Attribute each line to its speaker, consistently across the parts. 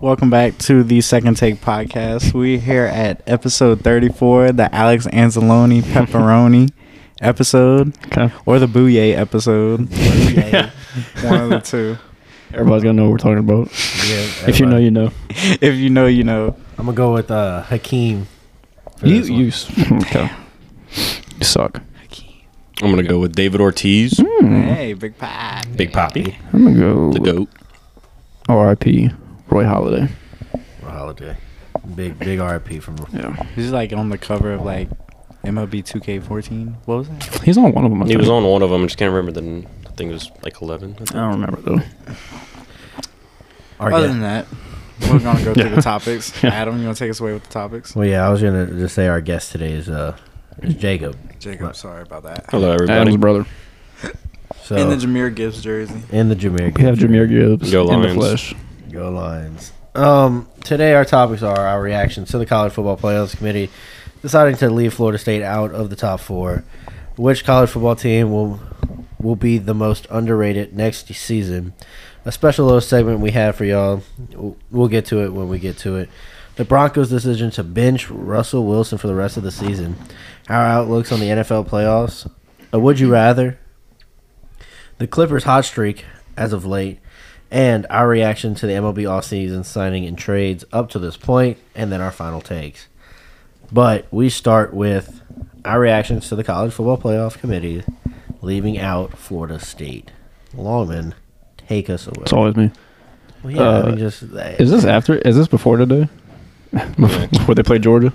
Speaker 1: Welcome back to the Second Take podcast. We're here at episode 34, the Alex Anzalone pepperoni episode,
Speaker 2: Okay.
Speaker 1: or the Bouye episode. One of the two.
Speaker 2: Everybody's gonna know what we're talking about.
Speaker 3: Yeah,
Speaker 2: If you know, you know.
Speaker 1: If you know, you know.
Speaker 3: I'm gonna go with uh, Hakeem. for
Speaker 2: You
Speaker 3: this one.
Speaker 2: you s- okay? You suck.
Speaker 4: I'm gonna go with David Ortiz,
Speaker 2: Mm-hmm.
Speaker 1: Hey, Big Pie.
Speaker 4: Big Poppy,
Speaker 2: Hmm. I'm gonna go.
Speaker 4: the
Speaker 2: with
Speaker 4: goat.
Speaker 2: R.I.P. Roy Holiday.
Speaker 3: For holiday. Big big RP from
Speaker 2: Yeah,
Speaker 1: He's like on the cover of like MLB 2K14. What was that?
Speaker 2: he's on one of them. I
Speaker 4: He was
Speaker 2: think.
Speaker 4: on one of them. I just can't remember the. n- I think it was like 11. I
Speaker 2: I don't remember though.
Speaker 3: Or,
Speaker 1: Other
Speaker 3: Oh, yeah.
Speaker 1: than that, we're going to go through
Speaker 2: Yeah.
Speaker 1: the topics.
Speaker 2: Yeah.
Speaker 1: Adam, you want to take us away with the topics?
Speaker 3: Well, yeah, I was gonna just say our guest today is uh is Jacob.
Speaker 1: Jacob, sorry about that.
Speaker 4: think. Hello,
Speaker 2: Adam's
Speaker 4: everybody.
Speaker 2: brother.
Speaker 3: So
Speaker 1: In the Jameer Gibbs jersey.
Speaker 3: in the Jameer.
Speaker 2: We have Jameer Gibbs
Speaker 4: Go
Speaker 2: in the
Speaker 4: Lions.
Speaker 2: flesh.
Speaker 3: Go Lions. Um, today our topics are our reactions to the college football playoffs committee deciding to leave Florida State out of the top four. Which college football team will will be the most underrated next season? A special little segment we have for y'all. We'll- We'll get to it when we get to it. The Broncos' decision to bench Russell Wilson for the rest of the season. Our outlooks on the NFL playoffs. A would you rather? The Clippers' hot streak as of late and our reaction to the MLB offseason signing and trades up to this point, and then our final takes. But we start with our reactions to the college football playoff committee leaving out Florida State. Longman, take us away.
Speaker 2: It's always me.
Speaker 3: Well, yeah, I
Speaker 2: uh,
Speaker 3: mean, just
Speaker 2: Is this after? Is this before today? before they play Georgia?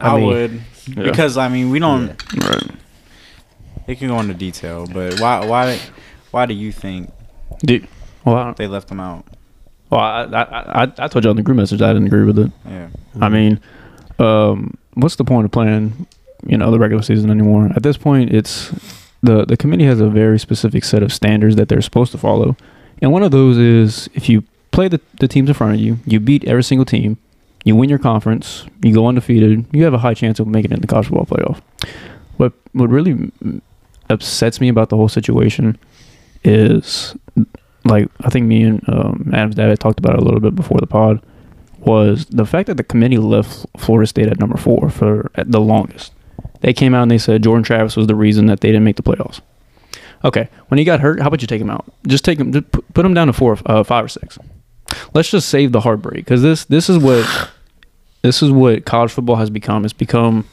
Speaker 3: I
Speaker 1: I,
Speaker 3: mean-
Speaker 1: would
Speaker 2: Yeah.
Speaker 1: because I mean we don't.
Speaker 2: Right.
Speaker 1: It can go into detail, but why why why do you think
Speaker 2: Dude. Well, I, don't-
Speaker 1: they left him out?
Speaker 2: well I, I, I, I told you on the group message that I didn't agree with it.
Speaker 1: Yeah,
Speaker 2: I mean, um, what's the point of playing, you know, the regular season anymore? At this point, it's the the committee has a very specific set of standards that they're supposed to follow, and one of those is if you play the, the teams in front of you, you beat every single team, you win your conference, you go undefeated, you have a high chance of making it in the college football playoff. What what really mm, upsets me about the whole situation is like I think me and um, Adam's dad had talked about it a little bit before the pod was the fact that the committee left Florida State at number four for at the longest. They came out and they said Jordan Travis was the reason that they didn't make the playoffs. Okay, when he got hurt, how about you take him out? Just take him, just pu- put him down to four, uh, five or six. Let's just save the heartbreak because this this is what this is what college football has become. It's become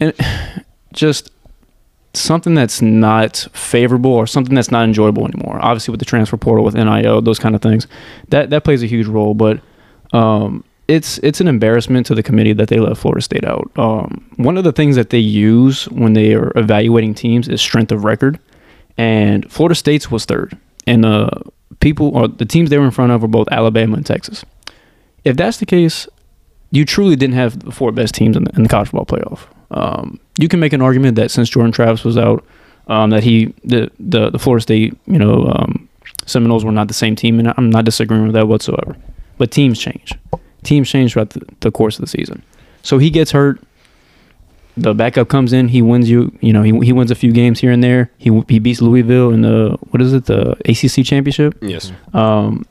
Speaker 2: and just something that's not favorable or something that's not enjoyable anymore. Obviously, with the transfer portal, with NIL, those kind of things, that that plays a huge role. But um, it's it's an embarrassment to the committee that they let Florida State out. Um, one of the things that they use when they are evaluating teams is strength of record, and Florida State's was third, and the people or the teams they were in front of were both Alabama and Texas. If that's the case, you truly didn't have the four best teams in the, in the college football playoff. Um, you can make an argument that since Jordan Travis was out, um, that he the, the the Florida State you know um, Seminoles were not the same team, and I'm not disagreeing with that whatsoever. But teams change. Teams change throughout the, the course of the season. So he gets hurt. The backup comes in. He wins you. You know he, he wins a few games here and there. He w- he beats Louisville in the what is it the ACC championship.
Speaker 4: Yes.
Speaker 2: Um,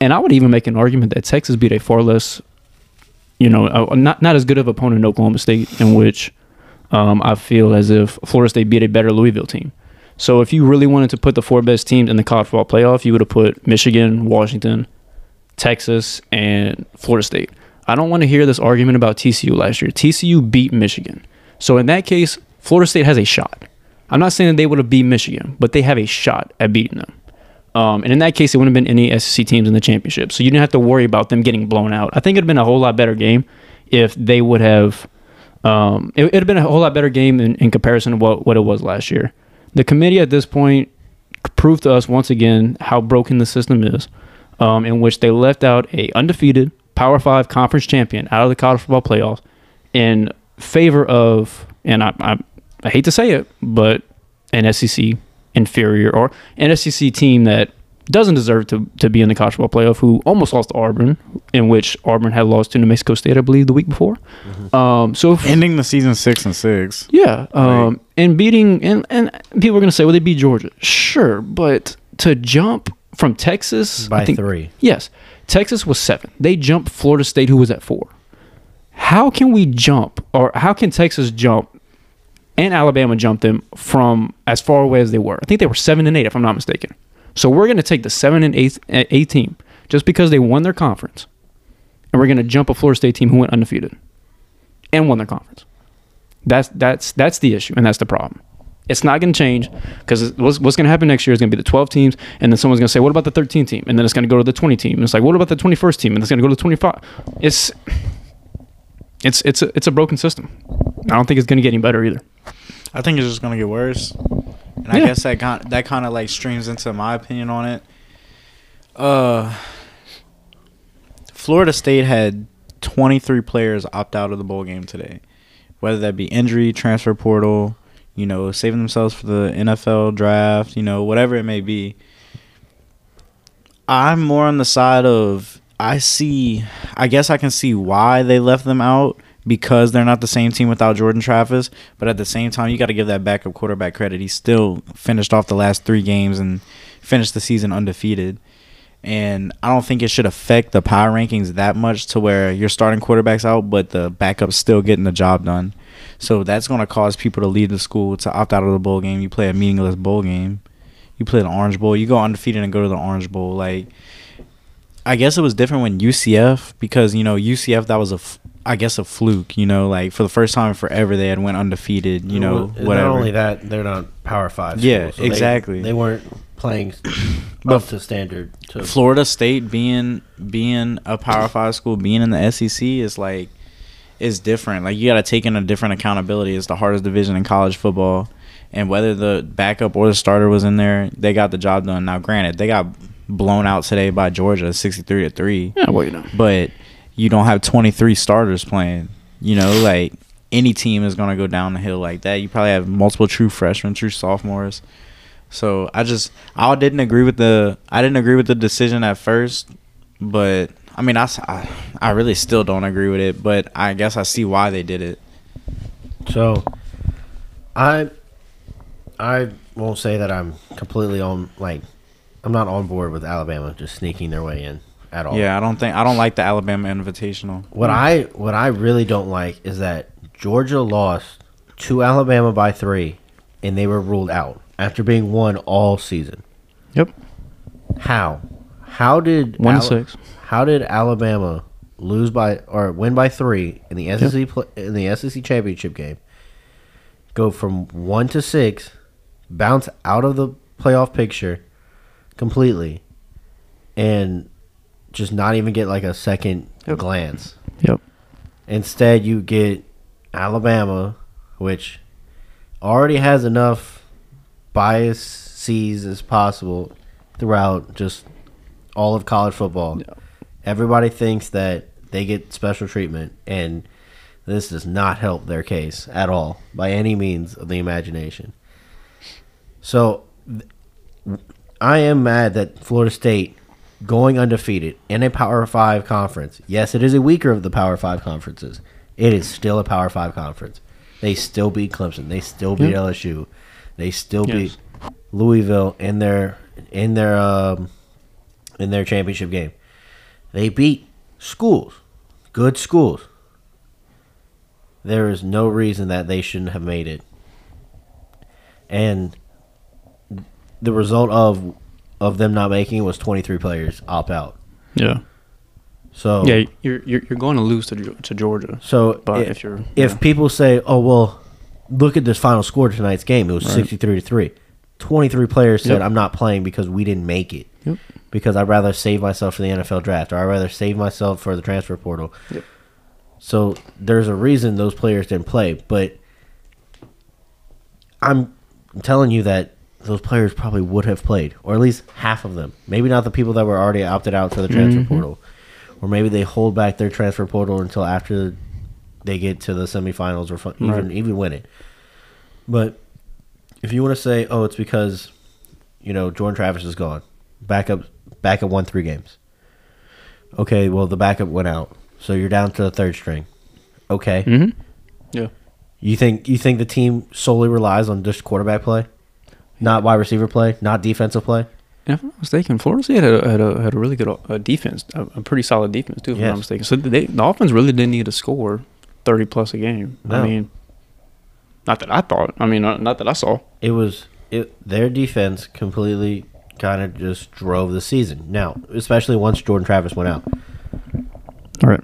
Speaker 2: and I would even make an argument that Texas beat a far less, you know, uh, not not as good of opponent in Oklahoma State, in which um, I feel as if Florida State beat a better Louisville team. So if you really wanted to put the four best teams in the college football playoff, you would have put Michigan, Washington, Texas, and Florida State. I don't want to hear this argument about TCU last year. TCU beat Michigan. So in that case, Florida State has a shot. I'm not saying that they would have beat Michigan, but they have a shot at beating them. Um, and in that case, it wouldn't have been any SEC teams in the championship. So you didn't have to worry about them getting blown out. I think it'd been a whole lot better game if they would have. Um, it would have been a whole lot better game in, in comparison to what, what it was last year. The committee at this point proved to us once again how broken the system is, um, in which they left out a undefeated Power Five conference champion out of the college football playoffs in favor of, and I, I, I hate to say it, but an SEC inferior or an SEC team that doesn't deserve to, to be in the college football playoff, who almost lost to Auburn, in which Auburn had lost to New Mexico State, I believe, the week before. Um, so if,
Speaker 1: ending the season six and six.
Speaker 2: yeah, um, and beating and and people are gonna say, well, they beat Georgia, sure, but to jump from Texas
Speaker 3: by
Speaker 2: I think,
Speaker 3: three.
Speaker 2: yes, Texas was seven. They jumped Florida State, who was at four. How can we jump, or how can Texas jump and Alabama jump them from as far away as they were? I think they were seven and eight, if I'm not mistaken. So we're going to take the seven and eight, eh, eight team just because they won their conference, and we're going to jump a Florida State team who went undefeated and won their conference. That's that's that's the issue, and that's the problem. It's not going to change because what's, what's going to happen next year is going to be the 12 teams, and then someone's going to say, "What about the 13 team?" And then it's going to go to the 20 team. And it's like, "What about the 21st team?" And it's going to go to the 25. It's it's it's a, it's a broken system. I don't think it's going to get any better either.
Speaker 1: I think it's just gonna get worse, and I
Speaker 2: Yeah.
Speaker 1: guess that kind that kind of like streams into my opinion on it. Uh, Florida State had 23 players opt out of the bowl game today, whether that be injury, transfer portal, you know, saving themselves for the NFL draft, you know, whatever it may be. I'm more on the side of I see. I guess I can see why they left them out because they're not the same team without Jordan Travis. But at the same time, you got to give that backup quarterback credit. He still finished off the last three games and finished the season undefeated. And I don't think it should affect the power rankings that much to where you're starting quarterbacks out, but the backup's still getting the job done. So that's going to cause people to leave the school to opt out of the bowl game. You play a meaningless bowl game. You play the Orange Bowl. You go undefeated and go to the Orange Bowl. Like, I guess it was different when UCF because you know UCF that was a f- I guess a fluke you know like for the first time in forever they had went undefeated you know
Speaker 3: Well,
Speaker 1: whatever
Speaker 3: Not only that, they're not Power Five.
Speaker 1: Yeah,
Speaker 3: schools, they-
Speaker 1: exactly.
Speaker 3: They, weren't playing
Speaker 1: But-
Speaker 3: up to standard. To,
Speaker 1: Florida State being being a Power Five school being in the SEC is like is different like you got to take in a different accountability it's the hardest division in college football and whether the backup or the starter was in there they got the job done now granted they got blown out today by Georgia sixty three to three
Speaker 2: Yeah, well, you know.
Speaker 1: but you don't have 23 starters playing. You know, like any team is going to go down the hill like that. You probably have multiple true freshmen, true sophomores. So I just I didn't agree with the I didn't agree with the decision at first, but I mean I, s- I- I really still don't agree with it, but I guess I see why they did it.
Speaker 3: so, I, I won't say that I'm completely on. Like, I'm not on board with Alabama just sneaking their way in at all.
Speaker 1: Yeah, I don't think I don't like the Alabama Invitational.
Speaker 3: What I what I really don't like is that Georgia lost to Alabama by three, and they were ruled out after being one all season.
Speaker 2: Yep.
Speaker 3: How? How did
Speaker 2: One to six.
Speaker 3: How did Alabama lose by or win by three in the SEC pla in the SEC championship game? Go from one to six, bounce out of the playoff picture completely, and just not even get like a second glance.
Speaker 2: Yep.
Speaker 3: Instead, you get Alabama, which already has enough biases as possible throughout just all of college football. Everybody thinks that they get special treatment, and this does not help their case at all by any means of the imagination. So th- I am mad that Florida State going undefeated in a Power 5 conference. Yes, it is a weaker of the Power 5 conferences. It is still a Power 5 conference. They still beat Clemson. They still beat LSU. They still beat Louisville in their in their um, in their championship game. They beat schools, good schools. There is no reason that they shouldn't have made it. And the result of of them not making it was 23 players opt out.
Speaker 2: Yeah.
Speaker 3: So
Speaker 2: Yeah. You're you're, you're going to lose to Ge- to Georgia.
Speaker 3: so
Speaker 2: But
Speaker 3: if,
Speaker 2: if you're-
Speaker 3: if
Speaker 2: yeah.
Speaker 3: people say, "Oh well, look at this final score of tonight's game. It was 63 to 3." 23 players said,
Speaker 2: Yep.
Speaker 3: "I'm not playing because we didn't make it."
Speaker 2: Yep.
Speaker 3: Because I'd rather save myself for the NFL draft or I'd rather save myself for the transfer portal.
Speaker 2: Yep.
Speaker 3: So there's a reason those players didn't play, but I'm telling you that those players probably would have played, or at least half of them. Maybe not the people that were already opted out for the transfer portal, or maybe they hold back their transfer portal until after they get to the semifinals or fi- even even win it. But if you want to say, oh, it's because you know Jordan Travis is gone, backup backup won three games. Okay, well the backup went out, so you're down to the third string. Okay,
Speaker 2: Mm-hmm. Yeah.
Speaker 3: you think you think the team solely relies on just quarterback play, not wide receiver play, not defensive play?
Speaker 2: and if I'm not mistaken, Florida State had a, had a, had a really good uh, defense, a, a pretty solid defense too, if I'm
Speaker 3: Yes.
Speaker 2: not mistaken. So they, the offense really didn't need to score thirty plus a game.
Speaker 3: No.
Speaker 2: I mean, not that I thought. I mean, uh, not that I saw.
Speaker 3: It was it, their defense completely kind of just drove the season. Now, especially once Jordan Travis went out.
Speaker 2: All right.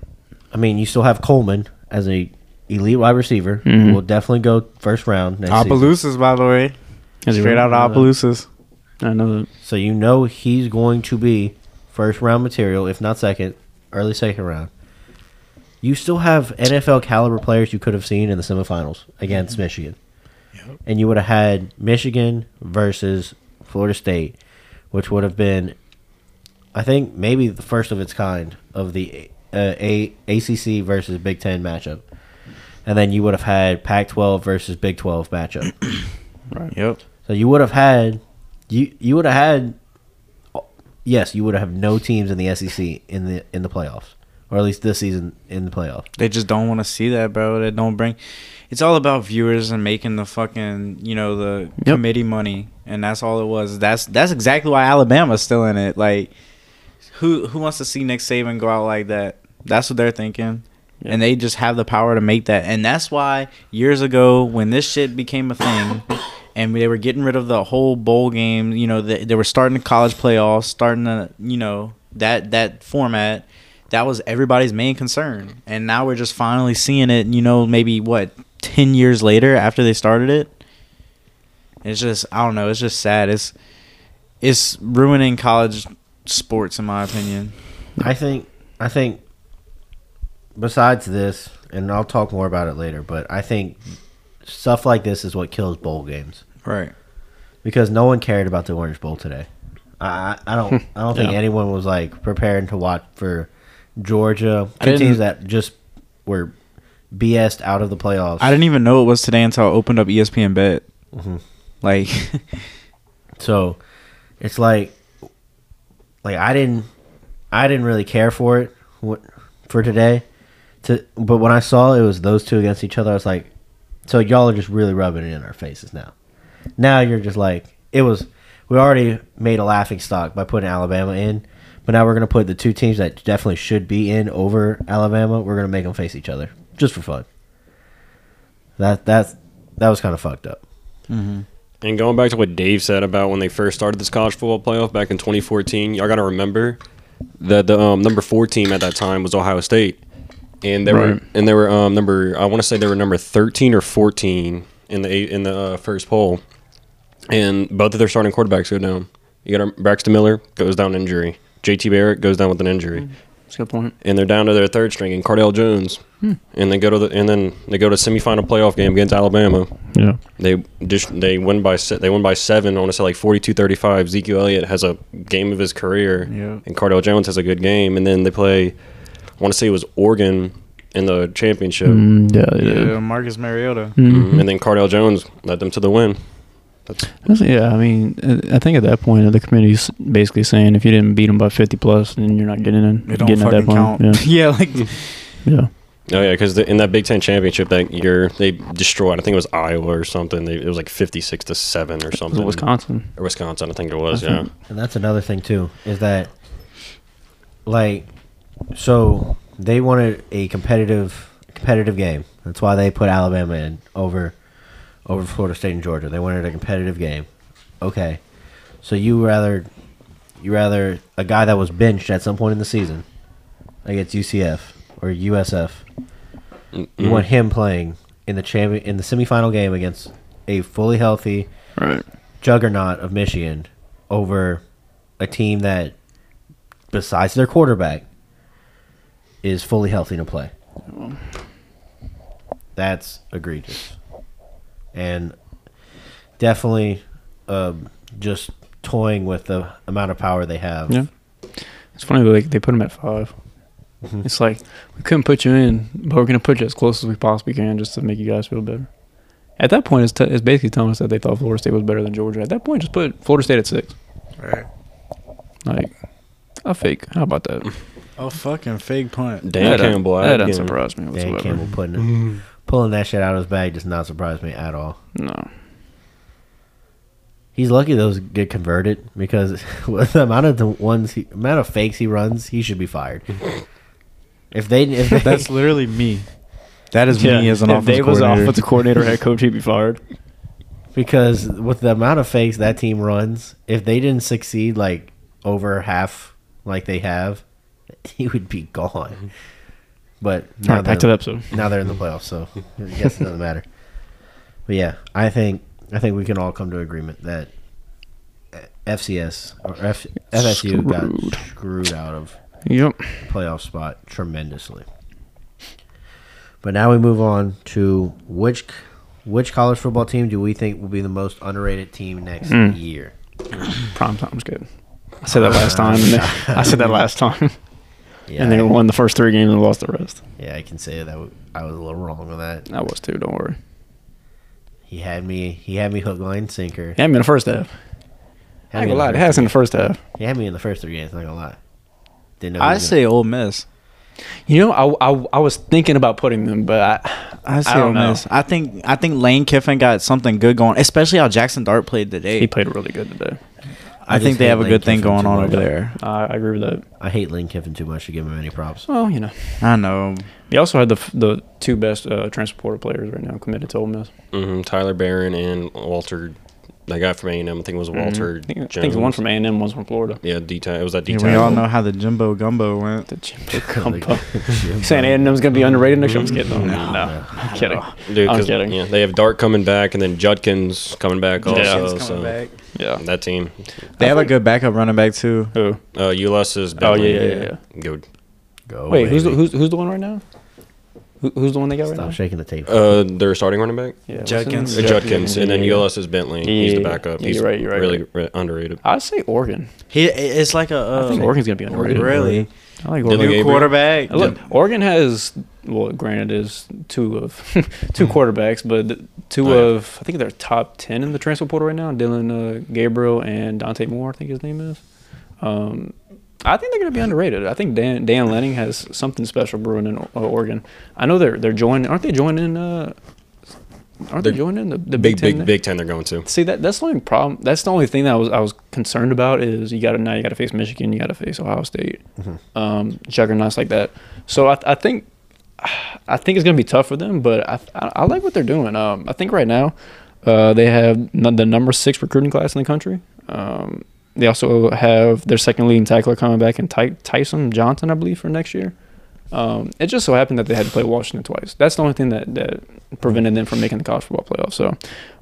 Speaker 3: I mean, you still have Coleman as a elite wide receiver.
Speaker 2: Mhm.
Speaker 3: Will definitely go first round next season.
Speaker 1: Opelousas, by the way. Straight out of Opelousas.
Speaker 2: Another
Speaker 3: So you know he's going to be first round material, if not second, early second round. You still have NFL caliber players you could have seen in the semifinals against Michigan. And you would have had Michigan versus Florida State, which would have been, I think, maybe the first of its kind of the uh, a- ACC versus Big Ten matchup. And then you would have had Pac 12 versus Big 12 matchup.
Speaker 1: Yep.
Speaker 3: So you would have had, you you would have had, yes, you would have no teams in the SEC in the in the playoffs, or at least this season in the playoffs.
Speaker 1: They just don't want to see that, bro. They don't bring. It's all about viewers and making the fucking you know the
Speaker 2: Yep.
Speaker 1: committee money, and that's all it was. That's that's exactly why Alabama's still in it. Like, who who wants to see Nick Saban go out like that? That's what they're thinking. And they just have the power to make that. And that's why years ago, when this shit became a thing, and they were getting rid of the whole bowl game, you know, they, they were starting the college playoffs, starting the, you know, that that format. That was everybody's main concern. And now we're just finally seeing it, you know, maybe what, 10 years later after they started it? It's just, I don't know, it's just sad. It's, it's ruining college sports, in my opinion.
Speaker 3: I think I think besides this, and I'll talk more about it later, but I think stuff like this is what kills bowl games
Speaker 1: Right.
Speaker 3: because no one cared about the Orange Bowl today. I I I don't I don't think
Speaker 2: Yeah.
Speaker 3: anyone was like preparing to watch for Georgia
Speaker 1: I
Speaker 3: two
Speaker 1: didn't-
Speaker 3: teams that just were BS'd out of the playoffs.
Speaker 1: I didn't even know it was today until I opened up E ESPN Bet.
Speaker 2: Mm-hmm.
Speaker 1: Like,
Speaker 3: So it's like like I didn't I didn't really care for it wh- for today. To but when I saw it was those two against each other, I was like, so y'all are just really rubbing it in our faces now. Now you're just like it was. We already made a laughing stock by putting Alabama in, but now we're gonna put the two teams that definitely should be in over Alabama. We're gonna make them face each other just for fun. That that's that was kind of fucked up.
Speaker 4: And going back to what Dave said about when they first started this college football playoff back in 2014, y'all got to remember that the um, number four team at that time was Ohio State, and they
Speaker 2: Right.
Speaker 4: were and they were um, number I want to say they were number 13 or 14 in the eight- in the uh, first poll, and both of their starting quarterbacks go down. You got Braxton Miller goes down injury, J.T. Barrett goes down with an injury,
Speaker 2: that's a good point.
Speaker 4: and they're down to their third string and Cardell Jones,
Speaker 2: Hmm.
Speaker 4: and they go to the and then they go to semifinal playoff game against Alabama.
Speaker 2: Yeah.
Speaker 4: They just they win by se- they win by seven. I want to say like 42-35. Ezekiel Elliott has a game of his career,
Speaker 1: Yeah.
Speaker 4: and Cardell Jones has a good game. And then they play. I want to say it was Oregon in the championship,
Speaker 2: Mm, yeah. Yeah. Mm-hmm.
Speaker 1: yeah, Marcus Mariota.
Speaker 4: Mhm. and then Cardell Jones led them to the win. That's
Speaker 2: That's- yeah. I mean, uh, I think at that point, the committee's basically saying if you didn't beat them by fifty plus, then you're not getting in.
Speaker 1: It don't
Speaker 2: getting at that
Speaker 1: fucking count. Yeah, like
Speaker 2: point. Yeah. Yeah.
Speaker 4: oh yeah, because in that Big Ten championship that year they destroyed. I think it was Iowa or something. They, it was like fifty six to seven or
Speaker 2: It was
Speaker 4: something.
Speaker 2: Wisconsin.
Speaker 4: or Wisconsin, I think it was.
Speaker 2: I
Speaker 4: yeah,
Speaker 2: think-
Speaker 3: And that's another thing too is that like so they wanted a competitive competitive game. That's why they put Alabama in over over Florida State and Georgia. They wanted a competitive game. Okay. So you rather you rather a guy that was benched at some point in the season against UCF or USF. You want him playing in the champion in the semifinal game against a fully healthy
Speaker 2: Right.
Speaker 3: juggernaut of Michigan over a team that, besides their quarterback, is fully healthy to play. That's egregious, and definitely um, just toying with the amount of power they have.
Speaker 2: Yeah. It's funny like they put him at 5 It's like we couldn't put you in, but we're gonna put you as close as we possibly can just to make you guys feel better. At that point, it's, t- it's basically telling us that they thought Florida State was better than Georgia. At that point, just put Florida State at six.
Speaker 1: Right.
Speaker 2: Like a fake. How about that?
Speaker 1: a fucking fake punt.
Speaker 4: Dan
Speaker 2: that,
Speaker 4: Campbell.
Speaker 2: That
Speaker 4: I
Speaker 2: doesn't
Speaker 4: can-
Speaker 2: surprise me
Speaker 3: Dan
Speaker 2: whatsoever.
Speaker 3: Campbell putting
Speaker 4: Mm-hmm.
Speaker 3: pulling that shit out of his bag does not surprise me at all.
Speaker 2: No.
Speaker 3: He's lucky those get converted because with the amount of the ones, he, amount of fakes he runs, he should be fired. if they, if they
Speaker 1: That's literally me. That is me as an
Speaker 2: if
Speaker 1: offensive
Speaker 2: Dave was
Speaker 1: coordinator.
Speaker 2: offensive coordinator, head coach, he'd be fired.
Speaker 3: because with the amount of fakes that team runs, if they didn't succeed like over half like they have, he would be gone. But
Speaker 2: Mm-hmm. All
Speaker 3: now,
Speaker 2: right, back to
Speaker 3: they're,
Speaker 2: the episode.
Speaker 3: now they're in the playoffs, so I guess it doesn't matter. But yeah, I think I think we can all come to agreement that FCS or F, FSU
Speaker 2: Screwed.
Speaker 3: got screwed out of
Speaker 2: Yep.
Speaker 3: playoff spot tremendously. But now we move on to which which college football team do we think will be the most underrated team next
Speaker 2: Mm.
Speaker 3: year?
Speaker 2: Prime time's good. I said that last time. And they, I said that last time,
Speaker 3: Yeah,
Speaker 2: and they
Speaker 3: I,
Speaker 2: won the first three games and lost the rest.
Speaker 3: yeah, I can say that w- I was a little wrong on that.
Speaker 2: I was too. Don't worry.
Speaker 3: He had me, he had me hook, line, sinker.
Speaker 2: Yeah, I mean, the first half. I
Speaker 3: Had
Speaker 2: ain't
Speaker 3: me in
Speaker 2: gonna lie.
Speaker 3: the
Speaker 2: It
Speaker 3: first-
Speaker 2: has in the first half.
Speaker 3: He had me in the first three games. Not gonna lie. Didn't know. who
Speaker 1: I
Speaker 3: was gonna-
Speaker 1: say Ole Miss.
Speaker 2: You know, I, I, I was thinking about putting them, but I,
Speaker 1: I say
Speaker 2: don't
Speaker 1: Ole
Speaker 2: know.
Speaker 1: Miss. I think I think Lane Kiffin got something good going, especially how Jackson Dart played today.
Speaker 2: he played really good today.
Speaker 1: I,
Speaker 3: I
Speaker 1: think
Speaker 3: just
Speaker 1: they
Speaker 3: hate
Speaker 1: have a
Speaker 3: Lane
Speaker 1: good thing
Speaker 3: Kiffin
Speaker 1: going
Speaker 3: too
Speaker 1: on
Speaker 3: much.
Speaker 1: over there.
Speaker 2: I I agree with that.
Speaker 3: I hate Lane Kiffin too much to give him any props.
Speaker 2: Well, you know,
Speaker 1: I know.
Speaker 2: they also had the f- the two best uh, transporter players right now committed to Ole Miss.
Speaker 4: hmm Tyler Barron and Walter, that guy from A and I think it was Walter.
Speaker 2: Mm-hmm. I think, I
Speaker 4: Jones.
Speaker 2: think one from A and M, one's from Florida.
Speaker 4: Yeah, D It was that D
Speaker 1: Yeah, we all know how the Jimbo Gumbo went.
Speaker 2: The Jimbo
Speaker 3: Like,
Speaker 2: Compo.
Speaker 3: Jim
Speaker 2: Saying A
Speaker 3: Brown.
Speaker 2: and M's gonna be underrated next year. I'm just kidding. No, no,
Speaker 3: No, no.
Speaker 2: I'm kidding.
Speaker 4: Dude,
Speaker 2: I'm
Speaker 4: 'cause,
Speaker 2: kidding.
Speaker 4: Yeah, they have Dart coming back, and then Judkins coming back also.
Speaker 2: Judkins
Speaker 4: so
Speaker 2: Yeah.
Speaker 4: that team,
Speaker 1: They
Speaker 2: I
Speaker 1: have a
Speaker 2: think-
Speaker 1: good backup running back too.
Speaker 2: Who?
Speaker 4: uh, ULS is.
Speaker 2: Oh yeah, yeah, yeah. yeah.
Speaker 4: Good.
Speaker 3: Go,
Speaker 2: Wait, who's the,
Speaker 3: baby.
Speaker 2: who's who's the one right now? Who, who's the one they got right
Speaker 3: Stop
Speaker 2: now?
Speaker 3: shaking the tape.
Speaker 4: Uh, their starting running back,
Speaker 2: Yeah, what's his
Speaker 1: Judkins.
Speaker 4: Uh,
Speaker 2: name?
Speaker 4: Judkins, and then
Speaker 2: Yeah.
Speaker 4: ULS is Bentley.
Speaker 2: Yeah,
Speaker 4: He's the
Speaker 2: yeah,
Speaker 4: backup.
Speaker 2: yeah,
Speaker 4: He's
Speaker 2: you're right, you're right,
Speaker 4: really
Speaker 2: right.
Speaker 4: re- underrated.
Speaker 2: I'd say Oregon.
Speaker 1: He it's like a uh,
Speaker 2: I think Oregon's gonna be underrated.
Speaker 1: really
Speaker 2: I like
Speaker 4: Dylan
Speaker 2: Oregon.
Speaker 1: new
Speaker 4: Gabriel.
Speaker 1: quarterback.
Speaker 2: Uh, Look, Oregon has well, granted, is two of
Speaker 4: Hmm.
Speaker 2: two quarterbacks, but th- two
Speaker 4: Oh, yeah.
Speaker 2: of I think they're top ten in the transfer portal right now. Dylan uh, Gabriel and Dante Moore, I think his name is. Um, I think they're going to be underrated. I think Dan Dan Lanning has something special brewing in o- uh, Oregon. I know they're they're joining, aren't they joining? Uh, aren't they
Speaker 4: They're
Speaker 2: joining the, the
Speaker 4: Big,
Speaker 2: Ten eh?
Speaker 4: big,
Speaker 2: now?
Speaker 4: big ten. They're going to.
Speaker 2: See that that's the only problem. That's the only thing that I was I was concerned about is you got to now you got to face Michigan, you got to face Ohio State, um, juggernauts like that. So I, I think I think it's gonna be tough for them, but I I, I like what they're doing. Um, I think right now uh, they have n- the number six recruiting class in the country. Um, they also have their second leading tackler coming back in Ty- Tyson Johnson, I believe, for next year. Um, it just so happened that they had to play Washington twice. That's the only thing that, that prevented them from making the college football playoff. So,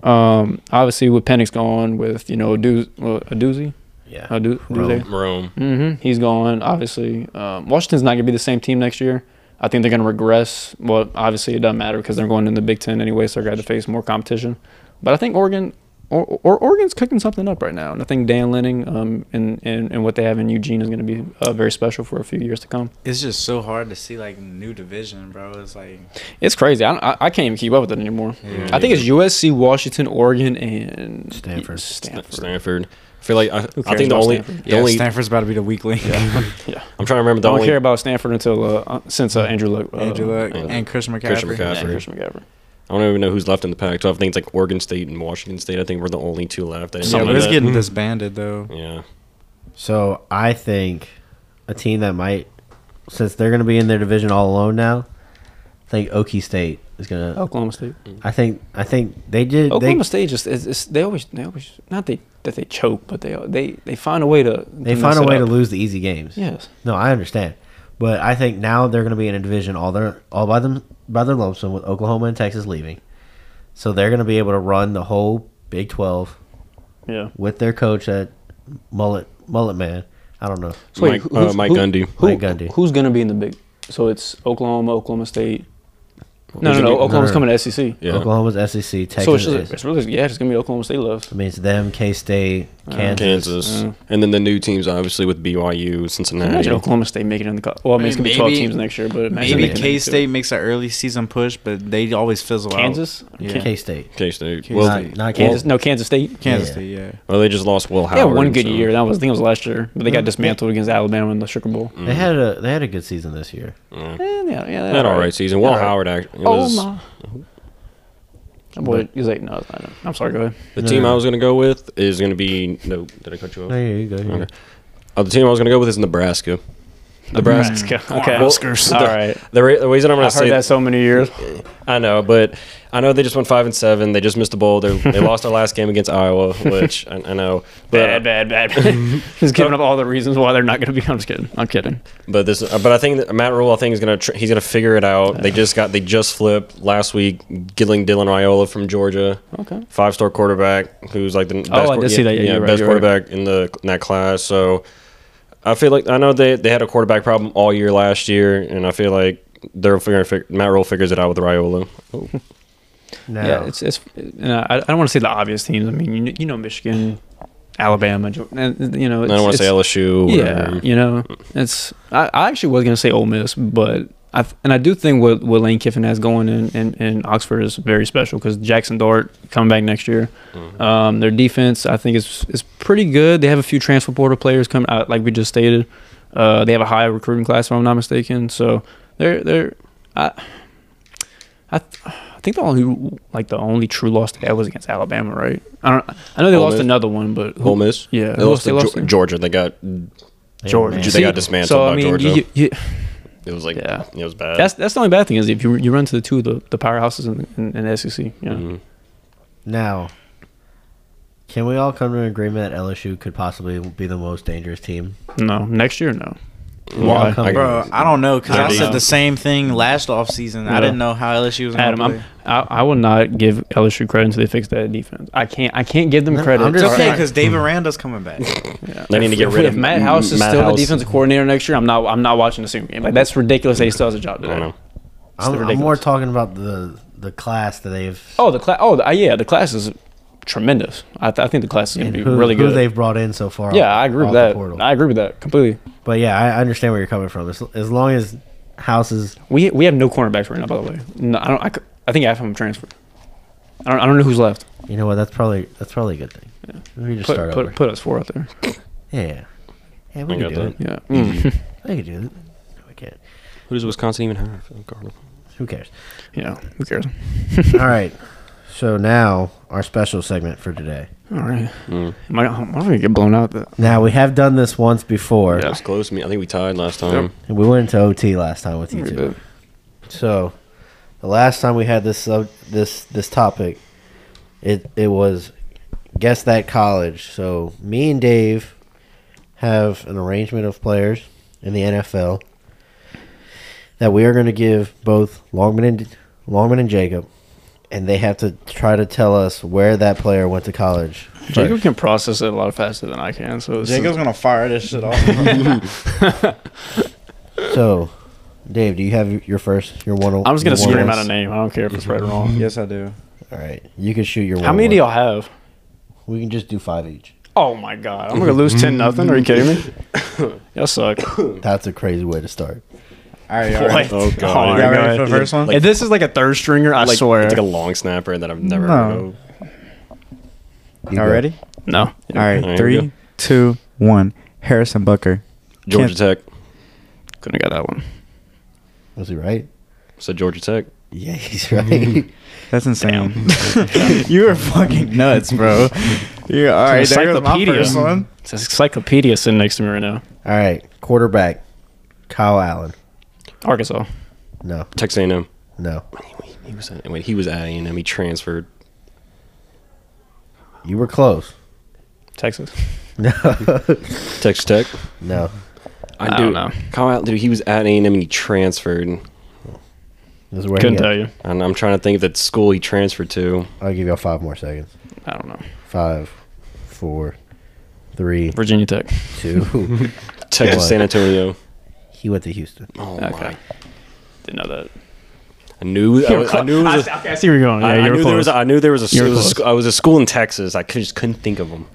Speaker 2: um, obviously with Penix gone, with you know a doozy,
Speaker 3: Yeah.
Speaker 2: a doozy,
Speaker 4: Rome.
Speaker 2: hmm he's gone. Obviously, um, Washington's not gonna be the same team next year. I think they're gonna regress. Well, obviously it doesn't matter because they're going in the Big Ten anyway, so they're gonna have to face more competition. But I think Oregon. Or, or Oregon's cooking something up right now, and I think Dan Lenning um, and, and, and what they have in Eugene is going to be uh, very special for a few years to come.
Speaker 1: It's just so hard to see like new division, bro. It's like
Speaker 2: It's crazy. I, don't- I, I can't even keep up with it anymore.
Speaker 1: Yeah.
Speaker 2: I think it's USC, Washington, Oregon, and
Speaker 3: Stanford.
Speaker 2: Stanford.
Speaker 4: Stanford. I feel like I, I
Speaker 2: cares
Speaker 4: think the
Speaker 2: about
Speaker 4: only,
Speaker 2: Stanford?
Speaker 4: the
Speaker 1: yeah,
Speaker 4: only.
Speaker 1: Stanford's about to be the weak link.
Speaker 2: Yeah.
Speaker 4: I'm trying to remember
Speaker 2: I
Speaker 4: the
Speaker 2: don't
Speaker 4: only.
Speaker 2: care about Stanford until uh, uh, since uh, Andrew Luck. Uh,
Speaker 1: Andrew Luck
Speaker 4: yeah.
Speaker 1: and Chris McCaffrey.
Speaker 4: Christian
Speaker 2: yeah,
Speaker 4: McCaffrey.
Speaker 2: Christian McCaffrey.
Speaker 4: I don't even know who's left in the Pac-12. I think it's like Oregon State and Washington State. I think we're the only two left.
Speaker 1: Yeah,
Speaker 4: Something
Speaker 1: but
Speaker 4: like
Speaker 1: it's
Speaker 4: that.
Speaker 1: getting disbanded though.
Speaker 4: Yeah.
Speaker 3: So I think a team that might, since they're going to be in their division all alone now, I think Okie State is going to.
Speaker 2: Oklahoma State.
Speaker 3: I think I think they did.
Speaker 2: Oklahoma
Speaker 3: They,
Speaker 2: State just is, is they always they always not they that they choke, but they they they find a way to
Speaker 3: they find a way to lose the easy games.
Speaker 2: Yes.
Speaker 3: No, I understand, but I think now they're going to be in a division all their all by them by their lonesome with Oklahoma and Texas leaving, so they're going to be able to run the whole Big Twelve
Speaker 2: Yeah.
Speaker 3: with their coach at mullet mullet man. I don't know.
Speaker 2: So wait,
Speaker 4: Mike-
Speaker 2: who's-
Speaker 4: uh, Mike
Speaker 2: who-
Speaker 4: Gundy.
Speaker 2: Who,
Speaker 3: Mike Gundy.
Speaker 2: Who's going to be in the big? So it's Oklahoma, Oklahoma State. No,
Speaker 4: Who's
Speaker 2: no,
Speaker 4: gonna
Speaker 2: no.
Speaker 4: be-
Speaker 2: Oklahoma's
Speaker 3: no, no.
Speaker 2: coming to E SEC.
Speaker 4: Yeah.
Speaker 3: Oklahoma's SEC, Texas.
Speaker 2: So it's, just,
Speaker 3: is-
Speaker 2: it's really yeah, it's gonna be Oklahoma State left.
Speaker 3: I mean, it's them, K State,
Speaker 2: Uh,
Speaker 4: Kansas.
Speaker 2: Mm.
Speaker 4: And then the new teams, obviously, with BYU, Cincinnati.
Speaker 2: Imagine Oklahoma State making it in the cup. Well, I mean, it's gonna be
Speaker 1: Maybe-
Speaker 2: twelve teams next year, but imagine
Speaker 1: Maybe
Speaker 2: they can make
Speaker 1: K
Speaker 2: it to
Speaker 1: State makes an ehrly season push, but they always fizzle
Speaker 2: Kansas,
Speaker 1: out. Yeah.
Speaker 3: K State.
Speaker 4: K-State.
Speaker 1: K-State.
Speaker 4: Well,
Speaker 1: Not-
Speaker 4: well,
Speaker 3: not
Speaker 2: Kansas, no Kansas State.
Speaker 1: Kansas
Speaker 3: Yeah.
Speaker 1: State, yeah.
Speaker 4: well, they just lost Will
Speaker 2: They
Speaker 4: Howard.
Speaker 2: had one good
Speaker 4: so- Mm-hmm.
Speaker 2: year. That was I think it was last year, but they got
Speaker 3: Mhm.
Speaker 2: dismantled against Alabama in the Sugar Bowl.
Speaker 3: They had a they had a good season this year.
Speaker 4: Mm.
Speaker 2: Eh, yeah, yeah,
Speaker 4: They had all right season. Will Howard act- it
Speaker 2: Oh
Speaker 4: was
Speaker 2: my! That boy, he's like, no, it's not. him." I'm sorry, go ahead.
Speaker 4: The
Speaker 3: No.
Speaker 4: team I was going to go with is going to be no. Did I cut you off?
Speaker 3: No, here you go. here you
Speaker 4: Oh, Okay. Uh, the team I was going to go with is Nebraska. Nebraska.
Speaker 2: Okay.
Speaker 4: Well,
Speaker 2: Oscars. All right.
Speaker 4: The, ra- the reason I'm going
Speaker 2: I've
Speaker 4: to say
Speaker 2: heard that so many years.
Speaker 4: I know, but I know they just went five and seven. They just missed the bowl. They they lost their last game against Iowa, which I, I know.
Speaker 2: Bad,
Speaker 4: But
Speaker 2: bad, bad. Just giving up all the reasons why they're not going to be. I'm just kidding. I'm kidding.
Speaker 4: but this but I think that Matt Rule I think is going to tr- he's going to figure it out. They just got they just flipped last week. Gilling Dylan Raiola from Georgia,
Speaker 2: Okay.
Speaker 4: five star quarterback who's like the best
Speaker 2: Oh, I
Speaker 4: quar-
Speaker 2: did see that. Yeah, you're right,
Speaker 4: best
Speaker 2: you're right.
Speaker 4: quarterback in the in that class. So I feel like I know they they had a quarterback problem all year last year, and I feel like they're figuring fig- Matt Rule figures it out with Raiola.
Speaker 3: go. Now,
Speaker 2: Yeah, it's it's. And I, I don't want to say the obvious teams. I mean, you, you know, Michigan, Alabama, Geor- and you know.
Speaker 4: I
Speaker 2: It's,
Speaker 4: don't want to say
Speaker 2: it's-
Speaker 4: LSU.
Speaker 2: Yeah,
Speaker 4: whatever.
Speaker 2: you know, it's. I, I actually was gonna say Ole Miss, but I th- and I do think what, what Lane Kiffin has going in, in, in Oxford is very special because Jackson Dart coming back next year.
Speaker 4: Mm-hmm.
Speaker 2: Um, their defense, I think, is is pretty good. They have a few transfer portal players coming out, like we just stated. Uh, they have a high recruiting class, if I'm not mistaken. So they're they're. I, I, th- I think the only like the only true loss they had was against Alabama, right? I don't. I know they
Speaker 4: Ole
Speaker 2: lost
Speaker 4: Miss?
Speaker 2: another one, but who-
Speaker 4: Ole Miss.
Speaker 2: Yeah,
Speaker 4: They
Speaker 2: who
Speaker 4: lost
Speaker 2: else
Speaker 4: to Geo-
Speaker 2: to?
Speaker 4: Georgia. They got
Speaker 2: Georgia.
Speaker 4: They
Speaker 3: man.
Speaker 4: got dismantled by Georgia.
Speaker 2: you- you-
Speaker 4: it was like
Speaker 2: Yeah.
Speaker 4: it was bad.
Speaker 2: that's that's the only bad thing is if you you run to the two of the, the powerhouses in, in, in the SEC. Yeah.
Speaker 4: Mhm.
Speaker 3: now, can we all come to an agreement that LSU could possibly be the most dangerous team?
Speaker 2: No, next year no.
Speaker 4: Yeah,
Speaker 2: Why?
Speaker 4: I- I-
Speaker 1: Bro, I don't know because
Speaker 4: I
Speaker 1: I
Speaker 4: do.
Speaker 1: said the same thing last offseason.
Speaker 2: Yeah.
Speaker 1: I didn't know how LSU was going
Speaker 2: Adam,
Speaker 1: to play.
Speaker 2: I'm, I I will not give LSU credit until they fix that defense. I can't I can't give them
Speaker 3: No,
Speaker 2: credit.
Speaker 3: I'm
Speaker 1: It's
Speaker 3: just-
Speaker 1: okay
Speaker 3: Alright.
Speaker 1: because Dave Aranda's coming back.
Speaker 2: Yeah.
Speaker 4: They need to
Speaker 2: If-
Speaker 4: get
Speaker 2: if-
Speaker 4: rid
Speaker 2: if
Speaker 4: of
Speaker 2: Matt House is
Speaker 4: Matt
Speaker 2: still
Speaker 4: House.
Speaker 2: the defensive coordinator next year. I'm not I'm not watching the Super game. Like that's ridiculous. That he still has a job
Speaker 4: I
Speaker 2: to
Speaker 4: don't
Speaker 2: do.
Speaker 4: know.
Speaker 3: I'm, I'm
Speaker 2: ridiculous.
Speaker 3: more talking about the the class that they've
Speaker 2: Oh the class. Oh the, yeah, the class is tremendous. I, th- I think the class is gonna
Speaker 3: and
Speaker 2: be
Speaker 3: who,
Speaker 2: really
Speaker 3: who
Speaker 2: good.
Speaker 3: they've brought in so far.
Speaker 2: yeah, I agree
Speaker 3: off
Speaker 2: with
Speaker 3: the
Speaker 2: that.
Speaker 3: portal.
Speaker 2: I agree with that completely.
Speaker 3: But yeah, I I understand where you're coming from. As, as long as houses,
Speaker 2: We we have no cornerbacks right now. By the way, no, I don't. I, c- I think half of them transferred. I don't. I don't know who's left.
Speaker 3: you know what? That's probably that's probably a good thing. We can just
Speaker 2: Put
Speaker 3: start
Speaker 2: put,
Speaker 3: over.
Speaker 2: put us four out there.
Speaker 3: yeah, yeah, yeah. We
Speaker 4: I
Speaker 3: can
Speaker 4: got
Speaker 3: do
Speaker 4: that.
Speaker 3: it.
Speaker 2: Yeah. Mm.
Speaker 3: We can do it. No, We can't.
Speaker 4: Who does Wisconsin even have? Oh,
Speaker 3: Who cares?
Speaker 2: Yeah. Who cares?
Speaker 3: All right. So now our special segment for today.
Speaker 2: All right.
Speaker 4: Hmm.
Speaker 2: Am I, I'm not gonna get blown out. Though.
Speaker 3: Now we have done this once before.
Speaker 4: That was close to me. I think we tied last time.
Speaker 3: And we went into OT last time with you two. So the last time we had this sub this this topic, it it was guess that college. So me and Dave have an arrangement of players in the NFL that we are going to give both Longman and Longman and Jacob, and they have to try to tell us where that player went to college.
Speaker 2: Jacob
Speaker 3: first.
Speaker 2: can process it a lot faster than I can. So this is-
Speaker 1: Jacob's going to fire this shit off.
Speaker 3: So, Dave, do you have your first your one?
Speaker 2: I'm just gonna
Speaker 3: your one
Speaker 2: scream
Speaker 3: ones?
Speaker 2: out a name. I don't care if it's right or wrong.
Speaker 1: Oh, yes, I do.
Speaker 3: All right, you can shoot your.
Speaker 2: How
Speaker 3: one
Speaker 2: many do
Speaker 3: one.
Speaker 2: y'all have?
Speaker 3: We can just do five each.
Speaker 2: Oh my god! I'm gonna lose
Speaker 3: Mm-hmm.
Speaker 2: ten nothing. Are you kidding me? Y'all suck.
Speaker 3: That's a crazy way to start.
Speaker 1: All right, all
Speaker 2: What?
Speaker 1: right.
Speaker 4: Oh, God.
Speaker 2: All right,
Speaker 1: Y'all ready
Speaker 2: guys.
Speaker 1: for the first one?
Speaker 4: Like-
Speaker 2: if this is like a third stringer, I
Speaker 4: like,
Speaker 2: swear.
Speaker 4: It's like a long snapper that I've never
Speaker 1: No.
Speaker 4: heard of.
Speaker 3: You
Speaker 1: Y'all
Speaker 3: go.
Speaker 1: ready?
Speaker 2: no.
Speaker 1: All
Speaker 4: There you
Speaker 1: right, three,
Speaker 4: go.
Speaker 1: two, one. Harrison Bucker.
Speaker 4: Georgia Tech.
Speaker 2: Couldn't have got that one.
Speaker 3: Was he right?
Speaker 4: Said Georgia Tech.
Speaker 3: Yeah, he's right.
Speaker 1: That's insane. you are fucking nuts, bro. You're all right. There goes my
Speaker 2: Encyclopedia.
Speaker 1: first one.
Speaker 2: It's an encyclopedia sitting next to me right now.
Speaker 3: All right, quarterback, Kyle Allen.
Speaker 2: Arkansas.
Speaker 3: No,
Speaker 4: Texas A&M.
Speaker 3: no,
Speaker 4: He, he was at, wait, he was at A&M. He transferred.
Speaker 3: you were close.
Speaker 2: Texas.
Speaker 3: No,
Speaker 4: Texas Tech.
Speaker 3: no.
Speaker 4: I,
Speaker 2: I
Speaker 4: do
Speaker 2: don't know.
Speaker 4: Kyle, Allen, dude, he was at A&M and he transferred.
Speaker 3: This is where
Speaker 2: Couldn't
Speaker 3: he
Speaker 2: tell you.
Speaker 4: And I'm trying to think of the school he transferred to.
Speaker 3: I'll give y'all five more seconds.
Speaker 2: I don't know.
Speaker 3: Five, four, three,
Speaker 2: Virginia Tech.
Speaker 3: two.
Speaker 4: Texas
Speaker 3: What?
Speaker 4: San Antonio.
Speaker 3: he went to Houston.
Speaker 4: Oh
Speaker 2: Okay.
Speaker 4: my!
Speaker 2: Didn't know that.
Speaker 4: I knew. I, was, I knew it was. a-
Speaker 2: I, see where you're going. Yeah,
Speaker 4: I, I
Speaker 2: you're
Speaker 4: knew there was. I knew there was a.
Speaker 2: You
Speaker 4: School,
Speaker 2: were
Speaker 4: it was a
Speaker 2: close.
Speaker 4: sc- I was a school in Texas. I could, just couldn't think of them.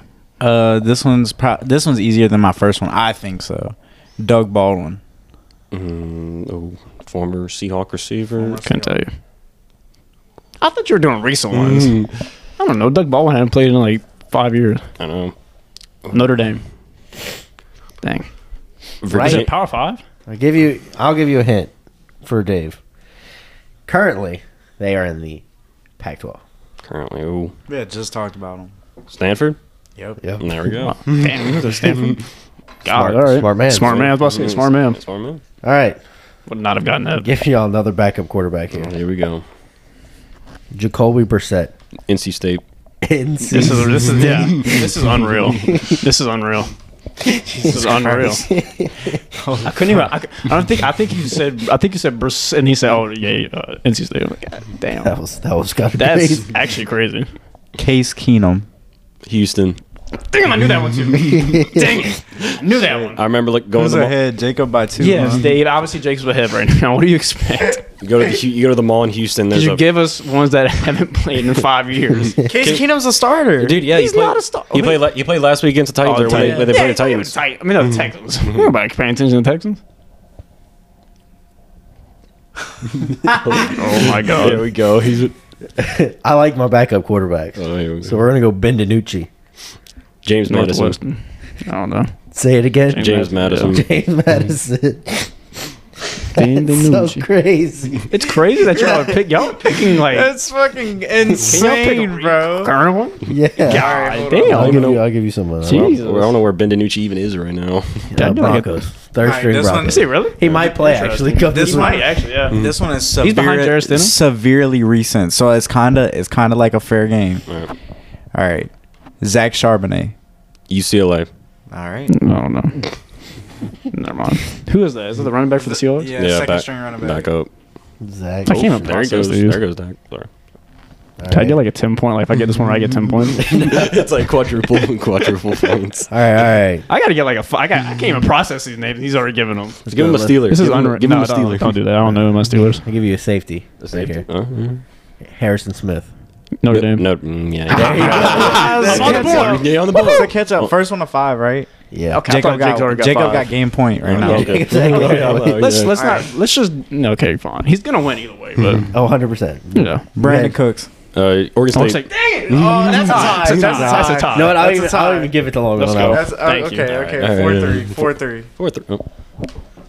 Speaker 1: Uh, this one's pro- this one's easier than my first one. I think so. Doug Baldwin.
Speaker 4: Mm, oh, former Seahawk receiver.
Speaker 2: Couldn't tell you. I thought you were doing recent
Speaker 4: Hmm,
Speaker 2: ones.
Speaker 4: Mm-hmm.
Speaker 2: I don't know. Doug Baldwin hadn't played in like five years.
Speaker 4: I know.
Speaker 2: Notre Dame. Dang. Is
Speaker 4: Virginia,
Speaker 2: it Power Five?
Speaker 3: I give you. I'll give you a hint for Dave. Currently, they are in the Pac-12.
Speaker 4: Apparently, ooh,
Speaker 1: Yeah, just talked about him.
Speaker 4: oh, Stanford.
Speaker 1: Yep.
Speaker 3: Yeah.
Speaker 4: There we go.
Speaker 2: Damn, you go to Stanford. God,
Speaker 3: Smart, all right. smart man.
Speaker 2: Smart man. I was about to say smart man.
Speaker 4: Mm-hmm. Smart man.
Speaker 3: All right.
Speaker 2: Would not have gotten that.
Speaker 3: Give y'all another backup quarterback here.
Speaker 4: Here we go.
Speaker 3: Jacoby Brissett.
Speaker 4: NC State.
Speaker 2: This is this is yeah. This is unreal. This is unreal. This is unreal. I couldn't even. I, cou- I don't think. I think you said. I think you said Bruce, and he said, "Oh yeah, uh, NC State." I'm like, God
Speaker 3: That
Speaker 2: damn,
Speaker 3: was that was kind of
Speaker 2: that's
Speaker 3: crazy.
Speaker 2: actually crazy.
Speaker 1: Case Keenum.
Speaker 4: Houston.
Speaker 2: Damn, I knew that one too. Dang it, I knew that one.
Speaker 4: I remember like going
Speaker 1: Who's
Speaker 4: to the mall,
Speaker 1: ahead? Jacob by two.
Speaker 2: Yes,
Speaker 1: huh?
Speaker 2: Dave. Obviously, Jake's ahead right now. What do you expect?
Speaker 4: you go to the Hu- you go to the mall in Houston.
Speaker 2: Did
Speaker 4: There's
Speaker 2: you
Speaker 4: a
Speaker 2: give us ones that haven't played in five years?
Speaker 1: Case Keenum's a starter.
Speaker 4: dude. Yeah,
Speaker 2: He's
Speaker 4: you played,
Speaker 2: not a star-
Speaker 4: You played la- you played last week against the Titans.
Speaker 2: Oh,
Speaker 4: or when they,
Speaker 2: Titans.
Speaker 4: when they
Speaker 2: Yeah,
Speaker 4: played the
Speaker 2: he played
Speaker 4: Titans.
Speaker 2: Titan- I mean, no, the Texans. Nobody paying attention to the Texans. oh my
Speaker 4: There
Speaker 2: god!
Speaker 4: we go. He's. a-
Speaker 3: I like my backup quarterbacks.
Speaker 4: Oh, here we
Speaker 3: So
Speaker 4: go.
Speaker 3: we're gonna go Ben DiNucci.
Speaker 4: James Madison.
Speaker 2: Northwestern. I don't know.
Speaker 3: Say it again.
Speaker 4: James Madison.
Speaker 3: James Madison.
Speaker 2: Ben
Speaker 3: That's so
Speaker 2: DiNucci.
Speaker 3: crazy.
Speaker 2: It's crazy that y'all are pick y'all are picking like
Speaker 1: That's fucking
Speaker 2: insane,
Speaker 1: insane, bro.
Speaker 2: current one.
Speaker 3: Yeah.
Speaker 2: God damn!
Speaker 3: I'll give you. I'll give you some. Uh,
Speaker 2: See?
Speaker 4: Well,
Speaker 2: Jesus.
Speaker 4: I don't know where Ben DiNucci even is right now.
Speaker 3: uh,
Speaker 2: I knew I got-
Speaker 3: Broncos. Third
Speaker 1: Alright,
Speaker 3: string
Speaker 1: this one-
Speaker 3: Broncos.
Speaker 2: Is he really? Mm.
Speaker 3: He might play
Speaker 2: Interesting.
Speaker 3: actually. Come
Speaker 1: This
Speaker 3: this
Speaker 1: might-
Speaker 3: week.
Speaker 2: actually, yeah.
Speaker 1: This one is
Speaker 2: He's behind Jarvis
Speaker 1: severe,
Speaker 2: Denham?
Speaker 1: severely recent, so it's kinda it's kinda like a fair game.
Speaker 4: Alright.
Speaker 1: All right, Zach Charbonnet.
Speaker 4: UCLA.
Speaker 1: All right.
Speaker 2: I don't know. Never mind. Who is that? Is that the running back for the Seahawks?
Speaker 1: Yeah, second
Speaker 4: back,
Speaker 1: string running back.
Speaker 4: back up.
Speaker 3: Zach.
Speaker 2: I can't even
Speaker 4: There he
Speaker 2: process
Speaker 4: goes.
Speaker 2: these.
Speaker 4: There goes Dak. Sorry.
Speaker 3: All
Speaker 2: Can I
Speaker 3: right.
Speaker 2: get like a ten point? Like if I get this one, right, I get ten points.
Speaker 4: it's like quadruple quadruple points.
Speaker 3: all right. All right.
Speaker 2: I gotta get like a. fi- I got. I can't even process these names. He's already giving them.
Speaker 4: Let's give him a Steeler.
Speaker 2: This is
Speaker 4: Give him-
Speaker 2: unreal.
Speaker 4: Give him
Speaker 2: No,
Speaker 4: a
Speaker 2: don't,
Speaker 4: Steeler.
Speaker 2: don't do that. I don't know my Steelers.
Speaker 3: I'll give you a safety. Right here.
Speaker 4: Uh, yeah.
Speaker 3: Harrison Smith.
Speaker 2: Notre
Speaker 4: No,
Speaker 2: Dame.
Speaker 4: no, mm, yeah.
Speaker 1: I'm
Speaker 2: on the board.
Speaker 4: Yeah, on the
Speaker 1: It's a
Speaker 4: board.
Speaker 1: catch up. First one to five, right?
Speaker 3: Yeah.
Speaker 2: Okay. I
Speaker 1: Jacob
Speaker 2: thought Jake's
Speaker 1: got
Speaker 2: already got
Speaker 1: Jacob
Speaker 2: five.
Speaker 1: got game point right now.
Speaker 3: Okay. Exactly.
Speaker 2: Let's let's
Speaker 1: All
Speaker 2: not let's just no, okay fine. He's gonna win either way, but
Speaker 3: Oh, 100 percent.
Speaker 2: you know.
Speaker 1: Brandon
Speaker 3: Yeah.
Speaker 1: Cooks.
Speaker 4: Uh,
Speaker 2: So I'm
Speaker 4: Oregon
Speaker 2: just like,
Speaker 4: State.
Speaker 2: dang it! Oh, that's a tie. That's, that's, that's a tie.
Speaker 3: No, I'll
Speaker 1: That's a
Speaker 3: even, I'll
Speaker 1: tie.
Speaker 3: even give it to Long
Speaker 2: Let's
Speaker 3: on that
Speaker 2: go.
Speaker 3: one.
Speaker 1: That's uh,
Speaker 2: Thank you.
Speaker 1: okay. Okay.
Speaker 4: All right.
Speaker 1: Four
Speaker 4: All right.
Speaker 1: three. Four three.
Speaker 4: Four, three. Oh.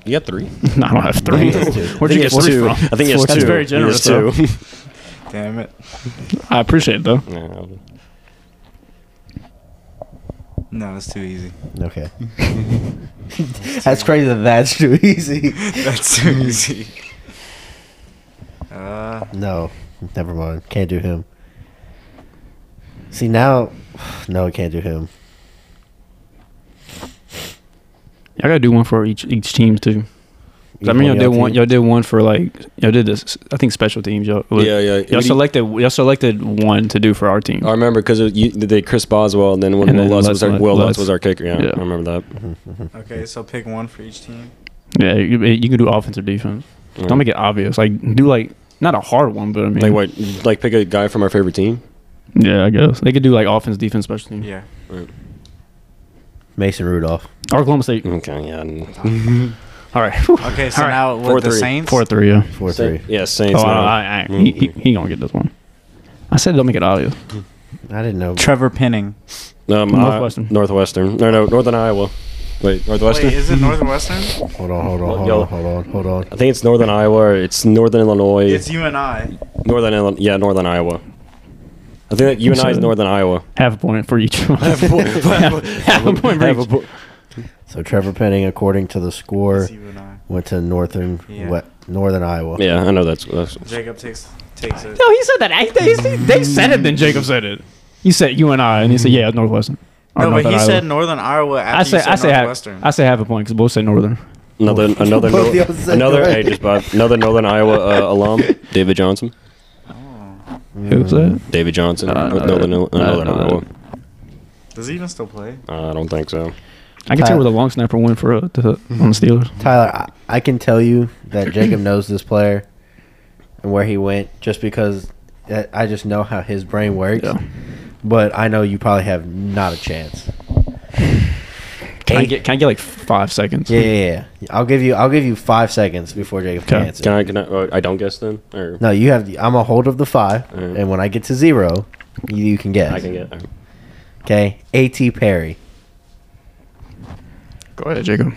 Speaker 4: You got three.
Speaker 2: no, I don't have three. Where'd you get
Speaker 4: it's
Speaker 2: three
Speaker 4: two.
Speaker 2: from?
Speaker 4: I think it's two.
Speaker 2: That's very
Speaker 4: He
Speaker 2: generous.
Speaker 4: has two.
Speaker 2: though.
Speaker 1: Damn it.
Speaker 2: I appreciate it though.
Speaker 4: No.
Speaker 1: No, that's too easy.
Speaker 3: Okay. that's crazy that that's too easy.
Speaker 1: That's too easy. Uh,
Speaker 3: No, never mind. Can't do him. See, now. No, I can't do him.
Speaker 2: I gotta do one for each each team too. 'Cause I
Speaker 3: Each
Speaker 2: mean, y'all
Speaker 3: of
Speaker 2: did one.
Speaker 3: team?
Speaker 2: Y'all did one for like y'all did this. I think special teams. Y'all,
Speaker 4: Yeah, yeah.
Speaker 2: Y'all
Speaker 4: We-
Speaker 2: selected. Y'all selected one to do for our team.
Speaker 4: I remember because they Chris Boswell and then when
Speaker 2: And
Speaker 4: Will
Speaker 2: then
Speaker 4: Lutz
Speaker 2: Lutz-
Speaker 4: was our
Speaker 2: Lutz-
Speaker 4: Will Lutz
Speaker 2: Lutz.
Speaker 4: was our kicker. Yeah,
Speaker 2: Yeah.
Speaker 4: I remember that.
Speaker 1: okay, so pick one for each team.
Speaker 2: Yeah, you, you can do offense or defense.
Speaker 4: Yeah.
Speaker 2: Don't make it obvious. Like do like not a hard one, but I mean,
Speaker 4: Like what? Like pick a guy from our favorite team.
Speaker 2: yeah, I guess they could do like offense, defense, special teams.
Speaker 1: Yeah.
Speaker 3: Mason Rudolph.
Speaker 2: Or Oklahoma State.
Speaker 4: Okay, yeah.
Speaker 2: All right, Whew.
Speaker 1: Okay, so
Speaker 2: All right.
Speaker 1: now what,
Speaker 4: Four,
Speaker 1: the
Speaker 4: three.
Speaker 1: Saints?
Speaker 2: four three. Yeah.
Speaker 3: 4 3.
Speaker 4: Yeah, Saints.
Speaker 2: Oh,
Speaker 4: no.
Speaker 2: I, I, I, he, he, he gonna get this one. I said don't make it obvious.
Speaker 3: I didn't know.
Speaker 1: Trevor Penning.
Speaker 4: um,
Speaker 2: Northwestern.
Speaker 4: I, Northwestern. No, no, Northern Iowa. Wait,
Speaker 1: Wait,
Speaker 4: Northwestern.
Speaker 1: is it Northwestern?
Speaker 3: Hold on, hold on, hold
Speaker 4: Yo.
Speaker 3: on, hold on, hold on.
Speaker 4: I think it's Northern Iowa. Or it's Northern Illinois.
Speaker 1: It's you and I.
Speaker 4: Northern Illinois. Yeah, Northern Iowa. I think that you and I is
Speaker 2: So-
Speaker 4: Northern Iowa.
Speaker 2: Half a point for each. half a
Speaker 4: point-
Speaker 2: half a point for
Speaker 4: Have a
Speaker 2: each.
Speaker 4: bo-
Speaker 3: So Trevor Penning, according to the score,
Speaker 1: It's you and I.
Speaker 3: went to Northern
Speaker 1: Yeah.
Speaker 3: what, Northern Iowa.
Speaker 4: yeah, I know that's. that's
Speaker 1: Jacob takes takes it.
Speaker 2: No, he said that. I, they, they- they said it. Then Jacob said it. You said you and I, and he said yeah, Northwestern. Or
Speaker 1: No, but
Speaker 2: Northern
Speaker 1: he
Speaker 2: Iowa.
Speaker 1: said Northern Iowa after
Speaker 2: I say
Speaker 1: you said
Speaker 2: I say half,
Speaker 1: Northwestern.
Speaker 2: I say half a point because both said Northern.
Speaker 4: another another
Speaker 3: Both
Speaker 4: Nor-
Speaker 3: y'all said
Speaker 4: another
Speaker 3: right.
Speaker 4: hey, just by, another Northern Iowa uh, alum, David Johnson.
Speaker 1: Oh.
Speaker 3: Mm-hmm.
Speaker 2: Who's that?
Speaker 4: David Johnson.
Speaker 2: Uh,
Speaker 4: Northern,
Speaker 2: another-
Speaker 4: Northern,
Speaker 2: another-
Speaker 4: Iowa. Uh,
Speaker 1: Does he even still play?
Speaker 4: I don't think so.
Speaker 2: I can tell
Speaker 3: Tyler.
Speaker 2: where the long snapper went for uh, the, on the Steelers.
Speaker 3: Tyler, I, I can tell you that Jacob knows this player and where he went just because I I just know how his brain works.
Speaker 2: Yeah.
Speaker 3: But I know you probably have not a chance.
Speaker 2: Can I
Speaker 3: Hey.
Speaker 2: get can I get like five seconds?
Speaker 3: Yeah, yeah, yeah, yeah. I'll give you. I'll give you five seconds before Jacob can
Speaker 2: Okay.
Speaker 3: answer.
Speaker 4: Can I? Can I? Uh, I don't guess then. Or
Speaker 3: No, you have. The, I'm a hold of the 5
Speaker 4: Alright.
Speaker 3: and when I get to zero, you, you can guess.
Speaker 4: Mm. I can get. Uh,
Speaker 3: Okay, At Perry,
Speaker 2: Go ahead, Jacob.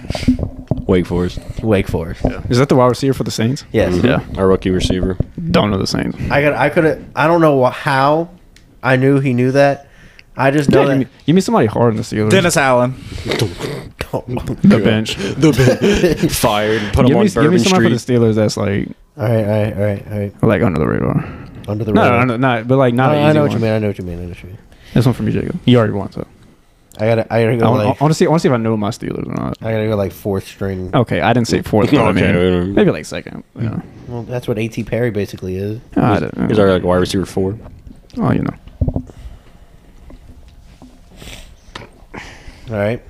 Speaker 4: Wake Forest.
Speaker 3: Wake Forest.
Speaker 2: Is that the wide receiver for the Saints?
Speaker 4: Mm-hmm.
Speaker 3: Yes.
Speaker 2: Yeah.
Speaker 4: Our rookie receiver.
Speaker 2: Don't know the Saints.
Speaker 3: I got. I could. have I don't know wha- how I knew he knew that. I just know
Speaker 2: Yeah, give, me,
Speaker 3: that.
Speaker 2: give me somebody hard in the Steelers.
Speaker 1: Dennis Allen.
Speaker 2: the bench.
Speaker 4: the ben- fired. Put
Speaker 2: give
Speaker 4: him on
Speaker 2: me, give me
Speaker 4: Bourbon
Speaker 2: somebody
Speaker 4: Street.
Speaker 2: for the Steelers that's like
Speaker 3: All right, all right, all right, all right.
Speaker 2: like under the radar.
Speaker 3: Under the
Speaker 2: No,
Speaker 3: radar.
Speaker 2: no, no, not but like not
Speaker 3: I,
Speaker 2: an easy
Speaker 3: I know what
Speaker 2: one.
Speaker 3: you mean. I know what you mean. I know what you mean.
Speaker 2: This one from you, Jacob. You already won, so
Speaker 3: I gotta, I gotta
Speaker 2: I
Speaker 3: go
Speaker 2: want,
Speaker 3: like,
Speaker 2: I Oh. want to see. I want to see if I know my Steelers or not.
Speaker 3: I gotta go like fourth string.
Speaker 2: Okay, I didn't say fourth. but I
Speaker 4: Okay,
Speaker 2: mean,
Speaker 4: whatever.
Speaker 2: maybe like second. You know.
Speaker 3: Well, that's what At Perry basically is.
Speaker 2: I don't know.
Speaker 4: Hmm. He's our like wide receiver four.
Speaker 2: Oh, you know.
Speaker 3: All right.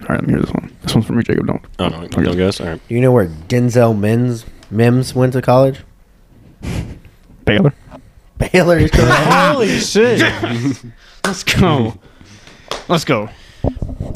Speaker 2: All right, let me hear this one. This one's from you, Jacob. Don't.
Speaker 4: Oh no, I don't guess. All right.
Speaker 3: Do you know where Denzel Mims Mims went to college?
Speaker 2: Baylor.
Speaker 3: Baylor is correct.
Speaker 1: Holy shit.
Speaker 2: Let's go. Let's go.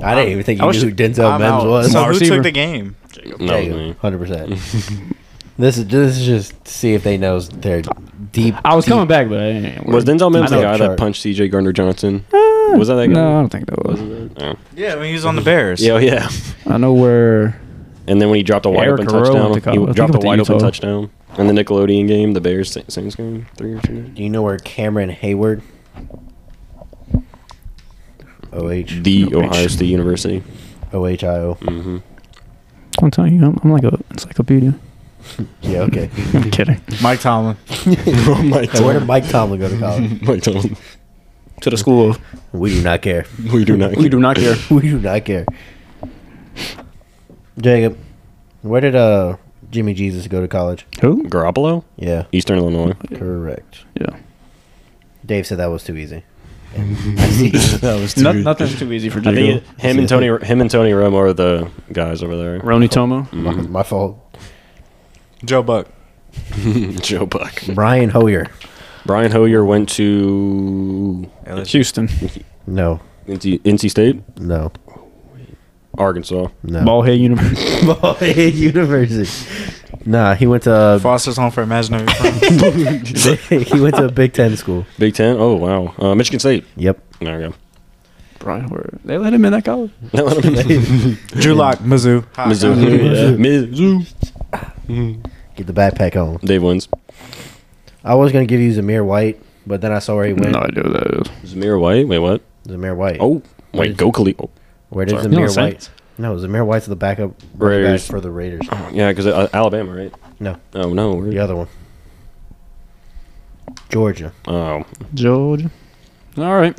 Speaker 3: I didn't even think you
Speaker 2: I
Speaker 3: knew
Speaker 2: wish-
Speaker 3: who Denzel
Speaker 1: I'm
Speaker 3: Mims
Speaker 1: out.
Speaker 3: was.
Speaker 1: So
Speaker 2: Wide
Speaker 1: who
Speaker 2: receiver.
Speaker 1: took the game?
Speaker 4: No, it was me.
Speaker 3: Hundred percent. This is this is just to see if they knows their deep.
Speaker 2: I was
Speaker 3: deep-
Speaker 2: coming back, but I ain't
Speaker 4: Was Denzel Mims
Speaker 3: I
Speaker 4: the
Speaker 3: know
Speaker 4: guy
Speaker 3: the
Speaker 4: that
Speaker 3: chart.
Speaker 4: punched C.J. Gardner Johnson?
Speaker 2: Uh,
Speaker 4: was that that guy?
Speaker 2: No, I don't think that was.
Speaker 4: Wasn't it? Oh.
Speaker 1: Yeah, when he was on the Bears.
Speaker 4: Yeah, oh, yeah.
Speaker 2: I know where.
Speaker 4: And then when he dropped a wide
Speaker 2: Eric
Speaker 4: open
Speaker 2: Rowe went to
Speaker 4: touchdown,
Speaker 2: college. I
Speaker 4: he
Speaker 2: think
Speaker 4: dropped
Speaker 2: it went
Speaker 4: a
Speaker 2: to
Speaker 4: wide open
Speaker 2: Utah.
Speaker 4: touchdown. And the Nickelodeon game, the Bears Sa- Saints game, three years ago.
Speaker 3: Do you know where Cameron Hayward? O H
Speaker 4: The
Speaker 2: Oh,
Speaker 4: Ohio
Speaker 2: bitch.
Speaker 4: State University.
Speaker 3: O H I O.
Speaker 4: hmm
Speaker 2: I'm telling you, I'm, I'm like a encyclopedia.
Speaker 3: Yeah, okay.
Speaker 2: I'm kidding.
Speaker 1: Mike Tomlin.
Speaker 4: oh my
Speaker 3: So where did
Speaker 4: god.
Speaker 3: Mike Tomlin go to college?
Speaker 4: Mike Tomlin. To the school. of-
Speaker 3: we do not care.
Speaker 4: We do not.
Speaker 2: We do not care.
Speaker 3: We do not care. Jacob, where did uh Jimmy Jesus go to college?
Speaker 2: Who?
Speaker 4: Garoppolo,
Speaker 3: Yeah,
Speaker 4: Eastern Illinois.
Speaker 3: correct.
Speaker 2: Yeah.
Speaker 3: Dave said that was too easy. I see.
Speaker 4: that was
Speaker 2: No, nothing's too easy for
Speaker 4: I
Speaker 2: Jacob.
Speaker 4: think it- him and Tony, him and Tony Romo are the guys over there.
Speaker 2: Ronnie Tomo.
Speaker 3: My,
Speaker 4: Mhm.
Speaker 3: my fault.
Speaker 1: Joe Buck.
Speaker 4: Joe Buck.
Speaker 3: Brian Hoyer.
Speaker 4: Brian Hoyer went to
Speaker 2: Houston.
Speaker 3: No,
Speaker 4: NC, NC State,
Speaker 3: no,
Speaker 4: Arkansas.
Speaker 3: no.
Speaker 2: Ball Head University.
Speaker 3: Ball Head University. Nah, he went to uh,
Speaker 1: Foster's Home for Imaginary Friends.
Speaker 3: he went to a Big Ten school.
Speaker 4: Big Ten. Oh wow, uh, Michigan State.
Speaker 3: Yep.
Speaker 4: There we go.
Speaker 2: Brian Hoyer. They let him in that college.
Speaker 1: Drew Lock, Mizzou. Hi,
Speaker 4: Mizzou.
Speaker 1: guys.
Speaker 4: Yeah. Mizzou.
Speaker 3: Get the backpack on.
Speaker 4: Dave wins.
Speaker 3: I was gonna give you Zamir White, but then I saw where he went.
Speaker 2: No idea what that is.
Speaker 4: Zamir White. Wait, what?
Speaker 3: Zamir White.
Speaker 4: Oh, wait, go Khalil. Oh,
Speaker 3: where did
Speaker 4: sorry.
Speaker 2: You know the
Speaker 3: Zamir White?
Speaker 2: Saints?
Speaker 3: No, Zamir White's the backup running back
Speaker 4: Raiders.
Speaker 3: for the Raiders.
Speaker 4: Yeah, because uh, Alabama, right?
Speaker 3: No,
Speaker 4: Oh no. where-
Speaker 3: the other one. Georgia.
Speaker 4: Oh,
Speaker 2: Georgia. All right.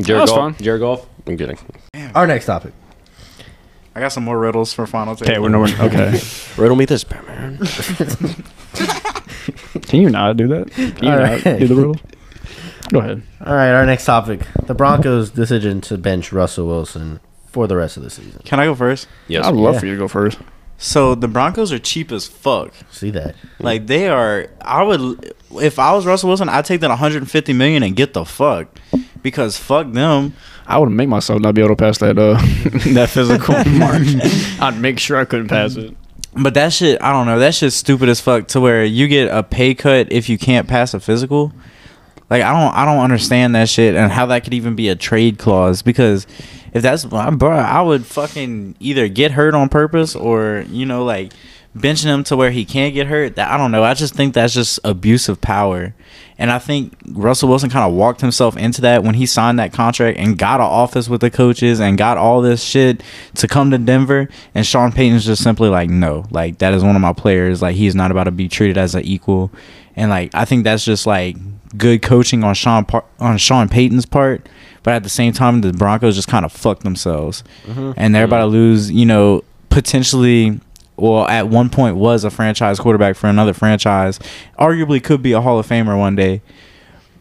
Speaker 4: Jared
Speaker 2: was
Speaker 4: Goff.
Speaker 2: fun.
Speaker 4: Jared Goff. I'm kidding.
Speaker 3: Our next topic.
Speaker 1: I got some more riddles for final table.
Speaker 2: Okay, we're nowhere. Okay.
Speaker 4: Riddle me this, Batman.
Speaker 2: Can you not do that? Can you
Speaker 3: All
Speaker 2: not
Speaker 3: right.
Speaker 2: do the riddle? Go ahead.
Speaker 3: All right, our next topic: the Broncos' decision to bench Russell Wilson for the rest of the season.
Speaker 1: Can I go first?
Speaker 4: Yes.
Speaker 2: I'd love
Speaker 3: Yeah.
Speaker 2: for you to go first.
Speaker 1: So the Broncos are cheap as fuck.
Speaker 3: See that?
Speaker 1: Like they are. I would if I was Russell Wilson, I'd take that 150 million and get the fuck because fuck them.
Speaker 2: I would make myself not be able to pass that uh that physical mark. I'd make sure I couldn't pass it.
Speaker 1: But that shit, I don't know. That shit's stupid as fuck. To where you get a pay cut if you can't pass a physical. Like I don't, I don't understand that shit and how that could even be a trade clause. Because if that's, bro, I would fucking either get hurt on purpose or you know like benching him to where he can't get hurt. That I don't know. I just think that's just abuse of power. And I think Russell Wilson kind of walked himself into that when he signed that contract and got an office with the coaches and got all this shit to come to Denver. And Sean Payton's just simply like, no, like that is one of my players. Like he's not about to be treated as an equal. And like I think that's just like good coaching on Sean par- on Sean Payton's part. But at the same time, the Broncos just kind of fucked themselves, and they're about to lose. You know, potentially well, at one point was a franchise quarterback for another franchise, arguably could be a Hall of Famer one day.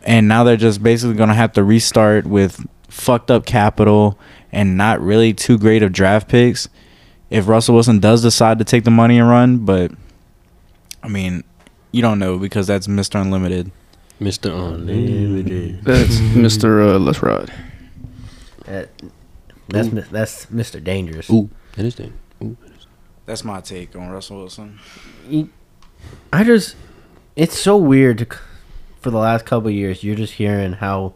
Speaker 1: And now they're just basically going to have to restart with fucked up capital and not really too great of draft picks if Russell Wilson does decide to take the money and run. But, I mean, you don't know because that's Mr. Unlimited.
Speaker 4: Mr. Unlimited.
Speaker 2: That's Mr. Uh, Let's Ride.
Speaker 3: That- That's mi- that's Mr. Dangerous.
Speaker 4: Ooh, that is Dave. Ooh.
Speaker 1: That's my take on Russell Wilson.
Speaker 3: I just, it's so weird. to c- For the last couple of years, you're just hearing how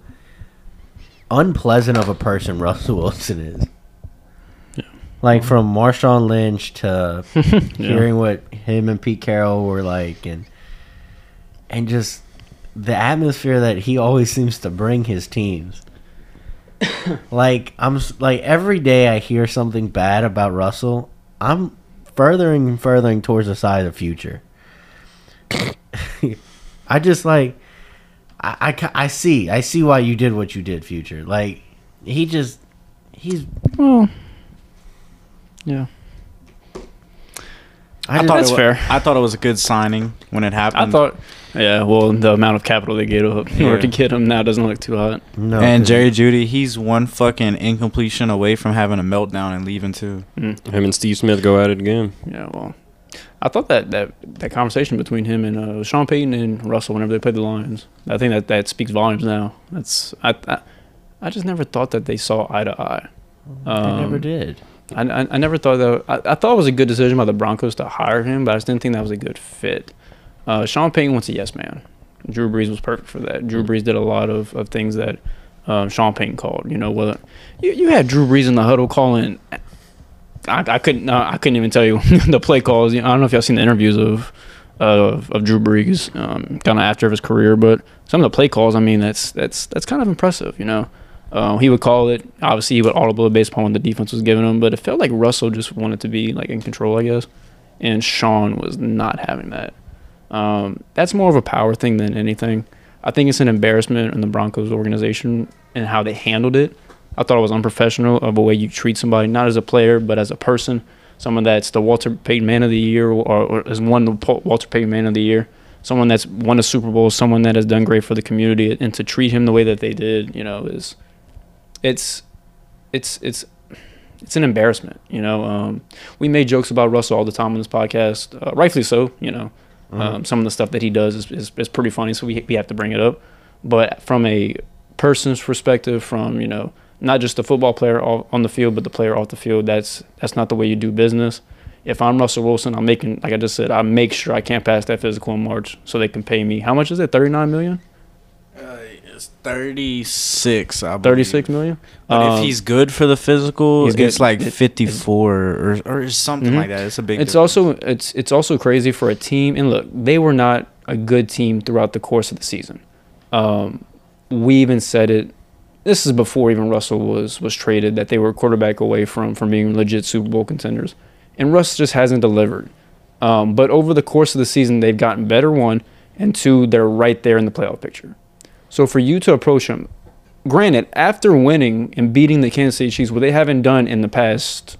Speaker 3: unpleasant of a person Russell Wilson is. Like from Marshawn Lynch to hearing what him and Pete Carroll were like, and and just the atmosphere that he always seems to bring his teams. like I'm s- like every day I hear something bad about Russell, I'm furthering and furthering towards the side of the future. I just like I, I ca- I see I see why you did what you did, future. Like he just he's
Speaker 2: Well, yeah.
Speaker 1: I
Speaker 3: I, just,
Speaker 1: thought
Speaker 2: That's
Speaker 1: it wa-
Speaker 2: fair.
Speaker 1: I thought it was a good signing when it happened.
Speaker 2: I thought, Um, yeah. Well, the amount of capital they gave up in order to get him now doesn't look too hot.
Speaker 3: no
Speaker 1: and
Speaker 3: 'cause-
Speaker 1: Jerry Judy, he's one fucking incompletion away from having a meltdown and leaving too.
Speaker 4: Him and Steve Smith go at it again.
Speaker 2: Mm, Yeah. Well, I thought that that that conversation between him and uh, Sean Payton and Russell whenever they played the Lions, I think that that speaks volumes. Now, that's I I, I just never thought that they saw eye to eye.
Speaker 3: I
Speaker 2: Um,
Speaker 3: never did.
Speaker 2: I, I, I never thought that. I, I thought it was a good decision by the Broncos to hire him, but I just didn't think that was a good fit. Uh, Sean Payton wants a yes man. Drew Brees was perfect for that. Drew Brees did a lot of, of things that um, Sean Payton called. You know, whether you, you had Drew Brees in the huddle calling, I, I couldn't uh, I couldn't even tell you the play calls. You know, I don't know if y'all seen the interviews of of, of Drew Brees, um, kind of after of his career, but some of the play calls. I mean, that's that's that's kind of impressive. You know, uh, he would call it. Obviously, he would audible it based upon what the defense was giving him, but it felt like Russell just wanted to be like in control, I guess. And Sean was not having that. Um, that's more of a power thing than anything. I think it's an embarrassment in the Broncos organization and how they handled it. I thought it was unprofessional of a way you treat somebody, not as a player, but as a person. Someone that's the Walter Payton Man of the Year or, or has won the Paul- Walter Payton Man of the Year. Someone that's won a Super Bowl, someone that has done great for the community, and to treat him the way that they did, you know, is it's it's it's it's an embarrassment. You know, um, we made jokes about Russell all the time on this podcast, uh, rightfully so. You know,
Speaker 1: Mm-hmm.
Speaker 2: um, some of the stuff that he does is, is, is pretty funny, so we we have to bring it up. But from a person's perspective, from you know, not just the football player off, on the field, but the player off the field, that's that's not the way you do business. If I'm Russell Wilson, I'm making like I just said, I make sure I can't pass that physical in March, so they can pay me. How much is it? Thirty nine million?
Speaker 1: Uh, It's thirty six. I
Speaker 2: Thirty six million?
Speaker 1: But if
Speaker 2: Um,
Speaker 1: he's good for the physical,
Speaker 2: he's good.
Speaker 1: it's like
Speaker 2: It-
Speaker 1: fifty four or or something
Speaker 2: Mhm.
Speaker 1: like that. It's a big.
Speaker 2: It's
Speaker 1: difference.
Speaker 2: also it's it's also crazy for a team. And look, they were not a good team throughout the course of the season. Um, we even said it. This is before even Russell was was traded that they were a quarterback away from from being legit Super Bowl contenders, and Russ just hasn't delivered. Um, but over the course of the season, they've gotten better. One and two, they're right there in the playoff picture. So for you to approach him, granted, after winning and beating the Kansas City Chiefs, what they haven't done in the past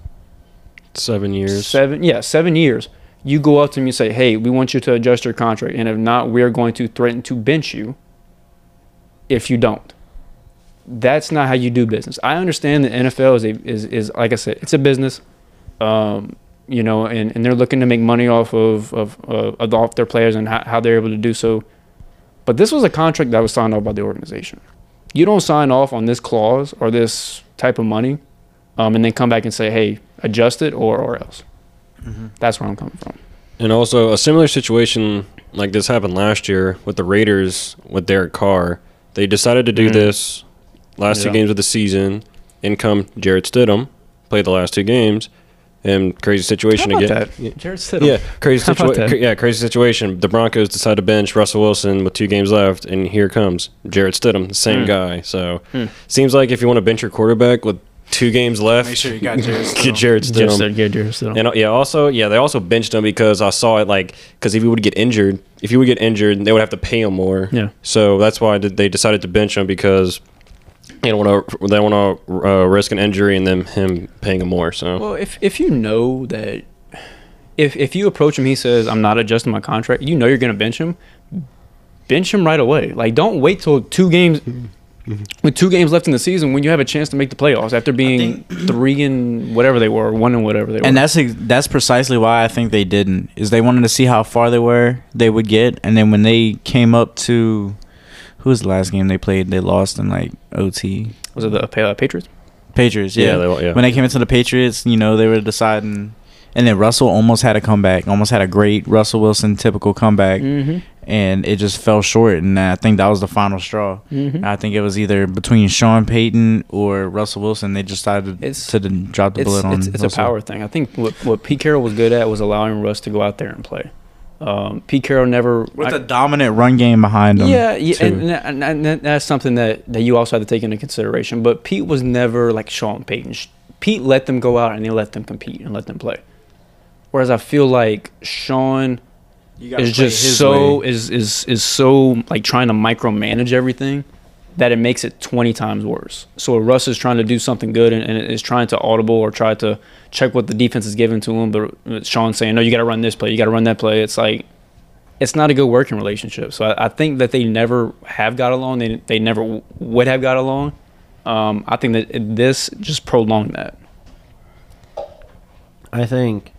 Speaker 4: Seven years.
Speaker 2: Seven, yeah, seven years. You go up to me and say, "Hey, we want you to adjust your contract, and if not, we are going to threaten to bench you if you don't." That's not how you do business. I understand the NFL is a, is is like I said, it's a business, um, you know, and, and they're looking to make money off of of, of, of off their players and how, how they're able to do so. But this was a contract that was signed off by the organization. You don't sign off on this clause or this type of money, um, and then come back and say, "Hey, adjust it or or else."
Speaker 1: Mm-hmm.
Speaker 2: That's where I'm coming from.
Speaker 4: And also a similar situation like this happened last year with the Raiders with Derek Carr. They decided to do
Speaker 2: Mm.
Speaker 4: this last two
Speaker 2: Yeah.
Speaker 4: games of the season. In come Jared Stidham, played the last two games, and crazy situation again.
Speaker 2: Jared Stidham.
Speaker 4: Yeah, crazy
Speaker 2: How about
Speaker 4: situation.
Speaker 2: that?
Speaker 4: Yeah, crazy situation. The Broncos decide to bench Russell Wilson with two games left, and here comes Jared Stidham, the same
Speaker 2: Hmm.
Speaker 4: guy. So
Speaker 2: Hmm.
Speaker 4: seems like if you want to bench your quarterback with two games left,
Speaker 1: Make sure you got Jared
Speaker 4: get
Speaker 1: Stidham.
Speaker 4: Jared Stidham.
Speaker 2: Jared Stidham. Yeah, Jared Stidham.
Speaker 4: And uh, yeah, also yeah, they also benched him because I saw it like because if he would get injured, if he would get injured, they would have to pay him more.
Speaker 2: Yeah.
Speaker 4: So that's why did- they decided to bench him because they don't want to they want to uh, risk an injury and then him paying him more. So
Speaker 2: Well, if if you know that, if if you approach him, he says, "I'm not adjusting my contract." You know you're gonna bench him. Bench him right away. Like, don't wait till two games.
Speaker 1: Mm-hmm.
Speaker 2: With two games left in the season, when you have a chance to make the playoffs after being three and whatever they were, one and whatever they were,
Speaker 1: And that's ex- that's precisely why I think they didn't. Is they wanted to see how far they were they would get, and then when they came up to who was the last game they played, they lost in like OT.
Speaker 2: was it the Pa- Patriots?
Speaker 1: Patriots, yeah.
Speaker 4: yeah, they, yeah.
Speaker 1: When they came into the Patriots, you know they were deciding, and then Russell almost had a comeback, almost had a great Russell Wilson typical comeback,
Speaker 2: Mm-hmm.
Speaker 1: and it just fell short. And I think that was the final straw.
Speaker 2: mm-hmm.
Speaker 1: I think it was either between Sean Payton or Russell Wilson. They just decided
Speaker 2: It's-
Speaker 1: to d- drop the
Speaker 2: it's,
Speaker 1: bullet on.
Speaker 2: it's, it's a
Speaker 1: Russell.
Speaker 2: power thing. I think what, what Pete Carroll was good at was allowing Russ to go out there and play. Um, Pete Carroll never.
Speaker 1: With a dominant run game behind him.
Speaker 2: yeah, yeah
Speaker 1: too.
Speaker 2: and, and, and that- that's something that, that you also have to take into consideration. But Pete was never like Sean Payton. Sh- Pete let them go out and he let them compete and let them play. Whereas I feel like Sean
Speaker 1: You gotta
Speaker 2: is
Speaker 1: play
Speaker 2: just
Speaker 1: his
Speaker 2: so
Speaker 1: way.
Speaker 2: is is is so like trying to micromanage everything that it makes it 20 times worse. So Russ is trying to do something good and, and is trying to audible or try to check what the defense is giving to him, but uh, Sean's saying, "No, you got to run this play. You got to run that play." It's like it's not a good working relationship. So I, I think that they never have got along. They they never w- would have got along. Um, I think that it- this just prolonged that.
Speaker 3: I think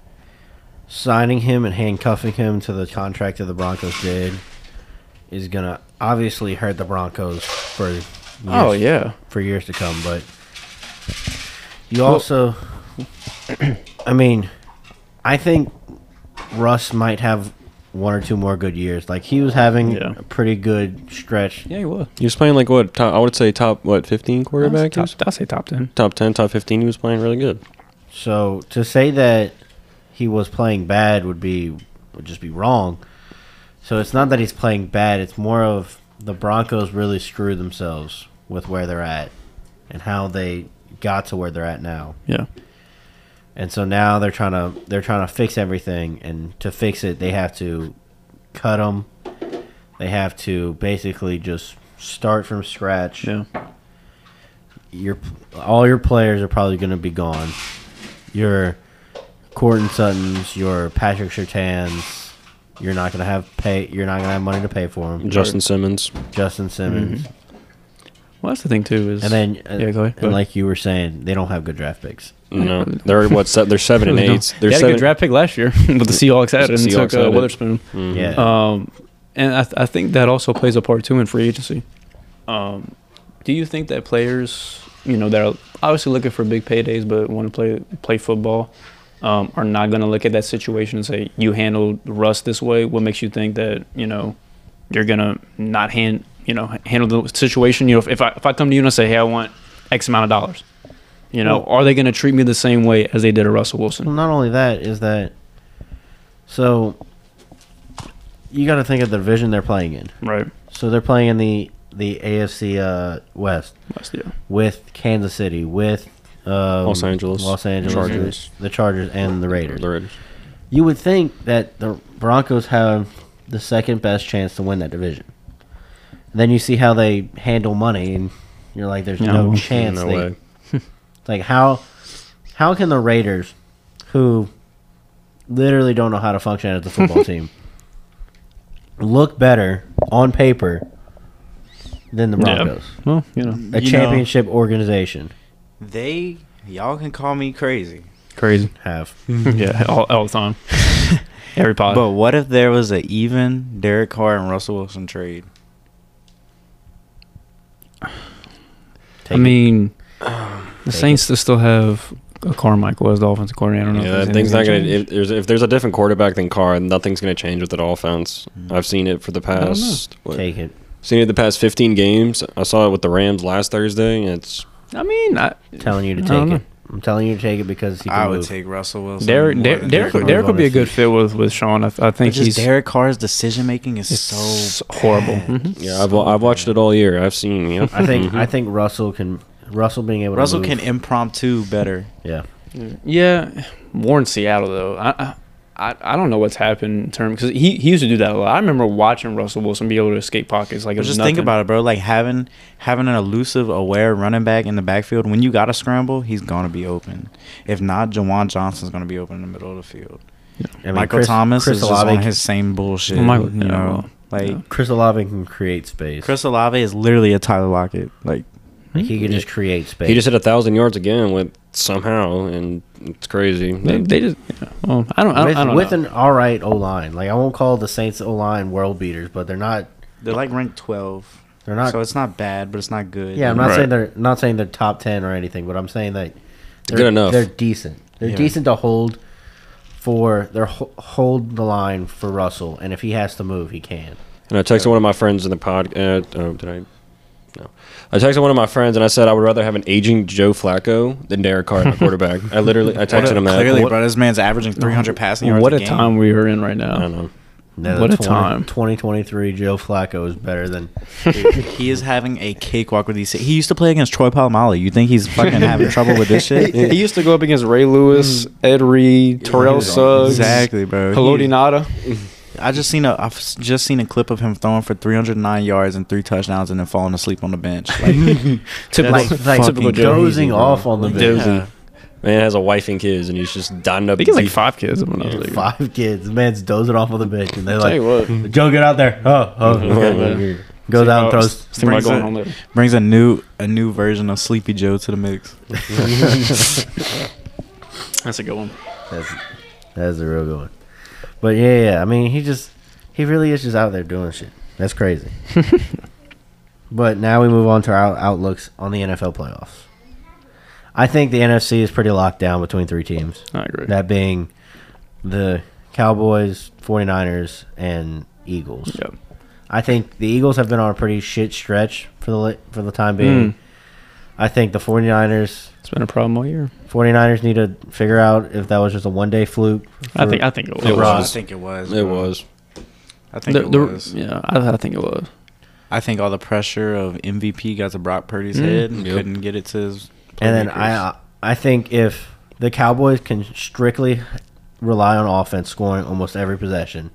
Speaker 3: signing him and handcuffing him to the contract that the Broncos did is gonna obviously hurt the Broncos for years,
Speaker 2: Oh,
Speaker 3: Oh,
Speaker 2: yeah.
Speaker 3: for years to come. But you also, I mean, I think Russ might have one or two more good years. Like he was having
Speaker 2: Yeah.
Speaker 3: a pretty good stretch.
Speaker 2: Yeah, he was.
Speaker 4: He was playing like what? Top, I would say top what? Fifteen quarterback. he
Speaker 2: Top,
Speaker 4: was-
Speaker 2: I'd say top 10.
Speaker 4: top ten, top fifteen. He was playing really good.
Speaker 3: So to say that he was playing bad would be would just be wrong. So it's not that he's playing bad. It's more of the Broncos really screwed themselves with where they're at and how they got to where they're at now.
Speaker 2: Yeah.
Speaker 3: And so now they're trying to they're trying to fix everything and to fix it they have to cut them. They have to basically just start from scratch
Speaker 2: Yeah.
Speaker 3: your all your players are probably going to be gone. Your Corton Suttons, your Patrick Sertans, you're not going to have pay. You're not going to have money to pay for
Speaker 2: Mm-hmm.
Speaker 3: them.
Speaker 4: Justin Simmons.
Speaker 3: Justin Simmons,
Speaker 2: Well, that's the thing too is
Speaker 3: and then uh,
Speaker 2: Mm-hmm. Yeah, go ahead, go
Speaker 3: and
Speaker 2: ahead.
Speaker 3: like you were saying, they don't have good draft picks.
Speaker 4: No, they're what? Se- they're seven and
Speaker 2: Really don't.
Speaker 4: eights. They're
Speaker 2: they had a
Speaker 4: seven.
Speaker 2: good draft pick last year with the Seahawks added and
Speaker 4: Seahawks
Speaker 2: took uh,
Speaker 4: added.
Speaker 2: Witherspoon.
Speaker 3: Yeah,
Speaker 2: Um, and I, th- I think that also plays a part too in free agency. Um, do you think that players, you know, that are obviously looking for big paydays but want to play play football, um, are not going to look at that situation and say, "You handled Russ this way. What makes you think that you know you're going to not hand you know handle the situation? You know, if, if I if I come to you and I say, "Hey, I want X amount of dollars," you know, are they going to treat me the same way as they did a Russell Wilson?
Speaker 3: Well, not only that is that. So you got to think of the division they're playing in.
Speaker 2: Right.
Speaker 3: So they're playing in the the AFC uh, West.
Speaker 2: Last year.
Speaker 3: with Kansas City, with um,
Speaker 4: Los Angeles,
Speaker 3: Los Angeles,
Speaker 4: Chargers.
Speaker 3: the Chargers, and the Raiders.
Speaker 4: The Raiders.
Speaker 3: You would think that the Broncos have the second best chance to win that division. And then you see how they handle money, and you're like, "There's no,
Speaker 2: No.
Speaker 3: chance."
Speaker 4: No
Speaker 3: they,
Speaker 4: way.
Speaker 3: Like how how can the Raiders, who literally don't know how to function as a football team, look better on paper than the Broncos,
Speaker 2: Well, you know,
Speaker 3: a
Speaker 1: You know-
Speaker 3: championship organization?
Speaker 1: They y'all can call me crazy.
Speaker 2: crazy.
Speaker 3: Have
Speaker 2: yeah, all, all the time. Every pod.
Speaker 1: But what if there was an even Derek Carr and Russell Wilson trade?
Speaker 2: I mean, the Saints still have a Carmichael as the offensive coordinator. I don't know if
Speaker 4: Yeah,
Speaker 2: there's
Speaker 4: that thing's not
Speaker 2: anything
Speaker 4: gonna. If there's, if there's a different quarterback than Carr, nothing's gonna change with that offense. I've seen it for the
Speaker 2: don't know.
Speaker 4: past. What,
Speaker 3: Take it.
Speaker 4: seen it the past 15 games. I saw it with the Rams last Thursday. And it's
Speaker 2: I mean, I,
Speaker 3: telling you
Speaker 2: I
Speaker 3: to take
Speaker 2: don't
Speaker 3: it. I'm telling you to take it because he can
Speaker 1: I
Speaker 3: move.
Speaker 1: would take Russell Wilson.
Speaker 2: Derek,
Speaker 1: more
Speaker 2: Derek,
Speaker 1: than
Speaker 2: Derek,
Speaker 1: Carr.
Speaker 2: Derek would be a good fit with, with Sean. I, I
Speaker 1: But
Speaker 2: think he's
Speaker 1: just Derek Carr's decision making is
Speaker 2: it's
Speaker 1: so
Speaker 2: horrible. Mhm.
Speaker 4: yeah. I've, wa- I've watched it all year. I've seen. Yeah.
Speaker 3: I think I think Russell can Russell being able
Speaker 1: Mm-hmm. Russell
Speaker 3: to
Speaker 1: can
Speaker 3: move,
Speaker 1: impromptu better.
Speaker 3: yeah
Speaker 2: Yeah, more in Seattle though. I I- I, I don't know what's happened in terms because he, he used to do that a lot. I remember watching Russell Wilson be able to escape pockets like it
Speaker 1: But
Speaker 2: was
Speaker 1: just
Speaker 2: nothing.
Speaker 1: think about it, bro. Like having having an elusive, aware running back in the backfield. When you got to scramble, he's gonna be open. If not, Jawan Johnson's gonna be open in the middle of the field.
Speaker 3: I mean,
Speaker 1: Michael
Speaker 3: Chris-
Speaker 1: Thomas
Speaker 3: Chris
Speaker 1: is just
Speaker 3: Olave,
Speaker 1: on his same bullshit.
Speaker 2: Well, Michael-
Speaker 1: you
Speaker 2: yeah,
Speaker 1: know,
Speaker 2: well,
Speaker 1: like
Speaker 2: yeah.
Speaker 3: Chris Olave can create space
Speaker 1: Chris Olave is literally a Tyler Lockett. Like
Speaker 2: Hmm.
Speaker 3: Like, he can just create space
Speaker 4: He just hit a thousand yards again with somehow, and it's crazy.
Speaker 2: they, they just yeah. well, I don't I don't,
Speaker 3: with,
Speaker 2: I don't
Speaker 3: with
Speaker 2: know.
Speaker 3: an all right O line like I won't call the Saints O line world beaters but they're not
Speaker 1: they're like ranked twelve,
Speaker 3: they're not
Speaker 1: so it's not bad, but it's not good.
Speaker 3: yeah I'm not
Speaker 2: Right.
Speaker 3: saying they're not saying they're top ten or anything but I'm saying that they're
Speaker 4: Good enough.
Speaker 3: they're decent they're
Speaker 1: Yeah.
Speaker 3: decent to hold for they're ho- hold the line for Russell and if he has to move he can
Speaker 4: And I texted one of my friends in the pod. Uh, oh, did I? No. I texted one of my friends and I said I would rather have an aging Joe Flacco than Derek Carr, my quarterback. I literally I texted him that.
Speaker 1: Clearly, bro, this man's averaging 300 passing yards.
Speaker 2: What a
Speaker 1: game.
Speaker 2: time we are in right now.
Speaker 4: I don't know.
Speaker 3: No,
Speaker 2: What a
Speaker 3: 20
Speaker 2: time.
Speaker 3: 2023 Joe Flacco is better than
Speaker 1: he is having a cakewalk with these. He used to play against Troy Polamalu. You think he's fucking having trouble with this shit?
Speaker 5: He used to go up against Ray Lewis,
Speaker 2: Mm.
Speaker 5: Ed Reed, Terrell
Speaker 3: was
Speaker 5: Suggs,
Speaker 1: Exactly, bro.
Speaker 5: Haloti Nada.
Speaker 1: I just seen a I've s- just seen a clip of him throwing for 309 yards and three touchdowns and then falling asleep on the bench. Like,
Speaker 3: like,
Speaker 1: That's
Speaker 3: like
Speaker 1: fucking crazy,
Speaker 3: dozing
Speaker 1: bro.
Speaker 3: off on the bench.
Speaker 1: yeah.
Speaker 4: Man has a wife and kids, and he's just dotting up.
Speaker 2: I think it's like
Speaker 4: deep-
Speaker 2: five hmm. kids. I'm not like,
Speaker 3: Five kids, the man's dozing off on the bench, and they're
Speaker 5: Tell you
Speaker 3: like,
Speaker 5: what,
Speaker 3: "Joe, get out there!" Oh, oh,
Speaker 4: Okay.
Speaker 3: goes out and
Speaker 5: Oh,
Speaker 3: throws.
Speaker 5: think about
Speaker 1: brings
Speaker 5: going
Speaker 1: it-
Speaker 5: home later.
Speaker 1: brings a new a new version of Sleepy Joe to the mix.
Speaker 2: That's a good one.
Speaker 3: That's that's a real good one. But yeah, yeah. I mean, he just he really is just out there doing shit. That's crazy. but now we move on to our outlooks on the NFL playoffs. I think the NFC is pretty locked down between three teams.
Speaker 2: I agree.
Speaker 3: That being the Cowboys, 49ers, and Eagles.
Speaker 2: Yep.
Speaker 3: I think the Eagles have been on a pretty shit stretch for the li- for the time being.
Speaker 2: Mm.
Speaker 3: I think the 49ers
Speaker 2: It's been a problem all year.
Speaker 3: 49ers need to figure out if that was just a one day fluke.
Speaker 2: I
Speaker 3: for-
Speaker 2: think I think it was.
Speaker 4: It
Speaker 1: I
Speaker 4: was.
Speaker 1: think it was.
Speaker 4: It
Speaker 1: bro.
Speaker 4: was.
Speaker 1: I think
Speaker 2: The-
Speaker 1: it
Speaker 2: the-
Speaker 1: was.
Speaker 2: Yeah, I, I think it was.
Speaker 1: I think all the pressure of MVP got to Brock Purdy's
Speaker 2: Mm.
Speaker 1: head and
Speaker 4: Yep.
Speaker 1: couldn't get it to his.
Speaker 3: And then
Speaker 1: playmakers.
Speaker 2: uh,
Speaker 3: I I think if the Cowboys can strictly rely on offense scoring almost every possession,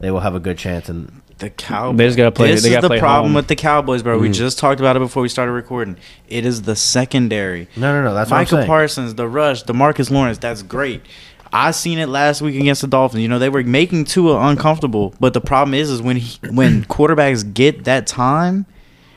Speaker 3: they will have a good chance. And
Speaker 1: the Cowboys.
Speaker 2: They just gotta play-
Speaker 1: This
Speaker 2: they
Speaker 1: is
Speaker 2: gotta
Speaker 1: the
Speaker 2: play
Speaker 1: problem
Speaker 2: home.
Speaker 1: with the Cowboys, bro. We
Speaker 2: Mm.
Speaker 1: just talked about it before we started recording. It is the secondary.
Speaker 3: no, no, no, that's
Speaker 1: Michael
Speaker 3: what I'm saying.
Speaker 1: Parsons, the rush, Demarcus Lawrence, that's great. I seen it last week against the Dolphins. You know, they were making Tua uncomfortable, but the problem is is when he, when quarterbacks get that time,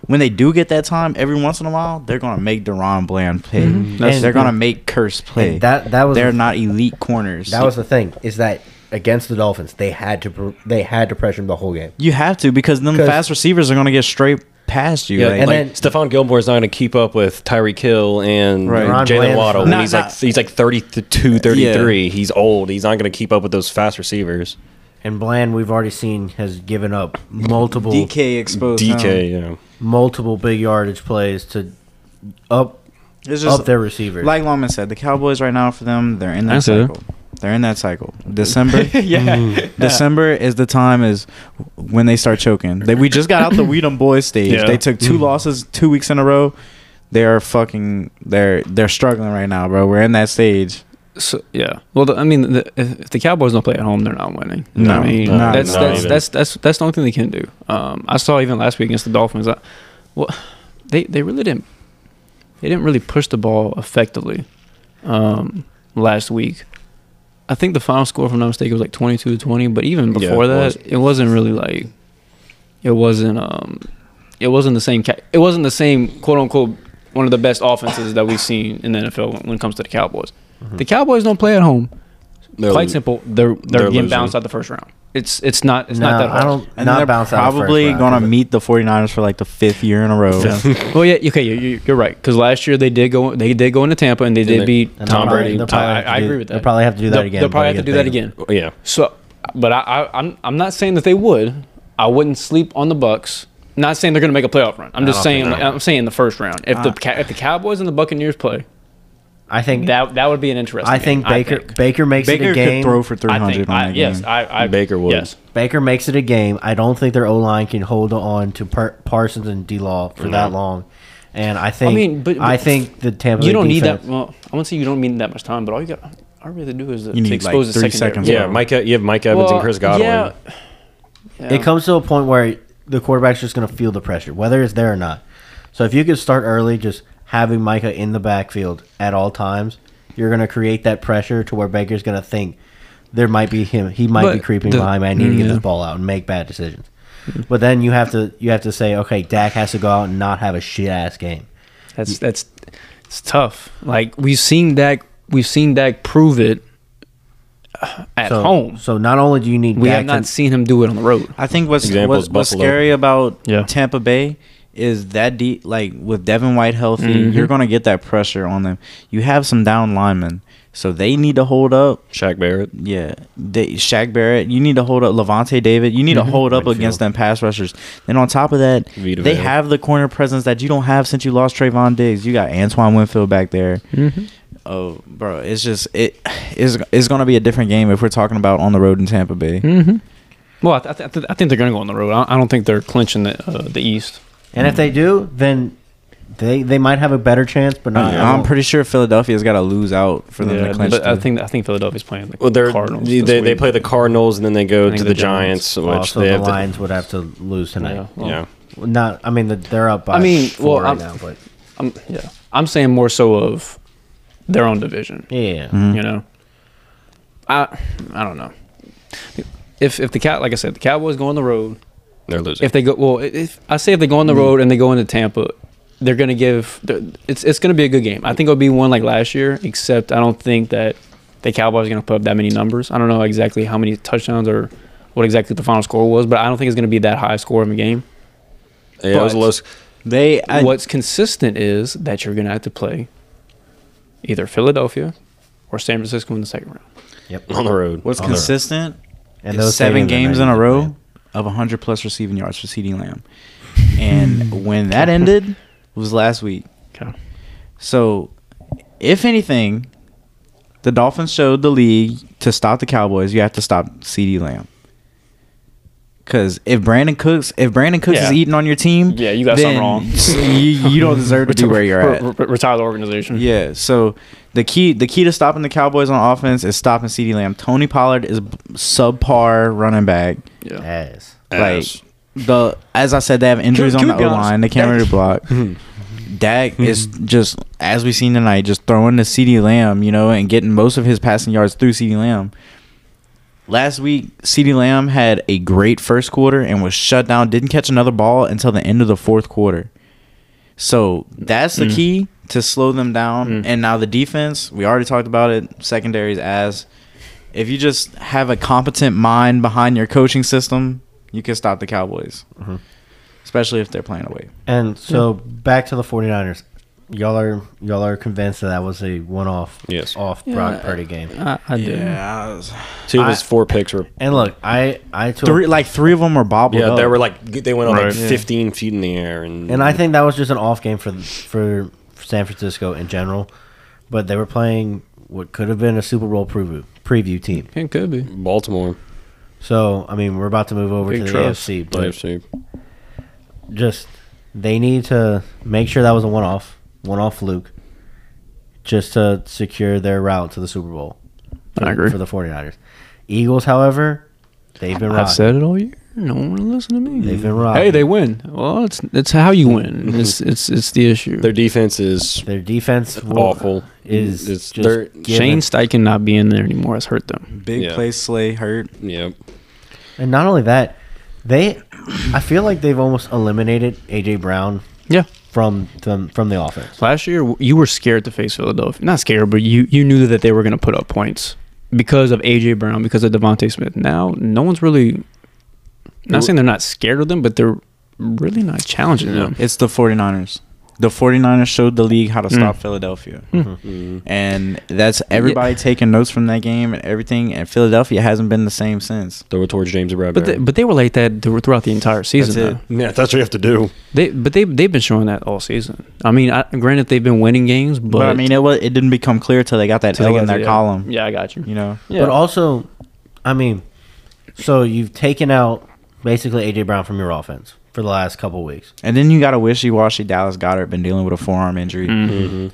Speaker 1: when they do get that time every once in a while, they're going to make Deron Bland play.
Speaker 3: Mm-hmm.
Speaker 2: That's-
Speaker 1: they're going to make Curse play.
Speaker 3: And that that was
Speaker 1: they're not elite corners.
Speaker 3: that was the thing is that against the Dolphins they had to pr- they had to pressure him the whole game.
Speaker 1: you have to because then the
Speaker 3: 'Cause-
Speaker 1: fast receivers are going to get straight past you.
Speaker 4: Yeah,
Speaker 1: like-
Speaker 4: and
Speaker 3: then-
Speaker 4: like, Stephon Gilmore's not going to keep up with Tyreek Hill and
Speaker 1: Right.
Speaker 3: Ron
Speaker 4: Jalen
Speaker 3: Bland's
Speaker 4: Waddle. when
Speaker 1: not-
Speaker 4: he's
Speaker 1: not-
Speaker 4: like he's like 32, 33. He's old. He's not going to keep up with those fast receivers.
Speaker 3: And Bland, we've already seen, has given up multiple
Speaker 1: DK exposed.
Speaker 4: DK,
Speaker 1: him.
Speaker 4: yeah.
Speaker 3: multiple big yardage plays to up
Speaker 1: It's just
Speaker 3: up their receivers.
Speaker 1: like Lawman said. The Cowboys right now for them, they're in that
Speaker 2: That's it.
Speaker 1: cycle. They're in that cycle. December.
Speaker 5: Hmm.
Speaker 2: yeah.
Speaker 1: December is the time is when they start choking. They, we just got out the weed and boys stage.
Speaker 2: Yeah.
Speaker 1: They took two losses two weeks in a row. They're fucking. They're they're struggling right now, bro. We're in that stage.
Speaker 2: So, yeah. Well, the, I mean, the, if if the Cowboys don't play at home, they're not winning. You know what I
Speaker 1: No,
Speaker 2: mean,
Speaker 1: no,
Speaker 2: that's,
Speaker 1: no.
Speaker 2: that's,
Speaker 4: Not
Speaker 2: that's that's that's the only thing they can do. Um, I saw even last week against the Dolphins. I, well, they they really didn't they didn't really push the ball effectively um, last week. I think the final score, if I'm not mistaken, was like 22 to 20. But even
Speaker 4: Yeah,
Speaker 2: before
Speaker 4: it
Speaker 2: that,
Speaker 4: was.
Speaker 2: it wasn't really like it wasn't um, it wasn't the same. Ca- it wasn't the same quote unquote one of the best offenses that we've seen in the NFL when- when it comes to the Cowboys.
Speaker 3: Mm-hmm.
Speaker 2: The Cowboys don't play at home.
Speaker 4: They're-
Speaker 2: Quite simple. They're they're,
Speaker 4: they're
Speaker 2: getting
Speaker 4: losing.
Speaker 2: bounced out the first round. It's it's not it's
Speaker 3: no,
Speaker 2: not that hard.
Speaker 3: I don't
Speaker 1: And
Speaker 3: not
Speaker 1: they're
Speaker 3: bounce out of
Speaker 1: probably
Speaker 3: first round.
Speaker 1: gonna meet the 49ers for like the fifth year in a row.
Speaker 2: well, yeah, okay, you- you, you're right. Because last year they did go they did go into Tampa and they did
Speaker 4: they-
Speaker 2: beat
Speaker 3: And
Speaker 2: Tom
Speaker 3: they'll
Speaker 2: Brady.
Speaker 3: probably- they'll probably
Speaker 2: I,
Speaker 3: have to
Speaker 2: I
Speaker 3: do-
Speaker 2: agree with that.
Speaker 3: they'll probably have to do that
Speaker 2: They'll-
Speaker 3: again,
Speaker 2: They'll probably
Speaker 3: but
Speaker 2: have to do
Speaker 3: they-
Speaker 2: that again.
Speaker 4: Yeah.
Speaker 2: So, but I, I I'm I'm not saying that they would. I wouldn't sleep on the Bucks. Not saying they're going to make a playoff run. I'm just
Speaker 3: don't
Speaker 2: saying
Speaker 4: think they will.
Speaker 2: I'm saying the first round. If
Speaker 3: Uh,
Speaker 2: the Ca- if the Cowboys and the Buccaneers play,
Speaker 3: I think
Speaker 2: that that would be an interesting.
Speaker 3: I think
Speaker 2: game,
Speaker 3: Baker
Speaker 2: think.
Speaker 3: Baker makes it
Speaker 1: Baker
Speaker 3: a game.
Speaker 1: could throw for
Speaker 2: I
Speaker 1: 300
Speaker 2: think-
Speaker 1: on
Speaker 2: I-
Speaker 1: that game.
Speaker 2: yes, I, I
Speaker 4: Baker would.
Speaker 2: Yes.
Speaker 3: Baker makes it a game. I don't think their O line can hold on to per- Parsons and D Law for that long. And I think I,
Speaker 2: mean, but-
Speaker 3: I
Speaker 2: but-
Speaker 3: think the Tampa
Speaker 2: You
Speaker 3: Bay
Speaker 2: don't need that.
Speaker 3: defense-
Speaker 2: Well, I wouldn't say you don't need that much time, but all you got, all you really do is to,
Speaker 1: You
Speaker 2: to
Speaker 1: need,
Speaker 2: expose
Speaker 1: like,
Speaker 2: the
Speaker 1: three
Speaker 2: secondary.
Speaker 1: seconds.
Speaker 4: Yeah, Mike, you have Mike Evans and Chris Godwin.
Speaker 2: Yeah, yeah.
Speaker 3: It comes to a point where the quarterback's just going to feel the pressure, whether it's there or not. So if you could start early, just having Micah in the backfield at all times, you're going to create that pressure to where Baker's going to think there might be him. He might be
Speaker 2: But
Speaker 3: creeping
Speaker 2: the-
Speaker 3: behind me. I need to
Speaker 2: Mm,
Speaker 3: get this
Speaker 2: yeah.
Speaker 3: ball out and make bad decisions. But then you have to you have to say, okay, Dak has to go out and not have a shit ass game.
Speaker 2: That's that's it's tough. Like we've seen Dak, we've seen Dak prove it uh, at
Speaker 3: so,
Speaker 2: home.
Speaker 3: So not only do you need
Speaker 2: We
Speaker 3: Dak
Speaker 2: have
Speaker 3: to-
Speaker 2: not seen him do it on the road.
Speaker 1: I think what's
Speaker 4: Example
Speaker 1: what's,
Speaker 4: is
Speaker 1: what's
Speaker 4: Buffalo.
Speaker 1: scary about
Speaker 2: Yeah.
Speaker 1: Tampa Bay is that deep. Like with Devin White healthy, you're gonna get that pressure on them. You have some down linemen, so they need to hold up.
Speaker 4: Shaq Barrett.
Speaker 1: Yeah, they, Shaq Barrett, you need to hold up Levante David. You need to hold up against them pass rushers. Then on top of that,
Speaker 4: Vita
Speaker 1: they
Speaker 4: Vea.
Speaker 1: have the corner presence that you don't have since you lost Trayvon Diggs. You got Antoine Winfield back there.
Speaker 4: Mm-hmm.
Speaker 1: Oh, bro, it's just it is it's gonna be a different game if we're talking about on the road in Tampa Bay.
Speaker 2: Mm-hmm. Well, I, th- I, th- I think they're going to go on the road. I, I don't think they're clinching the uh, the East.
Speaker 3: And if they do, then they they might have a better chance, but not.
Speaker 1: I, am pretty sure Philadelphia's got to lose out for them
Speaker 2: Yeah,
Speaker 1: to clinch.
Speaker 2: but I
Speaker 1: the-
Speaker 2: think I think Philadelphia's playing the
Speaker 4: Well, they're
Speaker 2: Cardinals.
Speaker 4: they,
Speaker 2: this
Speaker 4: they, they
Speaker 2: week.
Speaker 4: play the Cardinals and then they
Speaker 2: I
Speaker 4: go
Speaker 2: think
Speaker 4: to
Speaker 2: the
Speaker 4: the, Giants,
Speaker 3: Well,
Speaker 4: which
Speaker 3: so
Speaker 4: they
Speaker 3: the
Speaker 4: have. to-
Speaker 3: Lions would have to lose
Speaker 2: Yeah,
Speaker 3: tonight.
Speaker 2: well,
Speaker 4: yeah,
Speaker 3: Not, I mean, the, they're up by.
Speaker 2: I mean, well,
Speaker 3: four right
Speaker 2: I'm-
Speaker 3: now, but
Speaker 2: I'm, yeah. I'm saying more so of their own division.
Speaker 3: yeah,
Speaker 1: Mm-hmm.
Speaker 2: You know, I I don't know. If if the cat like I said, the Cowboys go on the road.
Speaker 4: they're losing.
Speaker 2: If they go well, if- if I say if they go on the road and they go into Tampa, they're gonna give. they're- It's it's gonna be a good game. I think it'll be one like last year, except I don't think that the Cowboys are gonna put up that many numbers. I don't know exactly how many touchdowns or what exactly the final score was, but I don't think it's gonna be that high score in the game.
Speaker 4: yeah, it was a
Speaker 2: but-
Speaker 4: low. s-
Speaker 1: they I,
Speaker 2: What's consistent is that you're going to have to play either Philadelphia or San Francisco in the second round.
Speaker 3: yep.
Speaker 4: on the road.
Speaker 1: what's
Speaker 3: on the-
Speaker 1: consistent
Speaker 3: And
Speaker 1: is seven games in a
Speaker 3: Yeah.
Speaker 1: row of 100 plus receiving yards for CD Lamb, and when that ended was last week.
Speaker 2: Okay.
Speaker 1: So, if anything, the Dolphins showed the league to stop the Cowboys. You have to stop CD Lamb. Because if Brandon Cooks, if Brandon Cooks
Speaker 2: Yeah.
Speaker 1: is eating on your team,
Speaker 2: Yeah, you got something wrong.
Speaker 1: You, you don't deserve to be where you're at.
Speaker 2: Retire the organization.
Speaker 1: Yeah. So the key the key to stopping the Cowboys on offense is stopping CD Lamb. Tony Pollard is b- subpar running back.
Speaker 2: Yeah.
Speaker 3: Ass.
Speaker 4: Ass.
Speaker 1: Like the as I said, they have injuries
Speaker 2: Can- can
Speaker 1: on
Speaker 2: we
Speaker 1: the
Speaker 2: be
Speaker 1: O
Speaker 2: honest? Hmm.
Speaker 1: line. They can't really block. Dak is just as we seen tonight, just throwing to CD Lamb, you know, and getting most of his passing yards through CD Lamb. Last week, CD Lamb had a great first quarter and was shut down. Didn't catch another ball until the end of the fourth quarter. So that's
Speaker 4: Mm.
Speaker 1: the key to slow them down.
Speaker 2: Mm.
Speaker 1: And now the defense, we already talked about it. Secondary's ass. If you just have a competent mind behind your coaching system, you can stop the Cowboys,
Speaker 4: Mm-hmm.
Speaker 1: especially if they're playing away.
Speaker 3: And so back to the 49ers. Y'all are y'all are convinced that that was a one-off,
Speaker 4: Yes.
Speaker 3: off
Speaker 2: Yeah.
Speaker 3: Brock Purdy game.
Speaker 2: I, I do.
Speaker 4: Two of his
Speaker 3: I-
Speaker 4: four picks were.
Speaker 3: And look, I I told,
Speaker 1: three like three of them were bobbled.
Speaker 4: Yeah,
Speaker 1: up.
Speaker 4: they were like they went up
Speaker 2: Right.
Speaker 4: like
Speaker 2: Yeah.
Speaker 4: 15 feet in the air, and
Speaker 3: and I think that was just an off game for for San Francisco in general. But they were playing what could have been a Super Bowl preview preview team.
Speaker 2: It could be.
Speaker 4: Baltimore.
Speaker 3: So I mean, we're about to move over
Speaker 2: Big
Speaker 3: to the
Speaker 2: trust.
Speaker 3: AFC, but
Speaker 4: AFC.
Speaker 3: just they need to make sure that was a one off, one off fluke, just to secure their route to the Super Bowl.
Speaker 2: I agree.
Speaker 3: for the 49ers. Eagles, however, they've been
Speaker 2: I've
Speaker 3: robbed.
Speaker 2: said it all year. No one will listen to me.
Speaker 3: They've been robbed.
Speaker 2: Hey, they win. Well, it's it's how you win. It's it's it's the issue.
Speaker 4: Their defense is
Speaker 3: Their defense will-
Speaker 4: awful.
Speaker 3: is
Speaker 4: It's-
Speaker 3: just
Speaker 4: they're-
Speaker 2: Shane
Speaker 3: given.
Speaker 2: Steichen not being there anymore has hurt them.
Speaker 1: big
Speaker 4: Yeah.
Speaker 1: play slay hurt.
Speaker 4: Yeah,
Speaker 3: And not only that, they, I feel like they've almost eliminated AJ Brown
Speaker 2: Yeah.
Speaker 3: from from, from the offense.
Speaker 2: Last year, w- you were scared to face Philadelphia. Not scared, but you, you knew that they were going to put up points because of AJ Brown, because of Devontae Smith. Now, no one's really. Not saying they're not scared of them, but they're really not challenging them.
Speaker 1: It's the 49ers. The 49ers showed the league how to stop
Speaker 2: Mm.
Speaker 1: Philadelphia.
Speaker 4: Mhm.
Speaker 1: And that's everybody taking notes from that game and everything. And Philadelphia hasn't been the same since.
Speaker 4: throw it towards James Bradbury.
Speaker 2: But they, but they were like that thr- throughout the entire season.
Speaker 1: That's it.
Speaker 2: though.
Speaker 4: yeah, that's what you have to do.
Speaker 2: They but they they've been showing that all season. I mean, I, granted they've been winning games, but,
Speaker 1: But, I mean, it was it didn't become clear till they got that
Speaker 2: till they
Speaker 1: L
Speaker 2: got
Speaker 1: in
Speaker 2: to
Speaker 1: their
Speaker 2: the-
Speaker 1: column.
Speaker 2: Yeah, I got you.
Speaker 1: You know,
Speaker 2: Yeah.
Speaker 3: But also, I mean, so you've taken out basically AJ Brown from your offense for the last couple weeks.
Speaker 1: and then you got a wishy-washy Dallas Goddard been dealing with a forearm injury.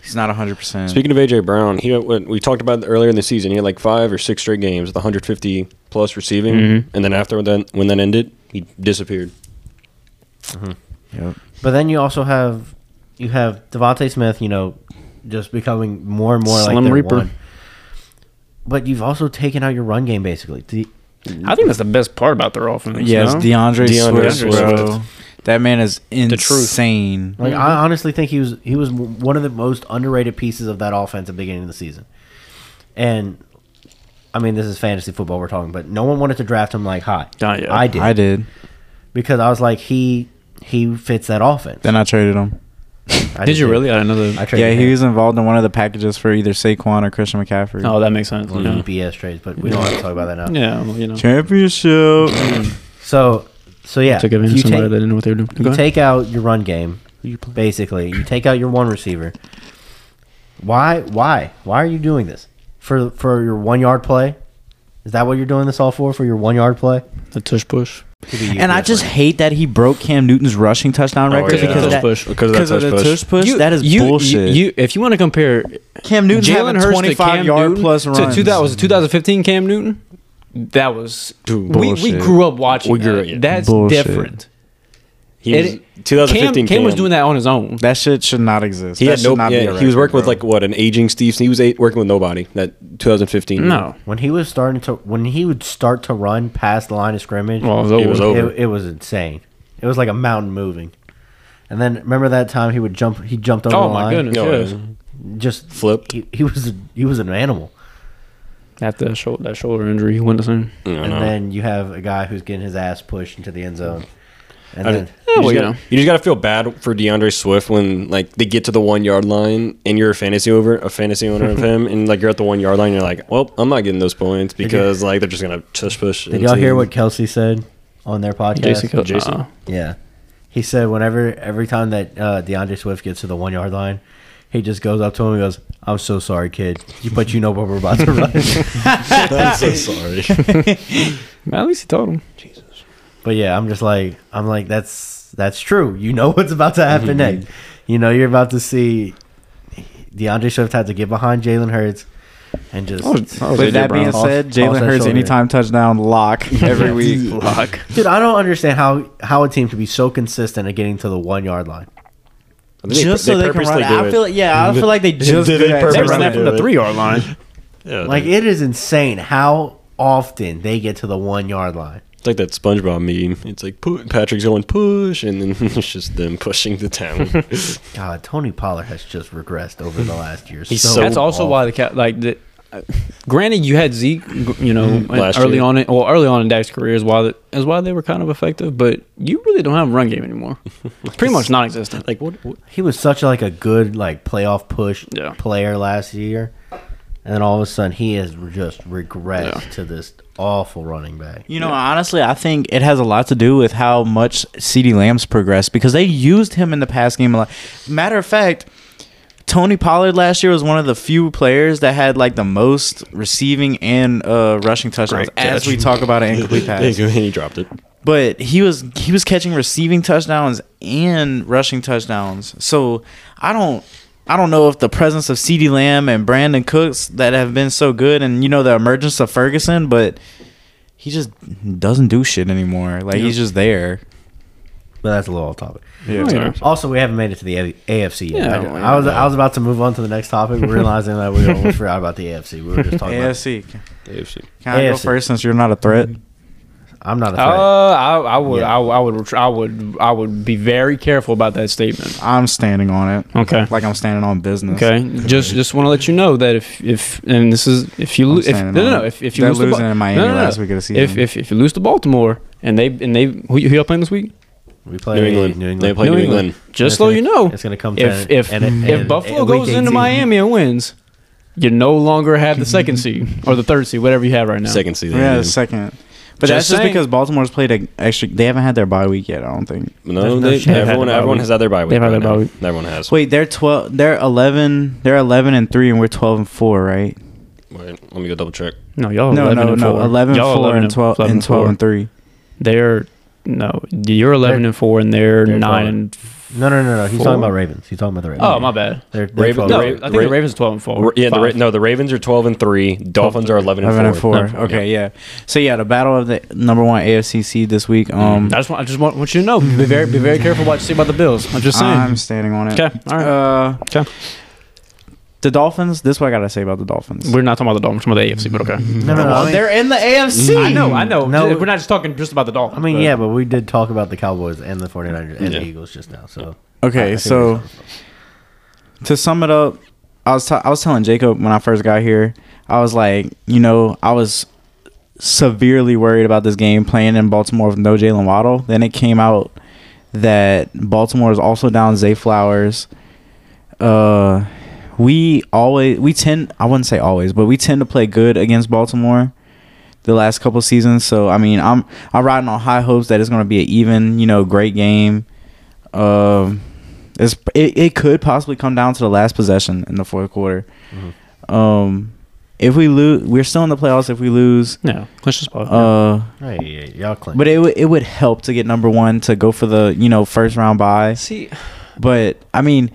Speaker 1: He's not hundred percent.
Speaker 4: Speaking of AJ Brown, he when we talked about it earlier in the season. He had like five or six straight games with 150 plus receiving,
Speaker 2: Mhm.
Speaker 4: and then after that, when that ended, he disappeared.
Speaker 1: Yep.
Speaker 3: But then you also have you have Devontae Smith, you know, just becoming more and more like
Speaker 2: Slim
Speaker 3: their
Speaker 2: Reaper.
Speaker 3: one. But you've also taken out your run game basically. The-
Speaker 2: I think that's the best part about their offense.
Speaker 1: Yes,
Speaker 2: no?
Speaker 1: DeAndre,
Speaker 4: DeAndre
Speaker 1: Swift,
Speaker 4: Swift.
Speaker 1: bro. That man is
Speaker 2: truth.
Speaker 1: insane.
Speaker 3: Like
Speaker 2: Mm-hmm.
Speaker 3: I honestly think he was he was one of the most underrated pieces of that offense at the beginning of the season. And I mean, this is fantasy football we're talking, but no one wanted to draft him like high.
Speaker 2: Not yet.
Speaker 3: I did
Speaker 1: I did.
Speaker 3: because I was like he he fits that offense.
Speaker 1: Then I traded him.
Speaker 3: I
Speaker 2: Did you
Speaker 3: too.
Speaker 2: really? I didn't know
Speaker 3: I
Speaker 2: that.
Speaker 3: traded
Speaker 1: Yeah,
Speaker 3: him.
Speaker 1: he was involved in one of the packages for either Saquon or Christian McCaffrey.
Speaker 2: Oh, that makes sense.
Speaker 3: one
Speaker 2: yeah.
Speaker 3: of the BS trades, but we don't want to talk about that now.
Speaker 2: Yeah, well, you know.
Speaker 1: Championship.
Speaker 3: So, so yeah,
Speaker 2: Took advantage
Speaker 3: you
Speaker 2: of somebody
Speaker 3: take-
Speaker 2: that didn't know what they were doing. Go
Speaker 3: You
Speaker 2: ahead.
Speaker 3: take out your run game, basically. You take out your one receiver. Why? Why? Why are you doing this for for your one yard play? Is that what you're doing this all for? For your one yard play?
Speaker 2: The tush push.
Speaker 3: Could be
Speaker 1: And I
Speaker 3: UPS
Speaker 1: just
Speaker 3: right
Speaker 1: hate that he broke Cam Newton's rushing touchdown record
Speaker 4: Oh, yeah.
Speaker 1: because of that.
Speaker 2: Tush push.
Speaker 4: because of that
Speaker 1: Because of
Speaker 4: touch
Speaker 1: the
Speaker 4: push.
Speaker 1: tush push, that is bullshit.
Speaker 2: You, if you want to compare
Speaker 1: Cam Newton
Speaker 2: Jalen
Speaker 1: having
Speaker 2: Hurts to
Speaker 1: 25
Speaker 2: Cam
Speaker 1: yard
Speaker 2: Newton
Speaker 1: plus
Speaker 2: to
Speaker 1: runs.
Speaker 2: 2000, 2015 Cam Newton, that was
Speaker 4: Dude,
Speaker 2: we, we
Speaker 1: Bullshit.
Speaker 2: grew up watching.
Speaker 4: We grew
Speaker 2: that.
Speaker 4: up, yeah.
Speaker 2: That's
Speaker 1: Bullshit.
Speaker 2: different.
Speaker 4: He was,
Speaker 2: It-
Speaker 4: 2015
Speaker 2: Cam, Cam was doing that on his own.
Speaker 1: That shit should not exist.
Speaker 4: He
Speaker 1: That
Speaker 4: had
Speaker 1: should
Speaker 4: no.
Speaker 1: not be
Speaker 4: Yeah,
Speaker 1: a
Speaker 4: he was
Speaker 1: record,
Speaker 4: working with
Speaker 1: bro.
Speaker 4: like what an aging Steve. He was eight, working with nobody. That 2015.
Speaker 2: No,
Speaker 3: When he was starting to, when he would start to run past the line of scrimmage,
Speaker 2: well, it was
Speaker 4: It was
Speaker 2: over.
Speaker 4: over.
Speaker 3: It, it was insane. It was like a mountain moving. And then remember that time he would jump. He jumped over
Speaker 2: Oh
Speaker 3: the
Speaker 2: my
Speaker 3: line.
Speaker 2: goodness!
Speaker 4: No, it
Speaker 2: yes.
Speaker 4: wasn't.
Speaker 3: Just
Speaker 4: Flipped.
Speaker 3: He, he was he was an animal.
Speaker 2: After that shoulder, that shoulder injury, he went the same.
Speaker 4: No,
Speaker 3: And
Speaker 4: no.
Speaker 3: then you have a guy who's getting his ass pushed into the end zone. And
Speaker 4: I
Speaker 3: then
Speaker 4: just- you,
Speaker 2: well,
Speaker 4: just
Speaker 2: you
Speaker 4: gotta,
Speaker 2: know.
Speaker 4: you just gotta feel bad for DeAndre Swift when like they get to the one yard line and you're a fantasy over a fantasy owner of him and like you're at the one yard line and you're like, well, I'm not getting those points because like they're just gonna tush push.
Speaker 3: did y'all
Speaker 4: into-
Speaker 3: hear what Kelsey said on their podcast?
Speaker 2: Jason, Kill-
Speaker 4: Jason.
Speaker 2: uh-uh.
Speaker 3: Yeah. He said whenever every time that uh, DeAndre Swift gets to the one yard line, he just goes up to him and goes, "I'm so sorry, kid, You- but you know what we're about to run."
Speaker 4: I'm so sorry.
Speaker 2: at least he told him.
Speaker 3: but yeah, I'm just like, I'm like, that's that's true. You know what's about to happen next. You know you're about to see DeAndre Swift had to get behind Jalen Hurts and just.
Speaker 2: That was- that was
Speaker 1: With
Speaker 2: AJ
Speaker 1: that
Speaker 2: Brown.
Speaker 1: being
Speaker 3: Toss-
Speaker 1: said,
Speaker 3: toss
Speaker 1: Jalen
Speaker 3: that
Speaker 1: Hurts
Speaker 3: shoulder.
Speaker 1: anytime touchdown lock every week.
Speaker 2: Lock.
Speaker 3: Dude, I don't understand how how a team could be so consistent at getting to the one yard line.
Speaker 1: Just so they can run.
Speaker 4: purposely
Speaker 1: it.
Speaker 4: do
Speaker 1: I
Speaker 4: it.
Speaker 1: feel like yeah, I feel like they just
Speaker 4: Did
Speaker 1: do
Speaker 4: they
Speaker 1: that to
Speaker 4: purposely
Speaker 2: They
Speaker 1: run
Speaker 2: were
Speaker 4: Right.
Speaker 1: it.
Speaker 2: snapping the three yard line.
Speaker 4: Yeah,
Speaker 3: Like it is insane how often they get to the one yard line.
Speaker 4: It's like that SpongeBob meme. It's like pu- Patrick's going push, and then it's just them pushing the town.
Speaker 3: God, Tony Pollard has just regressed over the last year.
Speaker 4: He's so
Speaker 2: That's also why the cat like the. uh, Granted, you had Zeke, g- you know,
Speaker 4: Mhm. Last
Speaker 2: early
Speaker 4: year.
Speaker 2: on it. Well, early on in Dak's career is why the, is why they were kind of effective, but you really don't have a run game anymore. It's pretty much non-existent.
Speaker 4: like what? what?
Speaker 3: he was such like a good like playoff push
Speaker 2: Yeah.
Speaker 3: player last year, and then all of a sudden he has re- just regressed
Speaker 2: Yeah.
Speaker 3: to this awful running back.
Speaker 1: You know, honestly, I think it has a lot to do with how much CeeDee Lamb's progressed because they used him in the past game a lot. Matter of fact, Tony Pollard last year was one of the few players that had like the most receiving and uh, rushing touchdowns
Speaker 2: Great
Speaker 1: as
Speaker 2: catch.
Speaker 1: we talk about an incomplete
Speaker 4: There you
Speaker 1: pass.
Speaker 4: go, and he dropped it.
Speaker 1: But he was he was catching receiving touchdowns and rushing touchdowns. So I don't I don't know if the presence of CeeDee Lamb and Brandon Cooks that have been so good and you know the emergence of Ferguson, but he just doesn't do shit anymore. Like he's just there.
Speaker 3: But that's a little off topic.
Speaker 2: Oh,
Speaker 4: sorry.
Speaker 2: yeah.
Speaker 3: Also, we haven't made it to the A- AFC yet.
Speaker 2: Yeah,
Speaker 3: I,
Speaker 2: well,
Speaker 3: I was I was about to move on to the next topic, realizing that we almost forgot about the AFC. We were just talking. about,
Speaker 1: AFC.
Speaker 4: AFC.
Speaker 1: Can I go
Speaker 3: AFC.
Speaker 1: first since you're not a threat?
Speaker 3: I'm not a threat.
Speaker 2: Uh, I, I would,
Speaker 3: Yeah.
Speaker 2: I, would- I would, retr- I would, I would be very careful about that statement.
Speaker 1: I'm standing on it.
Speaker 2: Okay.
Speaker 1: Like I'm standing on business.
Speaker 2: Okay, just just want to let you know that if if and this is if you
Speaker 1: I'm
Speaker 2: lose if no
Speaker 1: standing
Speaker 2: no,
Speaker 1: on
Speaker 2: no
Speaker 1: it.
Speaker 2: if, if you
Speaker 1: They're
Speaker 2: lose to Ba-
Speaker 1: losing in Miami
Speaker 2: no, no, no.
Speaker 1: last week of the season.
Speaker 2: if, if if you lose to Baltimore and they and they who, you- who y'all playing this week
Speaker 3: we play
Speaker 4: New England.
Speaker 3: New England.
Speaker 4: They play New, England.
Speaker 2: just
Speaker 3: It's
Speaker 2: so
Speaker 3: gonna-
Speaker 2: you know
Speaker 3: it's gonna come to
Speaker 2: if
Speaker 3: an-
Speaker 2: if
Speaker 3: an- an-
Speaker 2: if Buffalo
Speaker 3: a week
Speaker 2: goes into
Speaker 3: 18.
Speaker 2: Miami and wins you no longer have the second seed or the third seed whatever you have right now
Speaker 4: Second season.
Speaker 1: yeah, the second. But that's
Speaker 2: Just
Speaker 1: just
Speaker 2: saying.
Speaker 1: because Baltimore's played a extra. They haven't had their bye week yet. I don't think.
Speaker 4: No,
Speaker 3: There's no
Speaker 4: they,
Speaker 3: shit.
Speaker 4: everyone,
Speaker 2: They've had their bye
Speaker 4: everyone
Speaker 2: week.
Speaker 4: has had their bye week.
Speaker 2: They've had
Speaker 4: right
Speaker 2: their bye
Speaker 4: now.
Speaker 2: week.
Speaker 4: Everyone has.
Speaker 1: Wait, they're twelve. They're eleven. They're eleven and three, and we're twelve and four, right?
Speaker 4: Wait, let me go double check.
Speaker 2: no y'all
Speaker 1: No,
Speaker 2: 11
Speaker 1: no,
Speaker 2: Oh, and
Speaker 1: no.
Speaker 2: four.
Speaker 1: 11
Speaker 2: Y'all
Speaker 1: 4 and 12
Speaker 2: 11
Speaker 1: and 12
Speaker 2: four.
Speaker 1: and 3.
Speaker 2: they're no you're 11 and 4 and they're,
Speaker 3: They're
Speaker 2: 9
Speaker 3: 12.
Speaker 2: and
Speaker 3: No, no, no, no. He's talking
Speaker 2: Four.
Speaker 3: about Ravens. He's talking about the Ravens.
Speaker 2: oh my bad
Speaker 3: They're, they're
Speaker 4: Raven-
Speaker 3: twelve.
Speaker 2: no
Speaker 4: Ra-
Speaker 2: I think the
Speaker 4: Ra-
Speaker 2: Ravens 12 and 4
Speaker 4: Ra- Yeah, the, Ra-
Speaker 2: Five.
Speaker 4: no, the Ravens are 12 and 3. Dolphins are 11 and 4.
Speaker 1: 11 and 4.
Speaker 2: Yeah.
Speaker 1: Okay, yeah. So, yeah, the battle of the number one AFC seed this
Speaker 2: Mm-hmm.
Speaker 1: week. Um,
Speaker 2: I just want, I just want, want you to know. Be very, be very careful what you say about the Bills. I'm just saying.
Speaker 1: I'm standing on it.
Speaker 2: okay, all right.
Speaker 1: Uh,
Speaker 2: 'Kay.
Speaker 1: The Dolphins, this is what I got to say about the Dolphins.
Speaker 2: we're not talking about the Dolphins, we're talking about the AFC, but okay.
Speaker 3: No, no, no. I mean,
Speaker 1: they're in the AFC.
Speaker 2: I know, I know.
Speaker 3: No.
Speaker 2: we're not just talking just about the Dolphins.
Speaker 3: I mean,
Speaker 2: but-
Speaker 3: yeah, but we did talk about the Cowboys and the 49ers and
Speaker 4: Yeah.
Speaker 3: the Eagles just now. So I- I
Speaker 1: Okay,
Speaker 3: think
Speaker 1: so.
Speaker 3: we're-
Speaker 1: to sum it up, I was t- I was telling Jacob when I first got here, I was like, you know, I was severely worried about this game playing in Baltimore with no Jalen Waddle. Then it came out that Baltimore is also down Zay Flowers. Uh, we always we tend I wouldn't say always, but we tend to play good against Baltimore the last couple seasons. So I mean, I'm I'm riding on high hopes that it's going to be an even, you know, great game. Um, it's
Speaker 5: Mm-hmm.
Speaker 1: it, it could possibly come down to the last possession in the fourth quarter. Um, If we lose, we're still in the playoffs. If we lose,
Speaker 2: Yeah, clinch the spot.
Speaker 1: uh,
Speaker 3: Hey, y- y'all claim.
Speaker 1: but it would it would help to get number one to go for the you know first round bye.
Speaker 4: See,
Speaker 1: But I mean,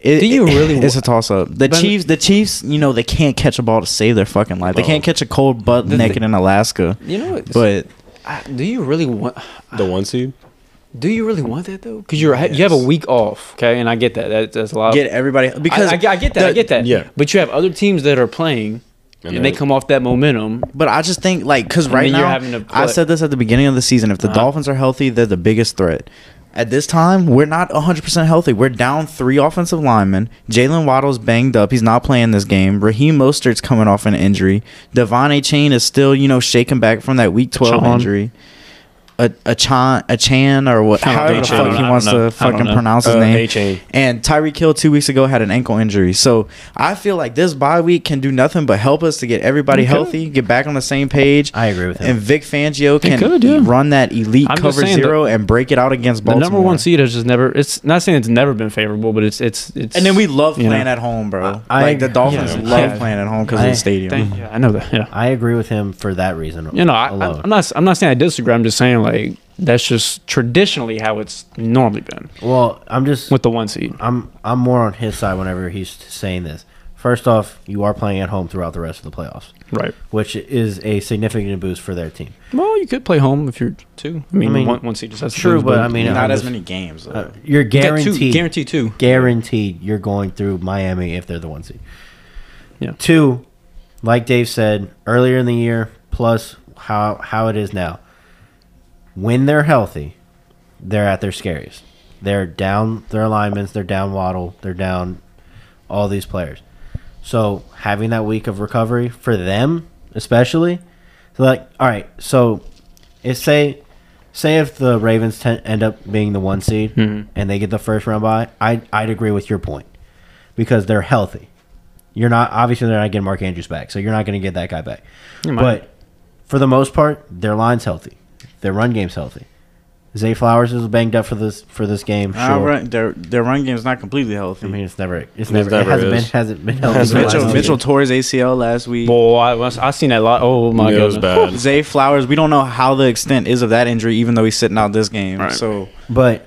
Speaker 1: it,
Speaker 4: Do you
Speaker 1: it-
Speaker 4: really
Speaker 1: It's
Speaker 4: wa-
Speaker 1: a toss up. The
Speaker 4: But-
Speaker 1: Chiefs, the Chiefs, you know, they can't catch a ball to save their fucking life. They can't
Speaker 4: Well,
Speaker 1: catch a cold butt
Speaker 4: the
Speaker 1: naked
Speaker 4: thi-
Speaker 1: in Alaska.
Speaker 4: you know what?
Speaker 1: But
Speaker 4: I, do you really want?
Speaker 5: The one seed.
Speaker 4: Do you really want that though?
Speaker 5: Because you're
Speaker 4: Yes.
Speaker 5: you have a week off, okay, and I get that. that that's a lot.
Speaker 1: get everybody because
Speaker 5: I, I, get- I get that. I
Speaker 1: the-
Speaker 5: get that.
Speaker 4: Yeah.
Speaker 5: But you have other teams that are playing,
Speaker 4: And
Speaker 5: and, they
Speaker 4: they-
Speaker 5: come off that momentum.
Speaker 1: But I just think like because
Speaker 5: And
Speaker 1: right
Speaker 5: then you're
Speaker 1: now
Speaker 5: having to
Speaker 1: I
Speaker 5: play-
Speaker 1: said this at the beginning of the season.
Speaker 2: Uh-huh.
Speaker 1: If the Dolphins are healthy, they're the biggest threat. At this time, we're not 100% healthy. We're down three offensive linemen. Jalen Waddle's banged up. He's not playing this game. Raheem Mostert's coming off an injury. Devon Chain is still, you know, shaking back from that week 12
Speaker 2: Achon.
Speaker 1: injury. A, a Chan, a Chan, or what?
Speaker 2: I don't
Speaker 1: However
Speaker 2: know.
Speaker 1: the
Speaker 2: I don't
Speaker 1: fuck he
Speaker 2: know. I
Speaker 1: wants
Speaker 2: don't know.
Speaker 1: to
Speaker 2: I don't
Speaker 1: fucking
Speaker 2: know.
Speaker 1: pronounce his
Speaker 4: Uh,
Speaker 1: name.
Speaker 4: A-Chain.
Speaker 1: And Tyreek Hill two weeks ago had an ankle injury. So I feel like this bye week can do nothing but help us to get everybody healthy, get back on the same page.
Speaker 3: I agree with him.
Speaker 1: And Vic Fangio can
Speaker 2: could, yeah.
Speaker 1: run that elite
Speaker 2: I'm just
Speaker 1: cover
Speaker 2: saying the-
Speaker 1: zero and break it out against
Speaker 2: the
Speaker 1: Baltimore.
Speaker 2: number one seed has just never. It's not saying it's never been favorable, but it's it's it's.
Speaker 1: And then we love
Speaker 2: you know.
Speaker 1: playing at home, bro.
Speaker 3: I-
Speaker 1: like the Dolphins
Speaker 2: yeah.
Speaker 1: love
Speaker 2: Yeah.
Speaker 1: playing at home because of
Speaker 3: I
Speaker 1: the stadium.
Speaker 2: Thank, yeah, I know that. Yeah.
Speaker 3: I agree with him for that reason.
Speaker 2: You know, I, I,
Speaker 3: alone.
Speaker 2: am not. I'm not saying I disagree. I'm just saying like that's just traditionally how it's normally been
Speaker 3: well, I'm just
Speaker 2: with the one seed.
Speaker 3: I'm I'm more on his side whenever he's saying this. First off, you are playing at home throughout the rest of the playoffs,
Speaker 2: Right.
Speaker 3: which is a significant boost for their team.
Speaker 2: Well, you could play home if you're two. I mean,
Speaker 3: mean,
Speaker 2: one, one seed just has to
Speaker 3: true,
Speaker 2: lose,
Speaker 3: but I mean,
Speaker 1: Not
Speaker 3: I'm
Speaker 1: as
Speaker 3: just-
Speaker 1: many games. Though.
Speaker 3: Uh, you're guaranteed,
Speaker 5: guarantee two.
Speaker 3: guaranteed, you're going through Miami if they're the one seed.
Speaker 2: Yeah.
Speaker 3: Two, like Dave said earlier in the year, plus how how it is now. When they're healthy, they're at their scariest. They're down their alignments. They're down Waddle. They're down all these players. So having that week of recovery for them, especially, so like, all right, so if say, say if the Ravens ten, end up being the one seed and they get the first round bye, I I'd agree with your point because they're healthy. You're not obviously they're not getting Mark Andrews back, so you're not going to get that guy back.
Speaker 2: might.
Speaker 3: But for the most part, their line's healthy, their run game's healthy. Zay Flowers is banged up for this for this game. Sure.
Speaker 1: Our run- their their run game is not completely healthy.
Speaker 3: I mean, it's never, it's never,
Speaker 4: never
Speaker 3: it hasn't
Speaker 4: is.
Speaker 3: been, hasn't been healthy.
Speaker 4: Hasn't
Speaker 3: for the last
Speaker 4: been.
Speaker 1: Mitchell
Speaker 3: few
Speaker 1: Mitchell
Speaker 3: years.
Speaker 1: tore his ACL last week.
Speaker 2: Boy, I, was- I seen that lot. Oh my
Speaker 4: Yeah, it was
Speaker 2: god,
Speaker 4: bad.
Speaker 1: Zay Flowers, we don't know how the extent is of that injury, even though he's sitting out this game.
Speaker 2: Right.
Speaker 1: So
Speaker 3: But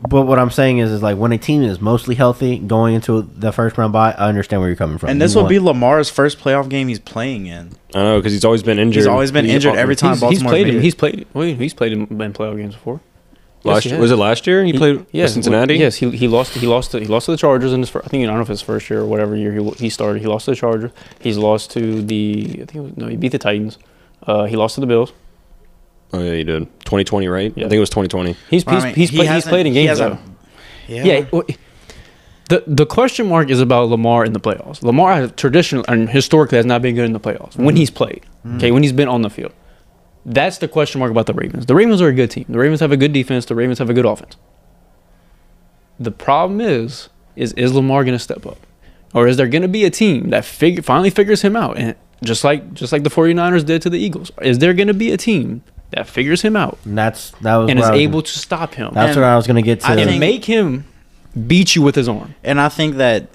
Speaker 3: but what I'm saying is is like when a team is mostly healthy going into the first round bye, I understand where you're coming from.
Speaker 1: And
Speaker 3: You
Speaker 1: this will
Speaker 3: want-
Speaker 1: be Lamar's first playoff game he's playing in.
Speaker 4: I know because he's always been injured.
Speaker 1: He's always been injured every time
Speaker 2: He's, he's
Speaker 1: Baltimore
Speaker 2: played
Speaker 1: made
Speaker 2: him.
Speaker 1: it.
Speaker 2: He's played. Wait, he's played in in playoff games before.
Speaker 4: Last,
Speaker 2: Yes, he
Speaker 4: was it
Speaker 2: has.
Speaker 4: last year he, played
Speaker 2: yeah,
Speaker 4: with Cincinnati?
Speaker 2: Yes, he, he lost he lost to, he lost to the Chargers in his first, I think I don't know if his first year or whatever year he he started. He lost to the Chargers. He's lost to the I think it was, no he beat the Titans. Uh, he lost to the Bills.
Speaker 4: Oh yeah, he did. 2020, right?
Speaker 2: Yeah.
Speaker 4: I think it was 2020.
Speaker 2: He's
Speaker 1: Well, I
Speaker 2: he's,
Speaker 1: mean,
Speaker 2: he's,
Speaker 1: he
Speaker 2: play, he's
Speaker 1: hasn't-
Speaker 2: played in
Speaker 1: he
Speaker 2: games
Speaker 1: hasn't-
Speaker 2: though. Yeah. well, The the question mark is about Lamar in the playoffs. Lamar has traditionally and historically has not been good in the playoffs when he's played. Okay, when he's been on the field. That's the question mark about the Ravens. The Ravens are a good team. The Ravens have a good defense. The Ravens have a good offense. The problem is, is is Lamar going to step up, or is there going to be a team that fig- finally figures him out? And just like just like the 49ers did to the Eagles, is there going to be a team that figures him out
Speaker 3: And that's that was
Speaker 2: and is
Speaker 3: what I was-
Speaker 2: able to stop him?
Speaker 3: That's
Speaker 1: And
Speaker 3: what I was going to get to.
Speaker 1: I
Speaker 2: and
Speaker 1: think-
Speaker 2: make him beat you with his arm.
Speaker 1: And I think that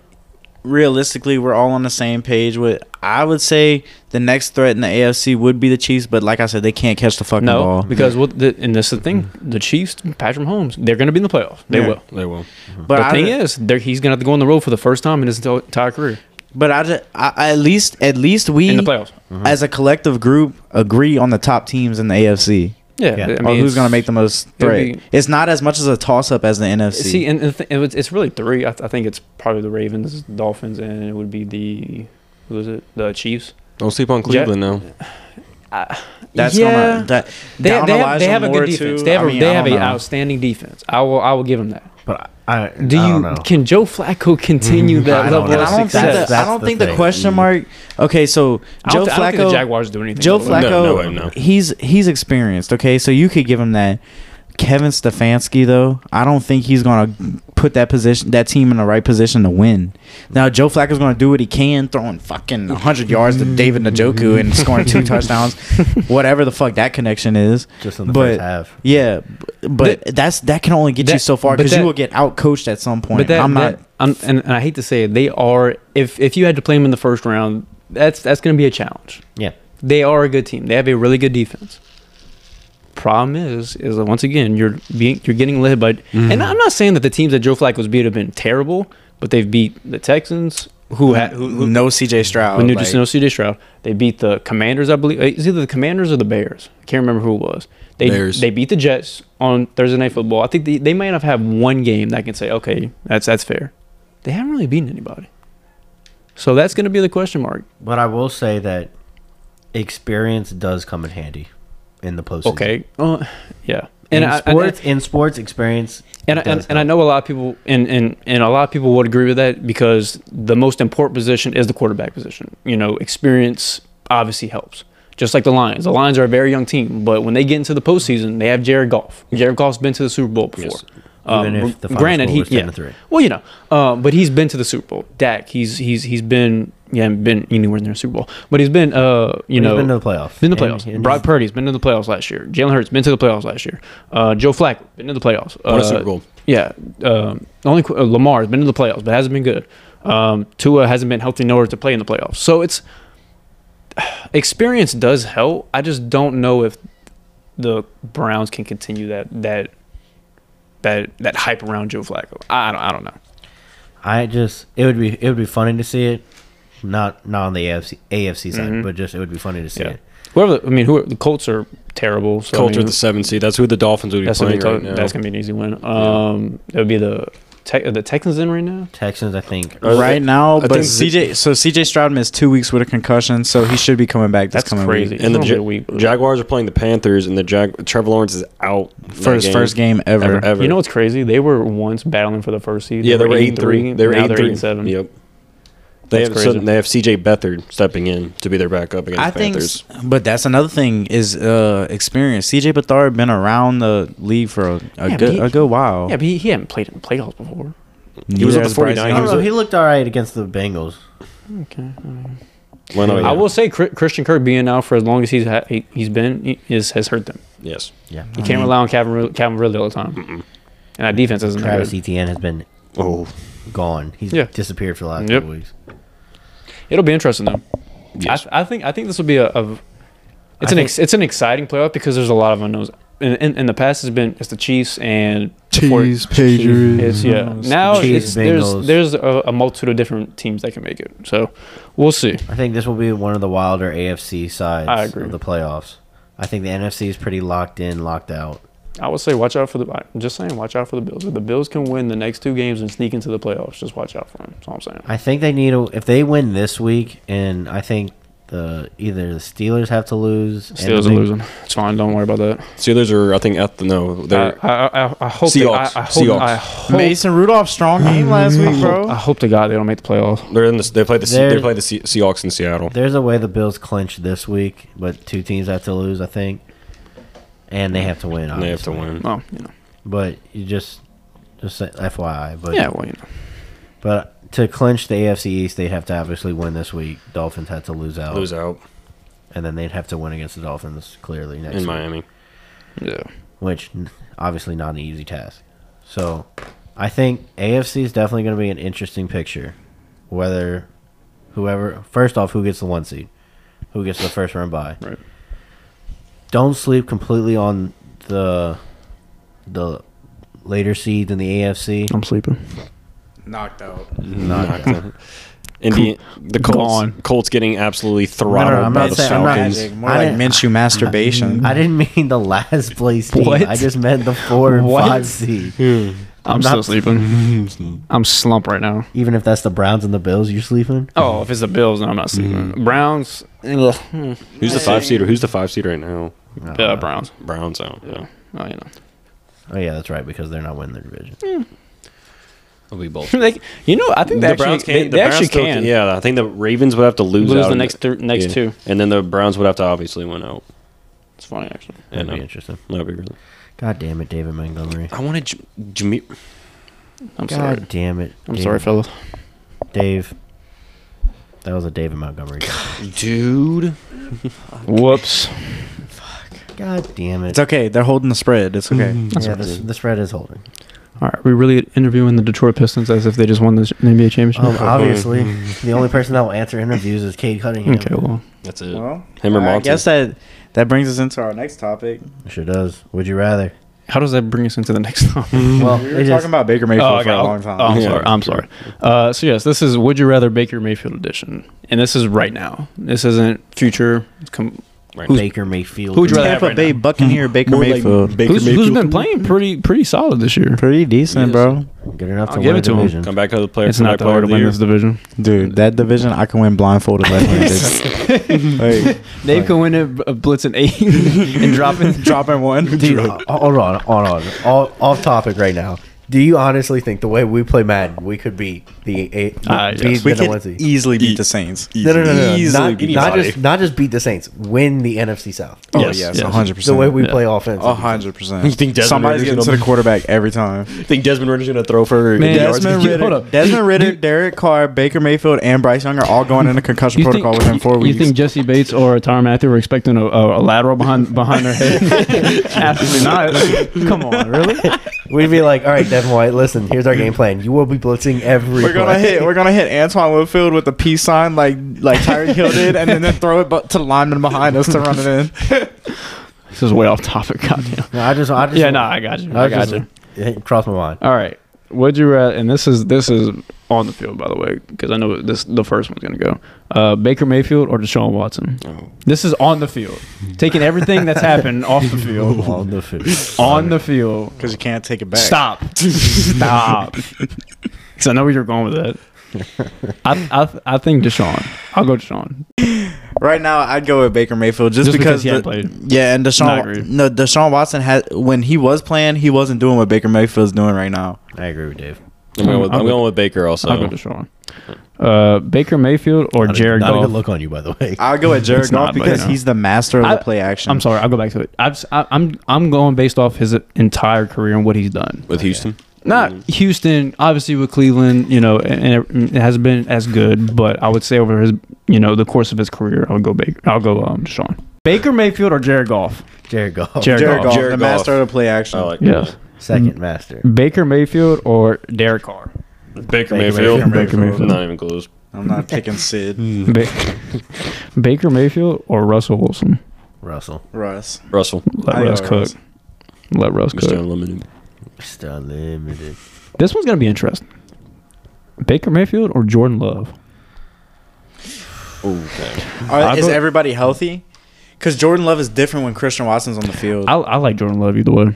Speaker 1: realistically we're all on the same page with I would say the next threat in the AFC would be the Chiefs, but like I said, they can't catch the fucking
Speaker 2: No,
Speaker 1: ball.
Speaker 2: because what? The, and that's the thing: the Chiefs, Patrick Mahomes, they're going to be in the playoffs. They
Speaker 1: Yeah.
Speaker 2: will.
Speaker 4: They will.
Speaker 1: But
Speaker 2: the
Speaker 1: I,
Speaker 2: thing is, they're- he's going to have to go on the road for the first time in his enti- entire career
Speaker 1: but I, ju- I, I at least at least we
Speaker 2: in the playoffs.
Speaker 3: Mm-hmm.
Speaker 1: as a collective group agree on the top teams in the AFC.
Speaker 2: Yeah,
Speaker 3: Yeah.
Speaker 2: I mean,
Speaker 1: or who's
Speaker 2: it's-
Speaker 1: going to make the most
Speaker 2: it'd
Speaker 1: threat?
Speaker 2: be-
Speaker 1: it's not as much as a toss up as the NFC.
Speaker 2: See, and, and th- it was, it's really three. I, th- I think it's probably the Ravens, Dolphins, and it would be the who is it? The Chiefs.
Speaker 4: Don't sleep on
Speaker 2: Yeah.
Speaker 4: Cleveland now.
Speaker 1: That's gonna that
Speaker 2: They,
Speaker 1: down
Speaker 2: they have,
Speaker 1: Elijah
Speaker 2: they have a
Speaker 1: Moore,
Speaker 2: good defense.
Speaker 1: too.
Speaker 2: They have,
Speaker 1: I
Speaker 2: a
Speaker 1: mean,
Speaker 2: they
Speaker 1: I
Speaker 2: have
Speaker 1: don't
Speaker 2: an
Speaker 1: know.
Speaker 2: outstanding defense. I will I will give them that.
Speaker 3: but I,
Speaker 2: Do
Speaker 3: I
Speaker 2: you
Speaker 3: don't know.
Speaker 2: can Joe Flacco continue
Speaker 3: I
Speaker 2: that
Speaker 3: don't
Speaker 2: level
Speaker 3: know.
Speaker 1: And Mm-hmm.
Speaker 2: of
Speaker 1: I don't think
Speaker 2: success?
Speaker 3: That's-
Speaker 1: the, I
Speaker 3: that's
Speaker 1: don't
Speaker 3: the
Speaker 1: think the
Speaker 3: thing.
Speaker 2: Mm.
Speaker 1: question mark. Okay, so
Speaker 2: I
Speaker 1: Joe
Speaker 2: don't, thi- I don't think the
Speaker 1: Flacco.
Speaker 2: Jaguars do anything.
Speaker 1: Joe
Speaker 2: about that.
Speaker 1: Flacco.
Speaker 4: No, no way, no.
Speaker 1: He's he's experienced. Okay, so you could give him that. Kevin Stefanski, though, I don't think he's gonna put that position, that team in the right position to win. Now Joe Flacco's gonna do what he can, throwing fucking 100 yards to David Njoku and scoring two touchdowns, whatever the fuck that connection is.
Speaker 3: just in the
Speaker 1: but-
Speaker 3: first half.
Speaker 1: Yeah, b- but that's that can only get you
Speaker 2: that-
Speaker 1: so far
Speaker 2: but
Speaker 1: because you
Speaker 2: that-
Speaker 1: will get outcoached at some point.
Speaker 2: But that,
Speaker 1: I'm not.
Speaker 2: that- I'm- and, and I hate to say it, they are. If if you had to play them in the first round, that's that's going to be a challenge.
Speaker 3: Yeah.
Speaker 2: They are a good team. They have a really good defense. Problem is, is that once again you're being you're getting led by,
Speaker 1: Mm-hmm.
Speaker 2: and I'm not saying that the teams that Joe Flacco's beat have been terrible, but they've beat the Texans, who had who, who
Speaker 1: no CJ Stroud.
Speaker 2: when New
Speaker 1: Oh, like-
Speaker 2: just no CJ Stroud. They beat the Commanders, I believe. It's either the Commanders or the Bears. I can't remember who it was. They
Speaker 4: Bears.
Speaker 2: they beat the Jets on Thursday Night Football. I think they, they might not have one game that can say, okay, that's that's fair. They haven't really beaten anybody. So that's going to be the question mark.
Speaker 3: But I will say that experience does come in handy in the postseason.
Speaker 2: Okay. Uh, yeah.
Speaker 3: In
Speaker 2: And I,
Speaker 3: sports, in sports, experience.
Speaker 2: and I, and,
Speaker 3: does
Speaker 2: and I
Speaker 3: help.
Speaker 2: know a lot of people and, and, and a lot of people would agree with that because the most important position is the quarterback position. You know, experience obviously helps. Just like the Lions. The Lions are a very young team, but when they get into the postseason, they have Jared Goff. Jared Goff's been to the Super Bowl before.
Speaker 4: Yes.
Speaker 2: Um,
Speaker 3: Even if the final
Speaker 2: granted,
Speaker 3: score
Speaker 2: he
Speaker 3: was 10
Speaker 2: yeah.
Speaker 3: to three.
Speaker 2: Well, you know, um, but he's been to the Super Bowl. Dak, he's he's he's been yeah been anywhere near the Super Bowl, but he's been uh you
Speaker 3: But he's
Speaker 2: know
Speaker 3: been to the playoffs.
Speaker 2: been to the
Speaker 3: And-
Speaker 2: playoffs.
Speaker 3: and
Speaker 2: Brock
Speaker 3: he's-
Speaker 2: Purdy's been to the playoffs last year. Jalen Hurts been to the playoffs last year. Uh, Joe Flacco been to the playoffs.
Speaker 4: Won a
Speaker 2: Uh,
Speaker 4: Super Bowl.
Speaker 2: Yeah. Um, the only qu- uh, Lamar's been to the playoffs, but hasn't been good. Um, Tua hasn't been healthy in order to play in the playoffs. So it's experience does help. I just don't know if the Browns can continue that that that that hype around Joe Flacco. I don't, I don't know.
Speaker 3: I just it would be it would be funny to see it, not not on the AFC AFC side,
Speaker 2: Mhm.
Speaker 3: but just it would be funny to see
Speaker 2: Yeah.
Speaker 3: it.
Speaker 2: Whoever the, I mean, who the Colts are terrible. So I
Speaker 4: Colts are
Speaker 2: mean,
Speaker 4: the seventh seed. That's who the Dolphins would be
Speaker 2: that's gonna be
Speaker 4: playing
Speaker 2: tough-
Speaker 4: right now.
Speaker 2: that's gonna be an easy win. Um, that would be the Tech are the Texans in right now.
Speaker 3: Texans, I think.
Speaker 4: Uh,
Speaker 1: right now,
Speaker 4: I
Speaker 1: but
Speaker 4: think-
Speaker 1: CJ so CJ Stroud missed two weeks with a concussion, so he should be coming back this
Speaker 2: That's
Speaker 1: coming
Speaker 2: crazy.
Speaker 1: week
Speaker 4: and the
Speaker 2: It's gonna
Speaker 4: Ja-
Speaker 2: be a week.
Speaker 4: Jaguars are playing the Panthers, and the Jag- Trevor Lawrence is out that
Speaker 1: for his first game ever.
Speaker 4: ever. ever.
Speaker 2: You know what's crazy? They were once battling for the first seed.
Speaker 4: yeah, they were eight
Speaker 2: and
Speaker 4: and three. They were
Speaker 2: now
Speaker 4: eight
Speaker 2: they're
Speaker 4: and three
Speaker 2: and seven.
Speaker 4: Yep. They
Speaker 2: That's
Speaker 4: have, so
Speaker 2: crazy.
Speaker 4: they have CJ Beathard stepping in to be their backup against
Speaker 1: I
Speaker 4: the
Speaker 1: think,
Speaker 4: Panthers.
Speaker 1: s- but that's another thing is uh, experience. CJ Bethard been around the league for a, a
Speaker 2: but
Speaker 1: good
Speaker 2: he-
Speaker 1: a good while.
Speaker 2: Yeah, but he, he hadn't played in the playoffs before.
Speaker 1: Neither
Speaker 4: was with the
Speaker 1: has Bryce
Speaker 4: 49ers.
Speaker 1: Young.
Speaker 3: I don't know.
Speaker 4: was
Speaker 3: He looked all right against the Bengals.
Speaker 2: Okay.
Speaker 4: Why not?
Speaker 2: I will say Cri- Christian Kirk being out for as long as he's ha- he, he's been he, is has hurt them.
Speaker 4: Yes.
Speaker 3: Yeah,
Speaker 2: You
Speaker 4: Mm-hmm.
Speaker 2: can't rely on Calvin Rid- Calvin Ridley all the time, and our defense isn't that
Speaker 3: Travis
Speaker 2: good.
Speaker 3: Etienne has been
Speaker 4: Oh,
Speaker 3: gone. He's
Speaker 2: Yeah.
Speaker 3: disappeared for the last
Speaker 2: Yep.
Speaker 3: couple weeks.
Speaker 2: It'll be interesting though.
Speaker 4: Yes.
Speaker 2: I, I think I think this will be a, a it's
Speaker 3: I
Speaker 2: an
Speaker 3: think-
Speaker 2: ex, it's an exciting playoff because there's a lot of unknowns. In, in, in the past, it's been it's the Chiefs and before- It's yeah. Now
Speaker 3: Chiefs,
Speaker 2: it's, there's
Speaker 3: Bengals.
Speaker 2: there's a, a multitude of different teams that can make it. So we'll see.
Speaker 3: I think this will be one of the wilder AFC sides
Speaker 2: I agree.
Speaker 3: of the playoffs. I think the NFC is pretty locked in, locked out.
Speaker 2: I would say watch out for the. I'm just saying watch out for the Bills. If the Bills can win the next two games and sneak into the playoffs, just watch out for them. That's all I'm saying.
Speaker 3: I think they need a, if they win this week, and I think the either the Steelers have to lose. and the
Speaker 2: Steelers are
Speaker 3: Beng-
Speaker 2: losing. It's fine. Don't worry about that.
Speaker 4: Steelers are I think at the no. They're
Speaker 2: I, I, I, I hope.
Speaker 4: Seahawks.
Speaker 2: They, I, I hope.
Speaker 4: Seahawks.
Speaker 2: I hope.
Speaker 1: Mason Rudolph strong game last week,
Speaker 2: I
Speaker 1: bro.
Speaker 2: hope to God they don't make the playoffs.
Speaker 4: they're in the, they play the Se-
Speaker 3: They're-
Speaker 4: they play the Se- Seahawks in Seattle.
Speaker 3: There's a way the Bills clinch this week, but two teams have to lose, I think, and they have to win.
Speaker 4: And
Speaker 3: Obviously.
Speaker 4: they have to win.
Speaker 2: Oh, you know.
Speaker 3: But you just just say- FYI, but
Speaker 2: Yeah, well, you know.
Speaker 3: but to clinch the AFC East, they have to obviously win this week. Dolphins had to lose out,
Speaker 4: Lose out
Speaker 3: and then they'd have to win against the Dolphins clearly next
Speaker 4: in
Speaker 3: week.
Speaker 4: Miami.
Speaker 2: Yeah.
Speaker 3: which n- obviously not an easy task. So I think AFC is definitely going to be an interesting picture. Whether whoever, first off, who gets the one seed, who gets the first round bye.
Speaker 2: Right.
Speaker 3: Don't sleep completely on the the later seeds in the AFC.
Speaker 6: I'm sleeping.
Speaker 1: Knocked out.
Speaker 4: Not gonna- Indi- the Colts,
Speaker 6: Gone.
Speaker 4: Colts getting absolutely
Speaker 3: no,
Speaker 4: throttled
Speaker 3: I'm
Speaker 4: by
Speaker 3: not
Speaker 4: the
Speaker 3: saying- I'm not-
Speaker 4: Falcons.
Speaker 1: Magic, more
Speaker 3: I
Speaker 1: like
Speaker 3: didn't-
Speaker 1: Minshew masturbation.
Speaker 3: I didn't mean the last place team.
Speaker 6: What?
Speaker 3: I just meant the four and
Speaker 6: What?
Speaker 3: five seed.
Speaker 6: I'm,
Speaker 3: I'm
Speaker 6: still
Speaker 3: not-
Speaker 6: sleeping. I'm slump right now.
Speaker 3: Even if that's the Browns and the Bills, you're sleeping.
Speaker 2: Oh, if it's the Bills, then I'm not sleeping. Browns. Ugh.
Speaker 4: Who's the five seed? Who's the five seed right now?
Speaker 2: Uh, Browns.
Speaker 4: Browns out.
Speaker 2: Yeah. Oh, you know.
Speaker 3: Oh yeah, that's right because they're not winning their division.
Speaker 4: It'll be both.
Speaker 2: like you know, I think they actually, they, they actually
Speaker 4: still
Speaker 2: can.
Speaker 4: Yeah, I think the Ravens would have to lose,
Speaker 2: Lose
Speaker 4: out
Speaker 2: the
Speaker 4: in
Speaker 2: next thir- next
Speaker 4: yeah.
Speaker 2: two.
Speaker 4: and then the Browns would have to obviously win out.
Speaker 2: It's funny actually.
Speaker 4: Yeah,
Speaker 3: That'd
Speaker 4: no.
Speaker 3: be interesting.
Speaker 4: That'd be really.
Speaker 3: God damn it, David Montgomery.
Speaker 4: I wanted J- Jimmy.
Speaker 2: I'm
Speaker 3: God
Speaker 2: sorry.
Speaker 3: damn it.
Speaker 2: I'm
Speaker 3: David.
Speaker 2: sorry, fellas.
Speaker 3: Dave. That was a David Montgomery. God,
Speaker 4: Dude,
Speaker 2: Whoops.
Speaker 3: damn it.
Speaker 1: It's okay. They're holding the spread. It's okay.
Speaker 3: yeah, this, the spread is holding.
Speaker 2: All right, we really interviewing the Detroit Pistons as if they just won the NBA championship.
Speaker 3: Um, obviously, the only person that will answer interviews is Cade Cunningham.
Speaker 2: okay, well,
Speaker 4: That's it.
Speaker 1: Well,
Speaker 4: Him or
Speaker 1: I
Speaker 4: Monty. Mm-hmm.
Speaker 1: guess that that brings us into our next topic.
Speaker 3: Sure does. Would you rather?
Speaker 2: how does that bring us into the next topic?
Speaker 3: Well,
Speaker 1: We
Speaker 3: it
Speaker 1: were
Speaker 3: is-
Speaker 1: talking about Baker Mayfield
Speaker 2: Oh, I
Speaker 1: for
Speaker 2: got-
Speaker 1: a long time.
Speaker 2: Oh, I'm
Speaker 4: Yeah.
Speaker 2: sorry. I'm sorry. Uh, so yes, this is Would You Rather Baker Mayfield edition, and this is right now. This isn't future. It's com- who's-
Speaker 3: Baker Mayfield.
Speaker 2: who would you rather-
Speaker 1: Tampa
Speaker 2: right
Speaker 1: Bay
Speaker 2: now.
Speaker 1: Buccaneer Baker
Speaker 4: More like
Speaker 1: Mayfield.
Speaker 4: Baker
Speaker 2: who's, who's
Speaker 4: Mayfield.
Speaker 2: been playing pretty pretty solid this year.
Speaker 1: Pretty decent,
Speaker 4: Yes.
Speaker 1: bro.
Speaker 3: Good enough to
Speaker 2: I'll
Speaker 3: win
Speaker 2: give
Speaker 3: a
Speaker 2: it to him.
Speaker 3: division.
Speaker 4: Come back to the player.
Speaker 2: It's
Speaker 4: come
Speaker 2: not
Speaker 4: back
Speaker 2: that hard
Speaker 4: player
Speaker 2: to
Speaker 4: of the
Speaker 2: win
Speaker 4: year.
Speaker 2: this division.
Speaker 1: Dude, that division I can win blindfolded left-handed. like,
Speaker 2: Dave can win it, blitzing eight and dropping.
Speaker 1: dropping one.
Speaker 3: Dude, uh, hold on, hold on. All, off topic right now. Do you honestly think the way we play Madden, we could beat the eight?
Speaker 2: Ah, yes.
Speaker 3: beat
Speaker 1: we
Speaker 3: the
Speaker 1: could
Speaker 3: Nolanzi?
Speaker 1: E- easily beat the Saints.
Speaker 3: No, no, no, no, no.
Speaker 4: easily
Speaker 3: Not,
Speaker 4: beat
Speaker 3: not
Speaker 4: anybody.
Speaker 3: just not just beat the Saints. Win the NFC South.
Speaker 1: Oh
Speaker 2: Yes,
Speaker 1: yes, yes,
Speaker 2: yes.
Speaker 1: hundred
Speaker 3: The
Speaker 1: percent.
Speaker 3: way we
Speaker 2: Yeah.
Speaker 3: play offense.
Speaker 1: hundred percent.
Speaker 4: You think Desmond
Speaker 1: somebody's
Speaker 4: Ritter's
Speaker 1: getting to
Speaker 4: gonna-
Speaker 1: the quarterback every time?
Speaker 4: think Desmond Ritter's gonna throw for
Speaker 2: Man,
Speaker 4: yards?
Speaker 1: Desmond
Speaker 2: you-
Speaker 1: Ritter,
Speaker 2: hold up.
Speaker 1: Desmond Ritter, Derek Carr, Baker Mayfield, and Bryce Young are all going into concussion protocol within four
Speaker 2: you
Speaker 1: weeks.
Speaker 2: think Jesse Bates or Tyron Matthew were expecting a, a, a lateral behind behind their head? Absolutely not. Come on, really?
Speaker 3: We'd be like, all right, Devin White, listen, here's our game plan. You will be blitzing every.
Speaker 1: we're gonna
Speaker 3: play."
Speaker 1: hit. We're gonna hit Antoine Woodfield with the peace sign, like like Tyreek Hill did, and then, then throw it bu- to the lineman behind us to run it in.
Speaker 2: This is way off topic. Goddamn.
Speaker 3: No, I just, I just.
Speaker 2: Yeah, no, I got you.
Speaker 3: I
Speaker 2: I got
Speaker 3: just-
Speaker 2: you.
Speaker 3: it crossed my mind.
Speaker 2: All right. Would you rather? And this is this is on the field, by the way, because I know this the first one's gonna go. Uh, Baker Mayfield or Deshaun Watson. This is on the field, taking everything that's happened off the field.
Speaker 3: On the field.
Speaker 2: on the field.
Speaker 1: Because you can't take it back.
Speaker 2: Stop. Stop. Because I know where you're going with that. I, I I think Deshaun. I'll go Deshaun.
Speaker 1: Right now, I'd go with Baker Mayfield just,
Speaker 2: Just
Speaker 1: because.
Speaker 2: because he hadn't
Speaker 1: the-
Speaker 2: played.
Speaker 1: Yeah, and
Speaker 2: No, I agree.
Speaker 1: Deshaun. No, Deshaun Watson had when he was playing, he wasn't doing what Baker Mayfield's doing right now.
Speaker 3: I agree with Dave.
Speaker 4: I'm going with,
Speaker 2: I'll
Speaker 4: I'm
Speaker 2: go-
Speaker 4: going with Baker also.
Speaker 2: I'll go Deshaun. Uh, Baker Mayfield or
Speaker 3: Not a-
Speaker 2: Jared
Speaker 3: not a
Speaker 2: Goff.
Speaker 3: good look on you, by the way.
Speaker 1: I'll go with Jared
Speaker 2: It's not,
Speaker 1: Goff
Speaker 2: but,
Speaker 1: because
Speaker 2: you know.
Speaker 1: he's the master of
Speaker 2: I-
Speaker 1: the play action.
Speaker 2: I'm sorry. I'll go back to it. I've, si am I'm going based off his entire career and what he's done.
Speaker 4: with Houston.
Speaker 2: Not
Speaker 1: Mm-hmm.
Speaker 2: Houston, obviously with Cleveland, you know, and, and it has been as good. But I would say over his, you know, the course of his career, I'll go Baker. I'll go um, Deshaun. Baker Mayfield or Jared Goff.
Speaker 3: Jared Goff,
Speaker 2: Jared, Mm.
Speaker 1: Jared
Speaker 2: Goff.
Speaker 1: Goff,
Speaker 4: Jared
Speaker 1: the
Speaker 4: Goff.
Speaker 1: master of the play action.
Speaker 4: I like
Speaker 2: Yes.
Speaker 3: second master.
Speaker 2: Baker Mayfield or Derek Carr.
Speaker 4: Baker
Speaker 3: Mayfield.
Speaker 4: Mayfield.
Speaker 1: Baker Mayfield.
Speaker 4: Not even close.
Speaker 1: I'm not picking Sid.
Speaker 2: Mm-hmm. Ba- Baker Mayfield or Russell Wilson.
Speaker 3: Russell,
Speaker 1: Russ.
Speaker 4: Russell.
Speaker 2: Let
Speaker 1: I go
Speaker 2: Russ cook.
Speaker 1: Russ.
Speaker 2: Let Russ cook.
Speaker 4: Mr. Unlimited.
Speaker 3: still limited.
Speaker 2: This one's gonna be interesting. Baker Mayfield or Jordan Love?
Speaker 4: Okay.
Speaker 1: Are,
Speaker 2: I'll
Speaker 1: is
Speaker 2: go-
Speaker 1: everybody healthy? Because Jordan Love is different when Christian Watson's on the field.
Speaker 2: I, I like Jordan Love either way.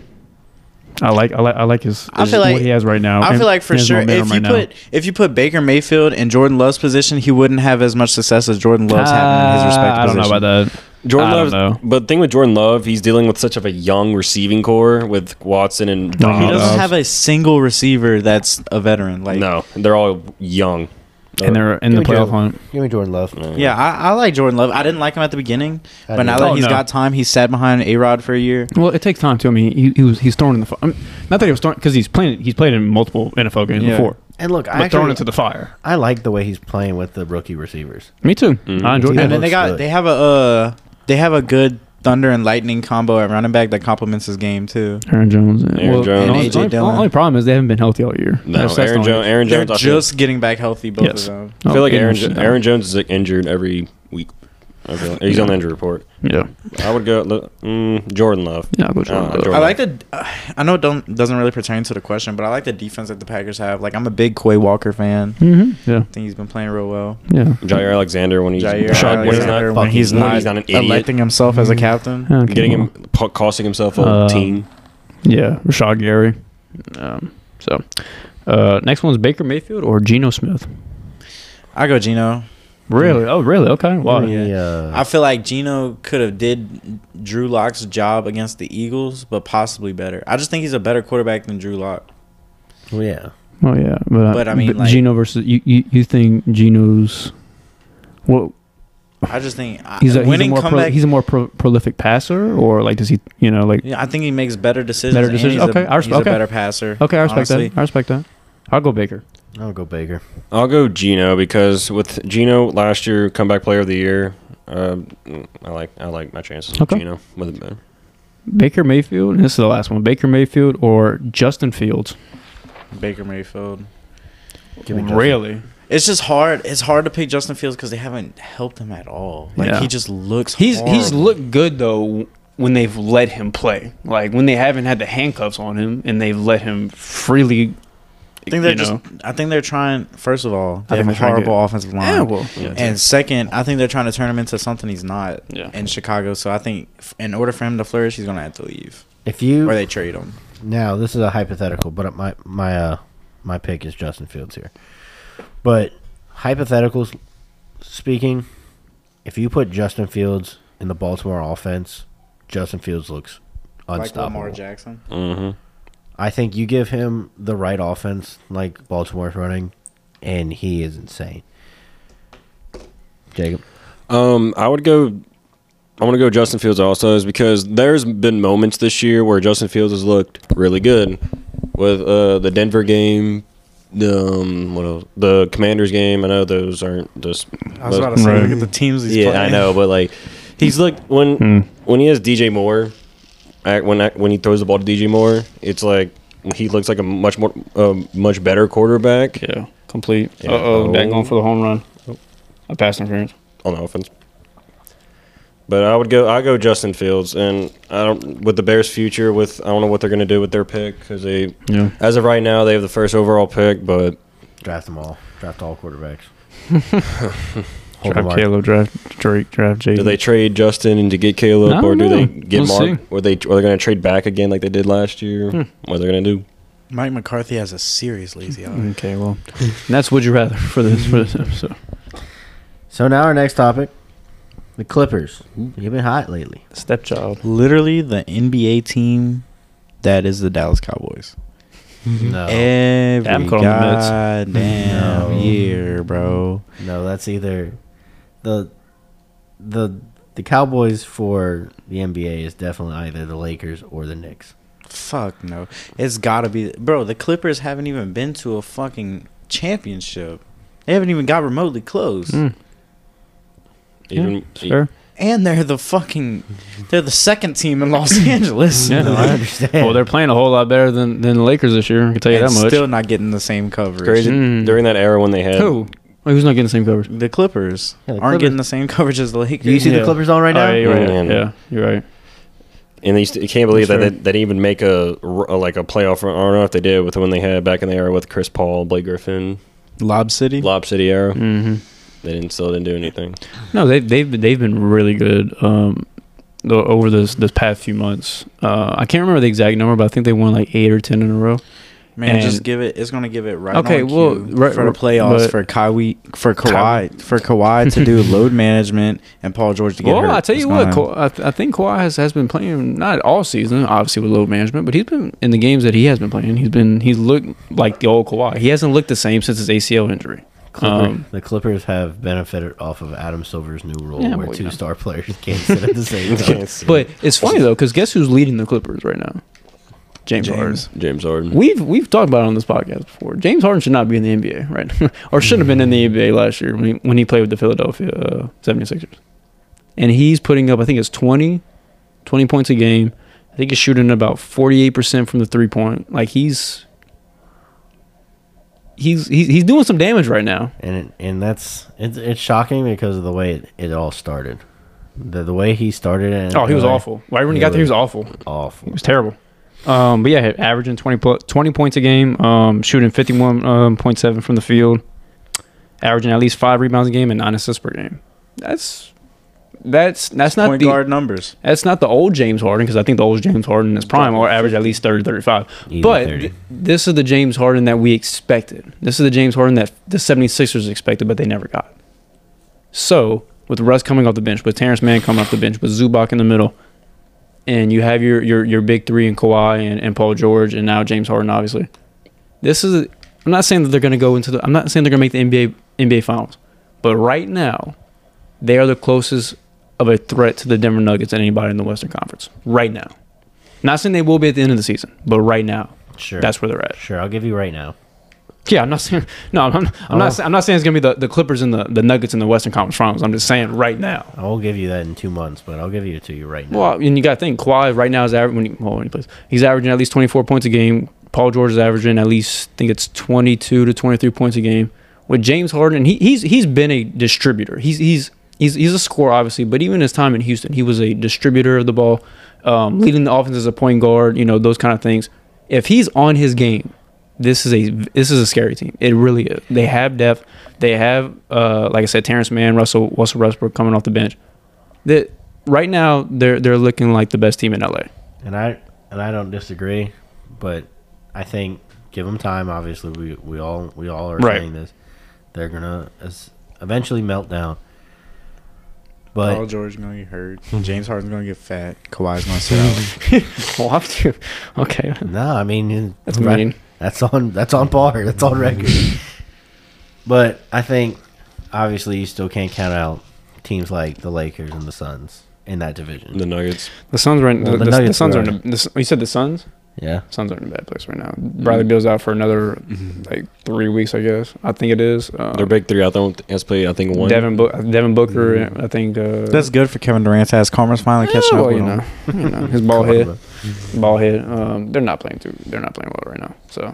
Speaker 2: I like I like I like his,
Speaker 1: I feel
Speaker 2: what
Speaker 1: like-
Speaker 2: he has right now.
Speaker 1: I
Speaker 2: and-
Speaker 1: feel like for
Speaker 2: and his
Speaker 1: sure
Speaker 2: momentum
Speaker 1: if you
Speaker 2: right now.
Speaker 1: put if you put Baker Mayfield in Jordan Love's position, he wouldn't have as much success as Jordan Love's having in his
Speaker 2: Uh,
Speaker 1: respective
Speaker 2: I don't
Speaker 1: position.
Speaker 2: know about that.
Speaker 4: Jordan
Speaker 2: I don't
Speaker 4: Love,
Speaker 2: know.
Speaker 4: but the thing with Jordan Love, he's dealing with such of a young receiving core with Watson and
Speaker 2: No,
Speaker 1: He
Speaker 2: Uh,
Speaker 1: doesn't
Speaker 2: Dobbs.
Speaker 1: have a single receiver that's a veteran. Like
Speaker 4: no, they're all young.
Speaker 2: And they're in the
Speaker 3: Give me
Speaker 2: playoff
Speaker 3: Jordan-
Speaker 2: hunt.
Speaker 3: Give me Jordan Love.
Speaker 1: Yeah, I, I like Jordan Love. I didn't like him at the beginning,
Speaker 3: I
Speaker 1: but now
Speaker 3: didn't.
Speaker 1: that
Speaker 2: Oh,
Speaker 1: he's
Speaker 2: no.
Speaker 1: got time, he's sat behind A Rod for a year.
Speaker 2: Well, it takes time too. I mean, he, he was he's thrown in the fire. I mean, not that he was thrown because he's playing. He's played in multiple NFL games
Speaker 1: Yeah.
Speaker 2: before,
Speaker 3: And look,
Speaker 2: but
Speaker 3: I
Speaker 2: thrown
Speaker 3: actually,
Speaker 2: into the fire.
Speaker 3: I like the way he's playing with the rookie receivers.
Speaker 2: Me too.
Speaker 4: Mm-hmm.
Speaker 2: I enjoyed
Speaker 3: Yeah.
Speaker 1: and
Speaker 2: it.
Speaker 1: then they
Speaker 3: looks
Speaker 1: got
Speaker 3: good.
Speaker 1: they have a uh, they have a good thunder and lightning combo at running back that complements his game too.
Speaker 2: Aaron Jones.
Speaker 4: Aaron Jones.
Speaker 2: The
Speaker 4: And
Speaker 2: only,
Speaker 1: A.J.
Speaker 2: only-
Speaker 1: Dillon.
Speaker 2: only problem is they haven't been healthy all year.
Speaker 4: No,
Speaker 2: That's- that's the
Speaker 4: Aaron,
Speaker 2: only-
Speaker 4: Jones. Aaron
Speaker 1: They're
Speaker 4: Jones. I feel-
Speaker 1: just getting back healthy, both
Speaker 2: Yes.
Speaker 1: of them.
Speaker 4: I feel like Aaron,
Speaker 2: Oh,
Speaker 4: Jo- Aaron Jones is like, injured every week. I feel like. He's on the injury report.
Speaker 2: Yeah.
Speaker 4: I would go mm, Jordan Love.
Speaker 2: Yeah, I'll go Jordan
Speaker 4: Uh,
Speaker 2: Love.
Speaker 1: I like the. uh, I know it don't doesn't really pertain to the question, but I like the defense that the Packers have. Like I'm a big Quay Walker fan.
Speaker 2: Mm-hmm. Yeah.
Speaker 1: I think he's been playing real well.
Speaker 2: Yeah.
Speaker 4: Jair Alexander when he's
Speaker 1: Jair
Speaker 4: Rashad Alexander.
Speaker 1: Alexander, when
Speaker 3: fucking-
Speaker 1: he's
Speaker 4: when
Speaker 1: not,
Speaker 4: he's not an idiot.
Speaker 1: electing himself
Speaker 2: Mm.
Speaker 1: as a captain.
Speaker 2: Okay,
Speaker 4: getting
Speaker 2: well,
Speaker 4: him po- costing himself a
Speaker 2: Um,
Speaker 4: team.
Speaker 2: Yeah, Rashad Gary. Um, so, uh, next one's Baker Mayfield or Geno Smith.
Speaker 1: I go Gino.
Speaker 2: Really? Oh, really? Okay. Wow.
Speaker 3: Give me, uh,
Speaker 1: I feel like Gino could have did Drew Lock's job against the Eagles, but possibly better. I just think he's a better quarterback than Drew Lock.
Speaker 3: well, yeah.
Speaker 2: Oh yeah, but, uh,
Speaker 1: But, I mean,
Speaker 2: but
Speaker 1: like-
Speaker 2: Geno versus you. You, you think Geno's what?
Speaker 1: I just think I-
Speaker 2: He's a, he's a
Speaker 1: winning
Speaker 2: more pro,
Speaker 1: comeback.
Speaker 2: he's a more pro, prolific passer, or like does he? You know, like
Speaker 1: yeah, I think he makes better decisions.
Speaker 2: Better
Speaker 1: and
Speaker 2: decisions?
Speaker 1: he's a-
Speaker 2: Okay, I res-
Speaker 1: he's
Speaker 2: okay.
Speaker 1: a better passer.
Speaker 2: okay, I respect
Speaker 1: honestly.
Speaker 2: that. I respect that. I'll go Baker.
Speaker 3: I'll go Baker.
Speaker 4: I'll go Gino because with Gino last year comeback player of the year, uh, I like I like my chances
Speaker 2: Okay.
Speaker 4: with Gino with uh, it.
Speaker 2: Baker Mayfield. And this is the last one. Baker Mayfield or Justin Fields.
Speaker 1: Baker Mayfield.
Speaker 3: Give me Justin.
Speaker 2: really?
Speaker 1: It's just hard. It's hard to pick Justin Fields because they haven't helped him at all. Like
Speaker 2: Yeah.
Speaker 1: he just looks.
Speaker 7: He's he's
Speaker 1: horrible.
Speaker 7: looked good though when they've let him play. Like when they haven't had the handcuffs on him and they've let him freely.
Speaker 1: I think they're
Speaker 7: you
Speaker 1: just.
Speaker 7: know.
Speaker 1: I think they're trying. First of all, they
Speaker 2: think
Speaker 1: have a
Speaker 2: they're trying to
Speaker 1: horrible offensive line.
Speaker 2: Yeah, well,
Speaker 4: Yeah.
Speaker 1: And second, I think they're trying to turn him into something he's not
Speaker 7: Yeah.
Speaker 1: in Chicago. So I think f- in order for him to flourish, he's gonna have to leave
Speaker 3: If
Speaker 1: or
Speaker 3: you
Speaker 1: they trade him.
Speaker 3: now, this is a hypothetical, but my my uh my pick is Justin Fields here. But hypotheticals speaking, if you put Justin Fields in the Baltimore offense, Justin Fields looks unstoppable.
Speaker 1: Jackson.
Speaker 7: Mm.
Speaker 4: Mm-hmm.
Speaker 3: I think you give him the right offense like Baltimore's running, and he is insane. Jacob,
Speaker 4: Um, I would go. I want to go Justin Fields also, is because there's been moments this year where Justin Fields has looked really good, with uh, the Denver game, the um, what else? the Commanders game. I know those aren't just.
Speaker 1: I was
Speaker 4: those-
Speaker 1: about to say
Speaker 2: Right.
Speaker 1: look at the teams he's
Speaker 4: yeah,
Speaker 1: playing.
Speaker 4: I know, but like he's looked when when he has DJ Moore, I- when I, when he throws the ball to DJ Moore, it's like he looks like a much more uh, much better quarterback
Speaker 7: Yeah, complete.
Speaker 4: Yeah.
Speaker 7: Uh oh, back
Speaker 4: Oh.
Speaker 7: going for the home run. A pass interference.
Speaker 4: on the offense. But I would go. I go Justin Fields, and I don't with the Bears' future. With I don't know what they're going to do with their pick because they,
Speaker 2: Yeah.
Speaker 4: as of right now, they have the first overall pick. But
Speaker 3: draft them all. Draft all quarterbacks. Hold
Speaker 2: Draft
Speaker 3: Lamar.
Speaker 2: Caleb, draft Drake, draft Jaden.
Speaker 4: do they trade Justin and to get Caleb,
Speaker 2: I
Speaker 4: or
Speaker 2: don't
Speaker 4: do they
Speaker 2: know.
Speaker 4: get
Speaker 2: We'll Hmm.
Speaker 4: Mark? Or they are they going to trade back again like they did last year? What are they going to do?
Speaker 1: Mike McCarthy has a serious lazy eye.
Speaker 2: Okay, well, and that's would you rather for this for this episode.
Speaker 3: So now our next topic, the Clippers. You've been hot lately.
Speaker 2: Stepchild.
Speaker 1: Literally the NBA team that is the Dallas Cowboys.
Speaker 7: Oh.
Speaker 3: No,
Speaker 1: Every
Speaker 2: I'm calling the Mets.
Speaker 1: goddamn
Speaker 3: No.
Speaker 1: year, bro.
Speaker 3: no, that's either the the the Cowboys for the NBA is definitely either the Lakers or the Knicks.
Speaker 1: Fuck no. It's gotta be, bro. The Clippers haven't even been to a fucking championship. They haven't even got remotely close.
Speaker 2: Mm,
Speaker 4: Even
Speaker 2: sure.
Speaker 1: And they're the fucking, they're the second team in Los Angeles.
Speaker 2: Yeah,
Speaker 3: No,
Speaker 2: I
Speaker 3: I understand.
Speaker 2: Well, they're playing a whole lot better than than the Lakers this year. I can tell you
Speaker 1: and
Speaker 2: that much.
Speaker 1: still not getting the same coverage.
Speaker 4: crazy
Speaker 2: Mm.
Speaker 4: during that era when they had
Speaker 2: Who? Like, who's not getting the same coverage?
Speaker 1: The Clippers
Speaker 3: Yeah,
Speaker 1: aren't
Speaker 3: the Clippers-
Speaker 1: getting the same coverage as the Lakers.
Speaker 3: Do you see
Speaker 2: Yeah.
Speaker 3: the Clippers on right now?
Speaker 2: Oh, yeah, you're right.
Speaker 4: Mm.
Speaker 2: Yeah, you're right.
Speaker 4: and they used to, you can't believe
Speaker 2: That's
Speaker 4: that they,
Speaker 2: right.
Speaker 4: they didn't even make a, r- a- like a playoff. Run. I don't know if they did with the one they had back in the era with Chris Paul, Blake Griffin,
Speaker 1: Lob
Speaker 2: Hmm.
Speaker 1: City.
Speaker 4: Lob City era.
Speaker 2: Mm-hmm.
Speaker 4: They didn't still didn't do anything.
Speaker 2: No, they they've been, they've been really good um, the, over this this past few months. Uh, I can't remember the exact number, but I think they won like eight or ten in a row.
Speaker 1: Man, just
Speaker 2: And-
Speaker 1: give it. It's gonna give it right.
Speaker 2: Okay,
Speaker 1: on
Speaker 2: well,
Speaker 1: cue
Speaker 2: right-
Speaker 1: for the playoffs
Speaker 2: but-
Speaker 1: for Kawhi for Kawhi for Kawhi to do load management and Paul George to get
Speaker 2: Well,
Speaker 1: hurt.
Speaker 2: I tell
Speaker 1: It's
Speaker 2: you what,
Speaker 1: gonna-
Speaker 2: Ka- I, th- I think Kawhi has, has been playing not all season, obviously with load management, but he's been in the games that he has been playing. He's been he's looked like the old Kawhi. He hasn't looked the same since his ACL injury.
Speaker 3: Clipper-
Speaker 2: Um,
Speaker 3: the Clippers have benefited off of Adam Silver's new rule
Speaker 2: Yeah,
Speaker 3: where
Speaker 2: well, you
Speaker 3: two
Speaker 2: know.
Speaker 3: star players can't sit at the same time.
Speaker 4: Can't see.
Speaker 2: But it's funny though, because guess who's leading the Clippers right now? James,
Speaker 1: James.
Speaker 2: Harden.
Speaker 4: James Harden.
Speaker 2: We've we've talked about it on this podcast before. James Harden should not be in the NBA, right? or should have been in the NBA last year when he, when he played with the Philadelphia uh, 76ers. And he's putting up, I think it's 20, 20 points a game. I think he's shooting about 48% from the three point. Like he's he's he's, he's doing some damage right now.
Speaker 3: And it, and that's it's it's shocking because of the way it, it all started. The the way he started it.
Speaker 2: Oh, he was awful. Right when he got there, he was awful. It
Speaker 3: Awful.
Speaker 2: was terrible. Um, but yeah, averaging 20, pl- 20 points a game, um, shooting 51.7 from the field, averaging at least five rebounds a game and nine assists per game. That's that's that's not
Speaker 1: point
Speaker 2: the
Speaker 1: guard numbers.
Speaker 2: that's not the old James Harden because I think the old James Harden is prime or average at least 30 35.
Speaker 3: Either
Speaker 2: but
Speaker 3: 30.
Speaker 2: th- this is the James Harden that we expected. This is the James Harden that the 76ers expected but they never got. So, with Russ coming off the bench, with Terrence Mann coming off the bench, with Zubac in the middle, and you have your your, your big three in Kawhi and, and Paul George and now James Harden, obviously. This is I'm not saying that they're gonna go into the I'm not saying they're gonna make the NBA NBA finals. But right now, they are the closest of a threat to the Denver Nuggets than anybody in the Western Conference. Right now. Not saying they will be at the end of the season, but right now,
Speaker 3: Sure.
Speaker 2: that's where they're at.
Speaker 3: sure. I'll give you right now.
Speaker 2: Yeah, I'm not saying no, I'm, I'm not. sa- I'm not saying it's gonna be the, the Clippers and the, the Nuggets in the Western Conference Finals. I'm just saying right now.
Speaker 3: I will give you that in two months, but I'll give you it to you right now.
Speaker 2: Well, and you got to think Kawhi right now is averaging. When he, well, when he plays, he's averaging at least 24 points a game. Paul George is averaging at least, I think it's 22 to 23 points a game. With James Harden, he, he's he's been a distributor. He's he's he's he's a scorer, obviously, but even his time in Houston, he was a distributor of the ball, um, leading the offense as a point guard. You know those kind of things. If he's on his game, this is a this is a scary team. It really is. They have depth. They have, uh, like I said, Terrence Mann, Russell Russell Westbrook coming off the bench. That right now they're they're looking like the best team in LA.
Speaker 3: and I and I don't disagree, but I think give them time. Obviously, we we all we all are
Speaker 2: Right.
Speaker 3: saying this. They're gonna es- eventually melt down.
Speaker 1: Paul
Speaker 3: But
Speaker 1: George gonna get hurt. James Harden's gonna get fat. Kawhi's gonna sit out.
Speaker 2: Well, I'm too- okay,
Speaker 3: no, I mean
Speaker 2: that's mean.
Speaker 3: That's on that's on par. That's on record. but I think obviously you still can't count out teams like the Lakers and the Suns in that division.
Speaker 4: The Nuggets.
Speaker 2: The Suns are in
Speaker 3: Well,
Speaker 2: the,
Speaker 3: the
Speaker 2: the, the
Speaker 3: Nuggets
Speaker 2: Suns
Speaker 3: are
Speaker 2: are in. A, the, S- you said the Suns.
Speaker 3: Yeah.
Speaker 2: Suns are in a bad place right now. Bradley Beal's out for another like three weeks, I guess. I think it is. Um,
Speaker 4: Their big three, I don't has played, I think, one.
Speaker 2: Devin, Bo- Devin Booker. I think uh,
Speaker 1: That's good for Kevin Durant's ass. Karma's finally catching
Speaker 2: Yeah,
Speaker 1: up
Speaker 2: well,
Speaker 1: with
Speaker 2: you
Speaker 1: him.
Speaker 2: know, you know, his ball head, ball head. Um, they're not playing too. They're not playing well right now. So,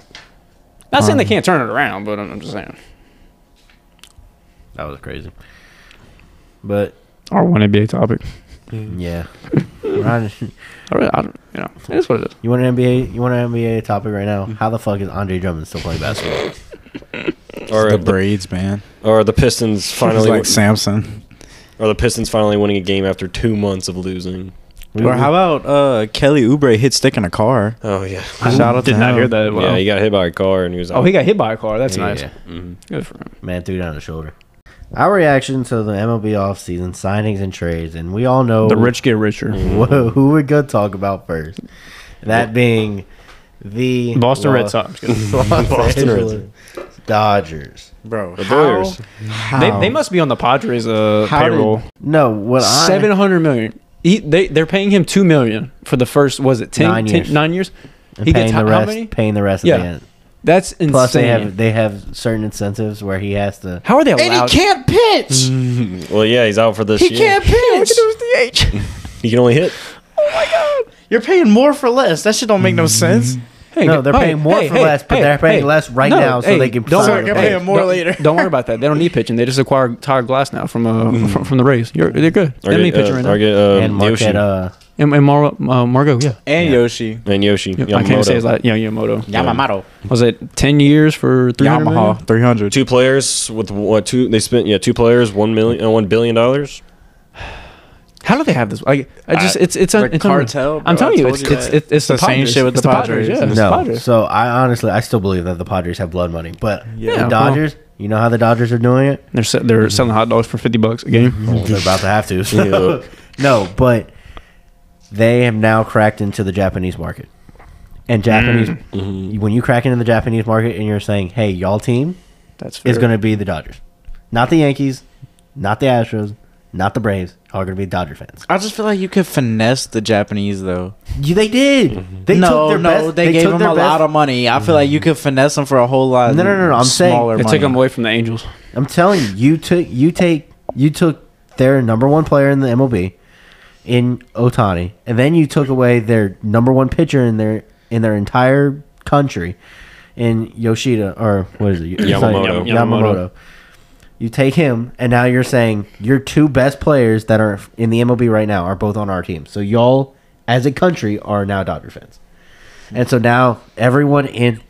Speaker 2: not saying they
Speaker 1: Um,
Speaker 2: can't turn it around, but I'm, I'm just saying.
Speaker 3: That was crazy. But
Speaker 2: Our one NBA topic.
Speaker 3: yeah. Ron,
Speaker 2: I, really, I don't. You know, it is what it is.
Speaker 3: you want an NBA you want an NBA topic right now?
Speaker 2: Mm-hmm.
Speaker 3: How the fuck is Andre Drummond still playing basketball?
Speaker 4: Or
Speaker 1: the
Speaker 4: the,
Speaker 1: braids, man.
Speaker 4: or the Pistons
Speaker 1: Finally,
Speaker 4: finally
Speaker 1: like Samson.
Speaker 4: or the Pistons finally winning a game after two months of losing.
Speaker 3: We-
Speaker 1: Or how about uh, Kelly Oubre hit stick in a car?
Speaker 4: Oh yeah.
Speaker 1: Shout out to him.
Speaker 2: that.
Speaker 4: Yeah, he got hit by a car and he was out. Mm-hmm.
Speaker 2: oh, he got hit by a car. That's
Speaker 3: Yeah.
Speaker 2: nice. Good for him.
Speaker 3: Man threw down the shoulder. Our reaction to the MLB offseason signings and trades, and we all know
Speaker 2: The rich get richer.
Speaker 3: Who, who we're gonna talk about first? That being the
Speaker 2: Boston Red
Speaker 3: Los-
Speaker 2: Sox.
Speaker 3: Los
Speaker 4: Boston Red
Speaker 3: Angeles Dodgers.
Speaker 1: Bro,
Speaker 4: The Warriors.
Speaker 2: They, they must be on the Padres uh,
Speaker 1: How did-
Speaker 2: payroll.
Speaker 3: No, what I
Speaker 2: Seven hundred million. He they they're paying him two million for the first. Was it 10,
Speaker 3: Nine
Speaker 2: 10
Speaker 3: years.
Speaker 2: nine years?
Speaker 3: and
Speaker 2: He
Speaker 3: paying
Speaker 2: gets
Speaker 3: the
Speaker 2: how,
Speaker 3: rest,
Speaker 2: how many?
Speaker 3: paying the rest
Speaker 2: Yeah.
Speaker 3: at the end.
Speaker 2: That's insane.
Speaker 3: Plus they have they have certain incentives where he has to.
Speaker 2: how are they allowed?
Speaker 8: can't pitch.
Speaker 1: Mm.
Speaker 4: Well, yeah, he's out for this year.
Speaker 8: pitch.
Speaker 4: He can only hit.
Speaker 1: You're paying more for less. That shit don't make no sense.
Speaker 2: Hey,
Speaker 3: No, they're paying more for less, but they're paying less right now so they can sign
Speaker 1: a pay. Paying more
Speaker 2: don't,
Speaker 1: later.
Speaker 2: don't worry about that. They don't need pitching. They just acquired Tyler Glass now from uh from, from the Rays. You're, they're good. They
Speaker 4: Or
Speaker 2: don't need
Speaker 4: get,
Speaker 2: pitching
Speaker 4: uh,
Speaker 2: right
Speaker 4: or
Speaker 2: now.
Speaker 4: get, uh,
Speaker 3: And
Speaker 4: Yoshi.
Speaker 3: Marquette, uh,
Speaker 2: And, and Mar- uh, Margo, yeah.
Speaker 1: And Yoshi.
Speaker 4: and Yoshi.
Speaker 2: I can't say
Speaker 4: Yamamoto.
Speaker 2: it's like yeah, Yamamoto.
Speaker 1: Yamamoto.
Speaker 2: Was it ten years for three hundred million?
Speaker 1: Yamaha 300.
Speaker 4: two players with what two they spent yeah two players one million uh, one billion dollars
Speaker 2: How do they have this? I, I just it's it's
Speaker 1: the
Speaker 2: it's un-
Speaker 1: cartel, bro,
Speaker 2: I'm telling
Speaker 1: I
Speaker 2: you,
Speaker 1: told
Speaker 2: it's
Speaker 1: you
Speaker 2: it's,
Speaker 1: that.
Speaker 2: it's it's
Speaker 1: It's the same
Speaker 2: Padres.
Speaker 1: shit with
Speaker 2: It's
Speaker 1: the Padres.
Speaker 2: Yeah, it's the
Speaker 3: no.
Speaker 2: Padres.
Speaker 3: So I honestly I still believe that the Padres have blood money, but
Speaker 2: well-
Speaker 3: the Dodgers. you know how the Dodgers are doing it.
Speaker 2: They're se- they're selling hot dogs for fifty bucks a game.
Speaker 3: Well, they're about to have to. so- no, but they have now cracked into the Japanese market. And Japanese,
Speaker 1: Mm. Mm-hmm.
Speaker 3: when you crack into the Japanese market and you're saying, "Hey, y'all team
Speaker 2: That's fair.
Speaker 3: is going to be the Dodgers, not the Yankees, not the Astros, not the Braves, are going to be Dodger fans."
Speaker 1: I just feel like you could finesse the Japanese though.
Speaker 3: You, they did. They
Speaker 1: no,
Speaker 3: took their
Speaker 1: no,
Speaker 3: best.
Speaker 1: they, gave
Speaker 3: took
Speaker 1: them
Speaker 3: their
Speaker 1: a
Speaker 3: best-
Speaker 1: lot of money. I feel like you could finesse them for a whole lot.
Speaker 3: No, no, no, no, I'm saying-
Speaker 1: smaller
Speaker 2: They
Speaker 1: money.
Speaker 2: took them away from the Angels.
Speaker 3: I'm telling you, you took you take you took their number one player in the MLB in Otani, and then you took away their number one pitcher in their in their entire country in Yoshida or what is it? It's not-
Speaker 4: Yamamoto.
Speaker 3: Yamamoto. You take him, and now you're saying your two best players that are in the MLB right now are both on our team. So y'all, as a country, are now Dodger fans, and so now everyone in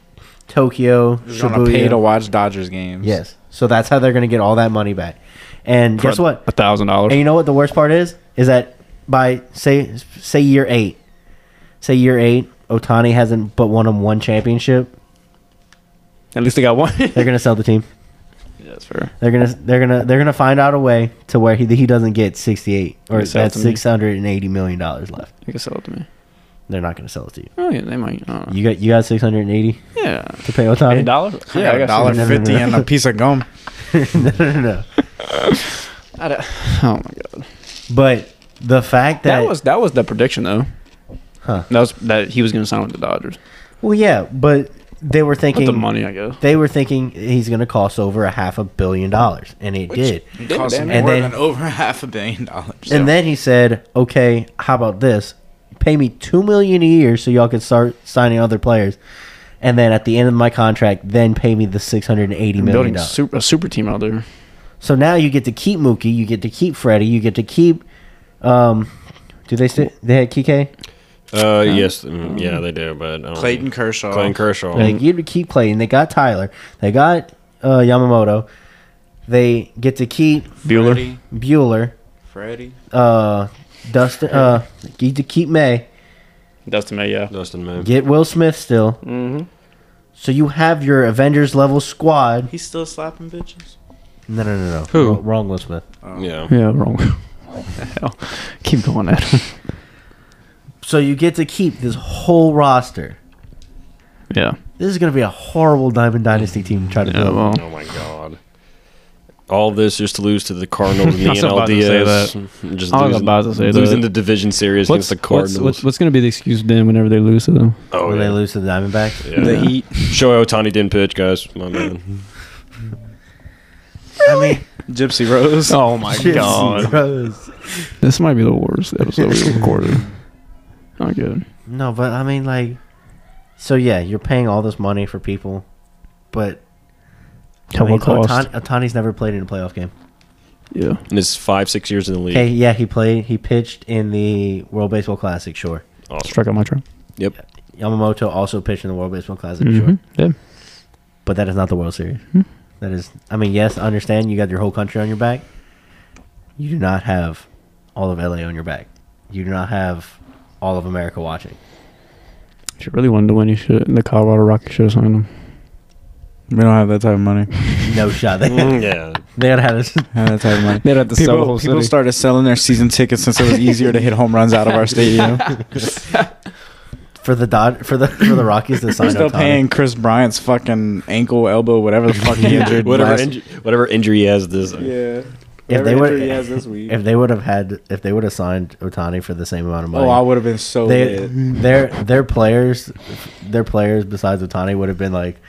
Speaker 3: Tokyo,
Speaker 1: You're gonna pay
Speaker 3: Shibuya-
Speaker 1: to watch Dodgers games.
Speaker 3: Yes. So that's how they're going to get all that money back. And guess what?
Speaker 2: A thousand dollars.
Speaker 3: And you know what the worst part is? Is that by say say year 8. Say year 8, Otani hasn't but won him one championship.
Speaker 2: At least they got one.
Speaker 3: They're going to sell the team.
Speaker 2: Yeah, that's fair.
Speaker 3: They're going to they're going to they're going to find out a way to where he he doesn't get 68 or
Speaker 2: They sell it
Speaker 3: that's
Speaker 2: to me.
Speaker 3: 680 million dollars left.
Speaker 2: You can sell it to me.
Speaker 3: They're not going to sell it to you.
Speaker 2: Oh yeah, they might. I don't know.
Speaker 3: You got you got 680
Speaker 2: Yeah,
Speaker 3: to pay
Speaker 2: a
Speaker 3: Otani.
Speaker 2: dollar.
Speaker 1: Yeah,
Speaker 2: I
Speaker 1: a
Speaker 2: guess.
Speaker 1: dollar
Speaker 3: No, no, no,
Speaker 1: fifty
Speaker 3: no.
Speaker 1: and a piece of gum.
Speaker 3: no, no, no, no.
Speaker 2: I don't- Oh my god,
Speaker 3: But the fact that,
Speaker 2: that was that was the prediction though.
Speaker 3: Huh.
Speaker 2: That was that he was going to sign with the Dodgers.
Speaker 3: Well, yeah, but they were thinking
Speaker 2: With the money, I guess.
Speaker 3: they were thinking he's going to cost over a half a billion dollars, and it did.
Speaker 1: It
Speaker 2: Damn,
Speaker 1: costs
Speaker 2: damn
Speaker 1: more
Speaker 3: it. And
Speaker 1: than over half a billion dollars.
Speaker 3: And then he said, "Okay, how about this? Pay me two million a year, so y'all can start signing other players." and then at the end of my contract, then pay me the six hundred and eighty million
Speaker 7: building
Speaker 3: dollars.
Speaker 7: super, a super team out there.
Speaker 3: So now you get to keep Mookie, you get to keep Freddie, you get to keep. Um, do they st- they had Kike?
Speaker 4: Uh, yes, mm, yeah, they do, but I don't
Speaker 1: Clayton Kershaw.
Speaker 4: Clayton Kershaw.
Speaker 3: Like you get to keep Clayton. They got Tyler. They got uh, Yamamoto. They get to keep
Speaker 7: Bueller.
Speaker 3: Bueller.
Speaker 1: Freddie.
Speaker 3: Uh, Dustin. Uh, get to keep May.
Speaker 7: Dustin May, yeah.
Speaker 4: Dustin May.
Speaker 3: Get Will Smith still.
Speaker 7: Mm-hmm.
Speaker 3: So you have your Avengers level squad.
Speaker 1: He's still slapping bitches. Oh.
Speaker 3: No, no, no, no.
Speaker 7: Who?
Speaker 3: Wrong, wrong Will Smith.
Speaker 4: Yeah.
Speaker 2: Yeah, wrong. Hell, keep going at him.
Speaker 3: So you get to keep this whole roster.
Speaker 2: Yeah,
Speaker 3: This is going to be a horrible Diamond Dynasty team to try to
Speaker 2: yeah.
Speaker 3: build.
Speaker 2: Well,
Speaker 4: Oh my god. All this just to lose to the Cardinals and the
Speaker 2: I was about to say
Speaker 4: NLDS. Just
Speaker 2: I was
Speaker 4: losing,
Speaker 2: about to say that.
Speaker 4: losing the division series
Speaker 2: what's,
Speaker 4: against the
Speaker 2: what's
Speaker 4: Cardinals.
Speaker 2: what's what's going to be the excuse then whenever they lose to them?
Speaker 4: oh,
Speaker 3: when
Speaker 4: yeah.
Speaker 3: they lose to the Diamondbacks.
Speaker 4: Yeah.
Speaker 7: The Heat.
Speaker 4: Shohei Otani didn't pitch, guys. My man.
Speaker 3: I mean,
Speaker 1: Gypsy Rose.
Speaker 2: Oh my
Speaker 3: Jesus Christ.
Speaker 2: this might be the worst episode we recorded. Not good.
Speaker 3: No, but I mean, like, so yeah, you're paying all this money for people, but
Speaker 2: At what cost?
Speaker 3: Otani's never played in a playoff game.
Speaker 2: Yeah,
Speaker 4: And it's five, six years in the league.
Speaker 3: Okay, yeah, he played. He pitched in the World Baseball Classic. Sure.
Speaker 4: Awesome.
Speaker 2: struck out my trap.
Speaker 4: Yep.
Speaker 3: Yamamoto also pitched in the World Baseball Classic.
Speaker 2: Mhm.
Speaker 1: Mm-hmm.
Speaker 3: Sure,
Speaker 2: Yeah,
Speaker 3: but that is not the World Series.
Speaker 2: Mhm.
Speaker 3: That is, I mean, yes, I understand you got your whole country on your back. You do not have all of LA on your back. You do not have all of America watching.
Speaker 2: if you really wanted to win, you should. The Colorado Rockies should have signed him.
Speaker 1: We don't have that type of money.
Speaker 3: No shot. They,
Speaker 4: Mm, yeah.
Speaker 3: they gotta have this.
Speaker 1: Have that type of money.
Speaker 2: They'd have to sell the
Speaker 1: People,
Speaker 2: whole
Speaker 1: people
Speaker 2: city.
Speaker 1: started selling their season tickets since it was easier to hit home runs out of our stadium.
Speaker 3: for the Dod- for the for the Rockies to sign
Speaker 1: We're still
Speaker 3: Ohtani.
Speaker 1: paying Chris Bryant's fucking ankle, elbow, whatever the fuck he injured.
Speaker 4: Whatever,
Speaker 1: last-
Speaker 4: inju- whatever injury he has this. uh,
Speaker 1: Yeah.
Speaker 3: If they
Speaker 1: Whatever
Speaker 3: would
Speaker 1: injury he has this week.
Speaker 3: if they would have had if they would have signed Otani for the same amount of money,
Speaker 1: oh, I would have been so
Speaker 3: they
Speaker 1: lit.
Speaker 3: their their players their players besides Otani would have been like,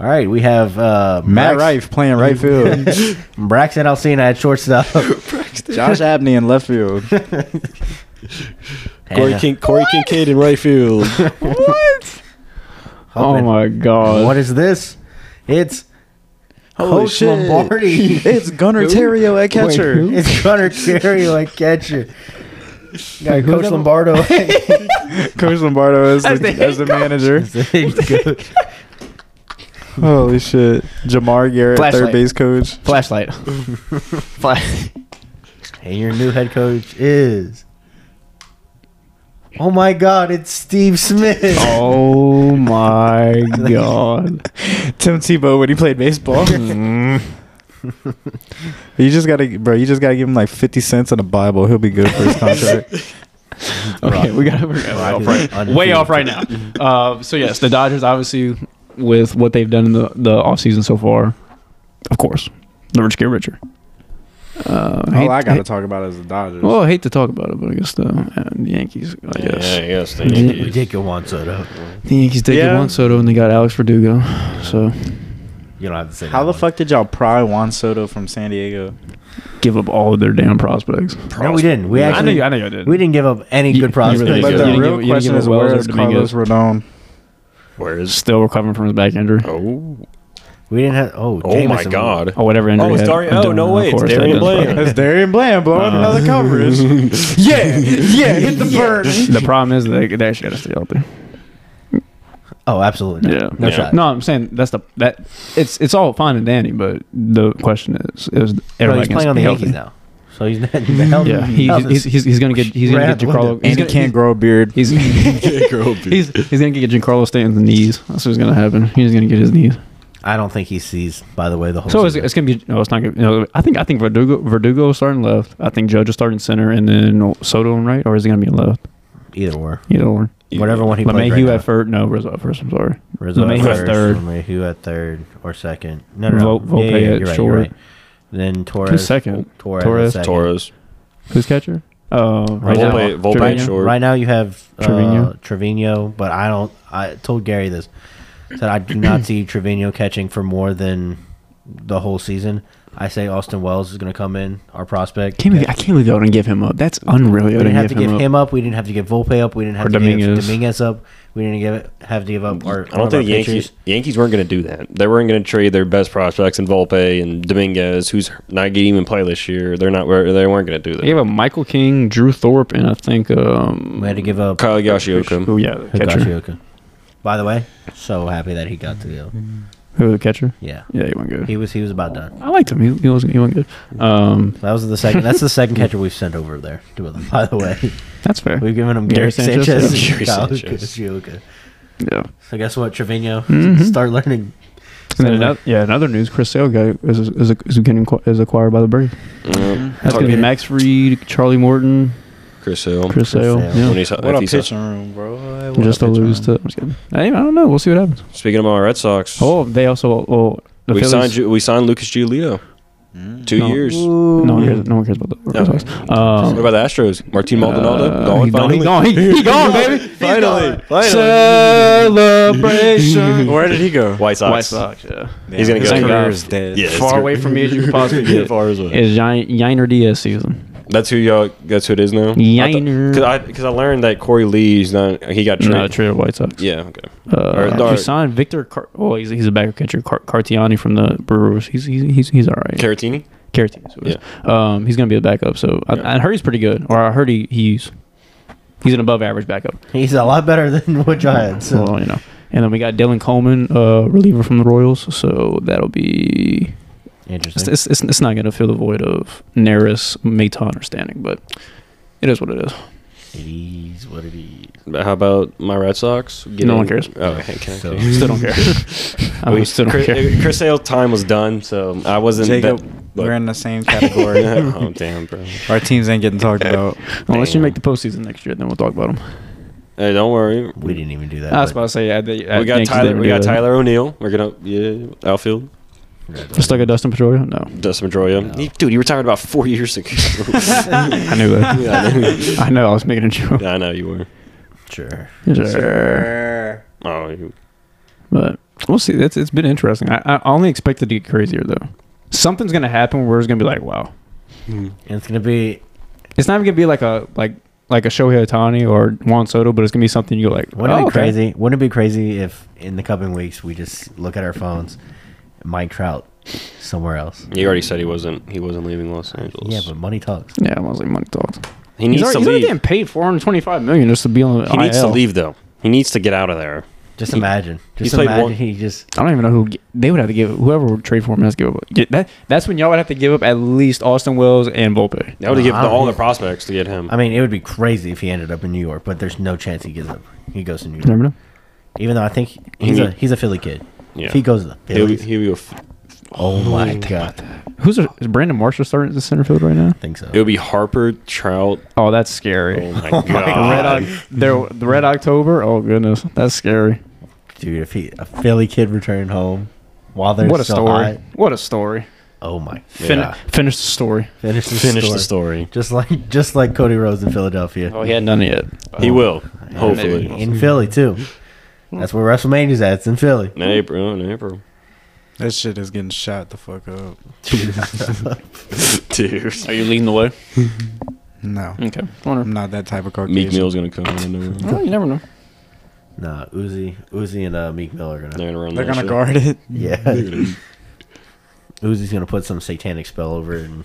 Speaker 3: all right, we have uh,
Speaker 1: Matt
Speaker 3: Brax-
Speaker 1: Rife playing right field.
Speaker 3: Braxton Alcina at shortstop,
Speaker 1: Josh Abney in left field.
Speaker 4: Corey,
Speaker 3: Yeah.
Speaker 4: Kin- Corey Kincaid in right field.
Speaker 2: Oh
Speaker 3: Hoping-
Speaker 2: my god!
Speaker 3: What is this? It's
Speaker 1: Holy
Speaker 3: Coach
Speaker 1: shit.
Speaker 3: Lombardi.
Speaker 1: It's Gunnar Terrio at catcher.
Speaker 2: who?
Speaker 3: it's Gunnar Cherry like catcher. Got
Speaker 2: Wait, who's
Speaker 3: Coach
Speaker 2: that-
Speaker 3: Lombardo.
Speaker 1: Coach Lombardo is the, as the manager. Holy shit. Jamar Garrett,
Speaker 2: Flashlight.
Speaker 1: third base coach.
Speaker 2: Flashlight. Flash.
Speaker 3: And your new head coach is. Oh my God! It's Steve Smith.
Speaker 2: Oh my god!
Speaker 1: Tim Tebow when he played baseball. you just gotta, bro. You just gotta give him like fifty cents and a Bible. He'll be good for his contract.
Speaker 2: Okay, we got
Speaker 3: Rock
Speaker 2: to
Speaker 3: is
Speaker 2: way
Speaker 3: undefeated.
Speaker 2: off right now. Uh, so yes, the Dodgers obviously with what they've done in the the off season so far, of course, the rich get richer. Uh,
Speaker 4: Oh,
Speaker 2: I hate-
Speaker 1: All I
Speaker 2: hate-
Speaker 1: gotta talk about is the Dodgers.
Speaker 2: Well, I hate to talk about it, but I guess the uh, the Yankees. I
Speaker 4: Yeah,
Speaker 2: guess
Speaker 4: yes.
Speaker 2: Yeah.
Speaker 4: Thank
Speaker 3: We
Speaker 4: you.
Speaker 3: did get Juan Soto.
Speaker 2: the Yankees did get
Speaker 4: Yeah.
Speaker 2: Juan Soto, and they got Alex Verdugo. So
Speaker 3: You don't have to say.
Speaker 1: How
Speaker 3: that
Speaker 1: the
Speaker 3: one.
Speaker 1: fuck did y'all pry Juan Soto from San Diego?
Speaker 2: give up all of their damn prospects.
Speaker 3: No, we didn't. We
Speaker 4: Yeah.
Speaker 2: I know,
Speaker 3: actually
Speaker 2: you, I know you did.
Speaker 3: we didn't give up any
Speaker 2: You-
Speaker 3: good
Speaker 2: you really
Speaker 3: prospects.
Speaker 4: did.
Speaker 1: But
Speaker 4: You
Speaker 1: the
Speaker 4: didn't
Speaker 1: real
Speaker 2: give- you didn't
Speaker 1: question
Speaker 2: give
Speaker 1: is
Speaker 2: Wells
Speaker 1: where
Speaker 2: or
Speaker 1: is
Speaker 2: Dominguez.
Speaker 1: Carlos Rodon?
Speaker 4: Where is?
Speaker 2: Still recovering from his back injury
Speaker 4: Oh,
Speaker 3: we didn't have. Oh,
Speaker 4: oh my
Speaker 3: Jameson.
Speaker 4: God.
Speaker 2: or whatever injury.
Speaker 4: Oh, it's
Speaker 2: he had.
Speaker 4: Dari- oh, no
Speaker 2: Of
Speaker 4: way, it's
Speaker 2: course,
Speaker 4: Darian
Speaker 2: that does-
Speaker 4: Blaine.
Speaker 1: That's Darian Bland blowing
Speaker 2: Uh.
Speaker 1: another coverage. yeah, yeah, hit the burn.
Speaker 2: The problem is they, they actually got to stay healthy.
Speaker 3: Oh, absolutely.
Speaker 2: Yeah,
Speaker 3: Not. No
Speaker 4: Yeah.
Speaker 3: shot.
Speaker 2: No, I'm saying that's the that it's it's all fine and dandy, but the question is is
Speaker 3: Bro,
Speaker 2: everybody
Speaker 3: he's playing on the Yankees now, so he's not. the health-
Speaker 2: Yeah, he,
Speaker 3: health
Speaker 2: he's,
Speaker 3: is-
Speaker 2: he's, he's gonna get he's gonna get
Speaker 3: Right out the
Speaker 2: Giancarlo
Speaker 3: window.
Speaker 2: he's
Speaker 1: And he
Speaker 2: gonna,
Speaker 1: can't grow a beard.
Speaker 2: He's he's he's gonna get Giancarlo Stanton's knees. That's what's gonna happen. He's gonna get his knees.
Speaker 3: I don't think he sees. By the way, the whole.
Speaker 2: So it's,
Speaker 3: season.
Speaker 2: it's gonna be no, it's not gonna. You know, I think I think Verdugo Verdugo is starting left. I think Judge is starting center, and then Soto on right, or is he gonna be left?
Speaker 3: either or
Speaker 2: Either one.
Speaker 3: whatever one he plays right
Speaker 2: LeMahieu
Speaker 3: now.
Speaker 2: at first. No, Rizzo at first. I'm sorry.
Speaker 3: Rizzo
Speaker 2: LeMahieu
Speaker 3: at
Speaker 2: at
Speaker 3: first,
Speaker 2: third.
Speaker 3: LeMahieu at third or second. No, no, no.
Speaker 2: Vol- Volpe at
Speaker 3: you're right,
Speaker 2: short.
Speaker 3: you're right. Then Torres.
Speaker 2: Who's second? Torres.
Speaker 3: Torres. Torres. Second.
Speaker 4: Torres.
Speaker 2: Who's catcher? Uh, right
Speaker 4: Volpe-
Speaker 2: now,
Speaker 4: Volpe at
Speaker 2: Trevino?
Speaker 4: short.
Speaker 3: Right now you have uh, Trevino.
Speaker 2: Trevino.
Speaker 3: but I don't. I told Gary this. Said I do not see Trevino catching for more than the whole season. I say Austin Wells is going to come in, our prospect.
Speaker 2: Can't believe, I can't believe y'all didn't give him up. That's unreal. Y'all
Speaker 3: we didn't
Speaker 2: didn't
Speaker 3: have to
Speaker 2: give
Speaker 3: give
Speaker 2: him, up.
Speaker 3: him up. We didn't have to give Volpe up. We didn't have
Speaker 2: Or
Speaker 3: to
Speaker 2: Dominguez.
Speaker 3: give Dominguez up. We didn't give it, have to give up our.
Speaker 4: I don't think the Yankees Yankees weren't going to do that. They weren't going to trade their best prospects in Volpe and Dominguez, who's not going to even play this year. They're not. They weren't going to do
Speaker 2: They gave
Speaker 4: that.
Speaker 2: up Michael King, Drew Thorpe, and I think um,
Speaker 3: We had to give up
Speaker 4: Kyle Yashioka.
Speaker 2: Oh yeah, the catcher.
Speaker 3: Higashioka. By the way, so happy that he got to go.
Speaker 2: Who was the catcher?
Speaker 3: Yeah,
Speaker 2: Yeah, he went good.
Speaker 3: he was he was about done.
Speaker 2: I liked him. He, he wasn't. He went good. Um,
Speaker 3: That was the second. That's the second catcher we've sent over there. to them, By the way,
Speaker 2: that's fair.
Speaker 3: we've given him
Speaker 2: Gary
Speaker 3: Gary
Speaker 2: Sanchez?
Speaker 3: Sanchez,
Speaker 4: Yeah.
Speaker 3: and
Speaker 4: Gary
Speaker 3: Kyle
Speaker 4: Sanchez.
Speaker 3: Higashioka.
Speaker 2: yeah.
Speaker 3: So guess what, Trevino?
Speaker 2: Mhm.
Speaker 3: Start learning.
Speaker 2: And then
Speaker 3: So-
Speaker 2: another, yeah, another news: Chris Sale guy is is, is getting acqu- is acquired by the Braves.
Speaker 4: Yep.
Speaker 2: That's gonna be
Speaker 3: Target.
Speaker 2: Max Reed, Charlie Morton,
Speaker 4: Oh, Chris Hill.
Speaker 2: Chris Sale.
Speaker 3: Sale.
Speaker 2: Yeah.
Speaker 4: When he's-
Speaker 1: What
Speaker 4: if
Speaker 1: a
Speaker 4: he's-
Speaker 1: pitching room, bro. What a
Speaker 2: Just to
Speaker 1: pitching
Speaker 2: lose
Speaker 1: room.
Speaker 2: to. I'm just kidding. I, I don't know. We'll see what happens.
Speaker 4: Speaking about Red Sox,
Speaker 2: Oh, they also. Oh, the
Speaker 4: we
Speaker 2: Phillies-
Speaker 4: signed Ju- we signed Lucas Giolito.
Speaker 1: Mm.
Speaker 4: Two
Speaker 2: No. Oh.
Speaker 4: years.
Speaker 2: No one cares. No one cares about the
Speaker 4: No.
Speaker 2: Red Sox. Um,
Speaker 4: what about the Astros? Martin Maldonado.
Speaker 2: uh,
Speaker 4: gone
Speaker 2: he gone. He
Speaker 4: finally?
Speaker 2: gone. He, he gone, baby.
Speaker 4: Finally, finally.
Speaker 2: Celebration.
Speaker 1: Where did he go?
Speaker 4: White Sox.
Speaker 2: White Sox. Yeah.
Speaker 1: Damn,
Speaker 4: He's gonna
Speaker 1: his
Speaker 4: go.
Speaker 1: career is dead.
Speaker 4: Yeah.
Speaker 2: Far away from me as you could possibly
Speaker 4: Yeah,
Speaker 2: get.
Speaker 4: far as well.
Speaker 2: It's Yiner Diaz season.
Speaker 4: That's who y'all. That's who it is now.
Speaker 2: Yiner.
Speaker 4: Because I because I learned that Corey Lee's not. He got traded.
Speaker 2: No, traded White Sox.
Speaker 4: yeah. Okay.
Speaker 2: Uh,
Speaker 4: Or-
Speaker 2: we signed Victor. Car- oh, he's, he's a backup catcher. Car- Cartiani from the Brewers. He's he's he's, he's all right.
Speaker 4: Caratini.
Speaker 2: Caratini. is what it is. Um, he's gonna be a backup. So
Speaker 4: Yeah.
Speaker 2: I, I heard he's pretty good, or I heard he he's he's an above average backup.
Speaker 3: He's a lot better than what I had. So
Speaker 2: Well, you know. And then we got Dylan Coleman, uh, reliever from the Royals. So that'll be it's,
Speaker 3: interesting.
Speaker 2: it's, it's, it's not gonna fill the void of Naris, Maton, or Standing, but it is what it is.
Speaker 3: It is what it is.
Speaker 4: But How about my Red Sox?
Speaker 2: No one cares.
Speaker 4: Oh, okay. Can I
Speaker 3: So-
Speaker 4: care?
Speaker 2: Still don't care.
Speaker 3: Oh,
Speaker 2: I
Speaker 4: We-
Speaker 2: still don't
Speaker 4: Chris,
Speaker 2: care.
Speaker 4: Chris Sale's time was done, so I wasn't.
Speaker 1: Jacob,
Speaker 4: that-
Speaker 1: we're in the same category.
Speaker 4: oh damn, bro!
Speaker 1: Our teams ain't getting talked about.
Speaker 2: Unless you
Speaker 4: Damn.
Speaker 2: make the postseason next year, then we'll talk about him.
Speaker 4: Hey, don't worry.
Speaker 3: We didn't even do that.
Speaker 2: I was about
Speaker 3: but-
Speaker 2: to say, yeah, uh, they,
Speaker 4: we got Tyler. We got Tyler O'Neill. We're gonna yeah outfield.
Speaker 2: Just like a Dustin Pedroia? No.
Speaker 4: Dustin Pedroia.
Speaker 3: No.
Speaker 4: He- dude, you retired about four years ago.
Speaker 2: I knew that.
Speaker 4: Yeah, I know.
Speaker 2: I know, I was making a joke.
Speaker 4: Yeah, I know you were.
Speaker 3: Sure.
Speaker 2: Sure.
Speaker 4: Oh, you,
Speaker 2: But we'll see. That's, it's been interesting. I, I only expect it to get crazier, though. Something's going to happen where it's going to be like, wow.
Speaker 3: And it's gonna be
Speaker 2: It's not even going to be like a like like a Shohei Otani or Juan Soto, but it's going to be something you go like,
Speaker 3: wouldn't
Speaker 2: oh,
Speaker 3: it be
Speaker 2: okay.
Speaker 3: crazy? Wouldn't it be crazy if in the coming weeks we just look at our phones, Mike Trout somewhere else?
Speaker 4: you already said he wasn't. He wasn't leaving Los Angeles.
Speaker 3: Yeah, but money talks.
Speaker 2: Yeah, I was like, money talks.
Speaker 4: he
Speaker 2: He's,
Speaker 4: needs
Speaker 2: already,
Speaker 4: to
Speaker 2: he's already
Speaker 4: leave.
Speaker 2: getting paid 425 million just to be on the
Speaker 4: He needs to
Speaker 2: IL.
Speaker 4: leave though. He needs to get out of there.
Speaker 3: Just
Speaker 4: He-
Speaker 3: imagine.
Speaker 4: he's
Speaker 3: Just
Speaker 4: played
Speaker 3: imagine
Speaker 4: one-
Speaker 3: he just
Speaker 2: I don't even know who g- they would have to give whoever would trade for him has to give up. yeah, that that's when y'all would have to give up at least Austin Wells and Volpe.
Speaker 4: That would
Speaker 3: No,
Speaker 4: give
Speaker 3: I don't
Speaker 4: all
Speaker 3: think-
Speaker 4: the prospects to get him.
Speaker 3: I mean, it would be crazy if he ended up in New York, but there's no chance he gives up. He goes to New
Speaker 2: You never
Speaker 3: York.
Speaker 2: know.
Speaker 3: Even though I think he's a
Speaker 4: need-
Speaker 3: he's a Philly kid.
Speaker 4: yeah.
Speaker 3: If he goes to the
Speaker 4: He'll be,
Speaker 3: Phillies,
Speaker 4: he'll be a f-
Speaker 3: oh my god,
Speaker 2: Who's a, is Brandon Marshall starting at the center field right now?
Speaker 3: I think so.
Speaker 4: it'll be Harper Trout.
Speaker 2: Oh, that's scary.
Speaker 4: Oh my
Speaker 2: The red,
Speaker 4: god!
Speaker 2: Oc- their- the red October. Oh goodness, that's scary.
Speaker 3: Dude, if he a Philly kid returned home while they're
Speaker 2: what a
Speaker 3: still
Speaker 2: story!
Speaker 3: hot,
Speaker 2: What a story!
Speaker 3: oh my
Speaker 2: Fin-
Speaker 3: god,
Speaker 2: Finish the story.
Speaker 3: finish the
Speaker 4: Finish
Speaker 3: story.
Speaker 4: the story.
Speaker 3: Just like just like Cody Rhodes in Philadelphia.
Speaker 2: Oh, he had none yet.
Speaker 4: He will
Speaker 3: Yeah,
Speaker 4: hopefully.
Speaker 3: maybe. in Philly too. That's where WrestleMania's at. It's in Philly.
Speaker 4: In April, in April.
Speaker 1: That shit is getting shot the fuck up.
Speaker 4: Dude.
Speaker 7: Are you leading the way?
Speaker 1: No,
Speaker 7: Okay.
Speaker 1: I'm not that type of
Speaker 4: Meek
Speaker 1: Caucasian.
Speaker 4: Mill's gonna come in uh, and
Speaker 2: Well, you never know.
Speaker 3: Nah, Uzi, Uzi, and uh, Meek Mill are gonna.
Speaker 4: they're gonna run
Speaker 1: They're
Speaker 4: that
Speaker 1: gonna guard
Speaker 4: shit.
Speaker 1: it.
Speaker 3: Yeah, Uzi's gonna put some satanic spell over it, and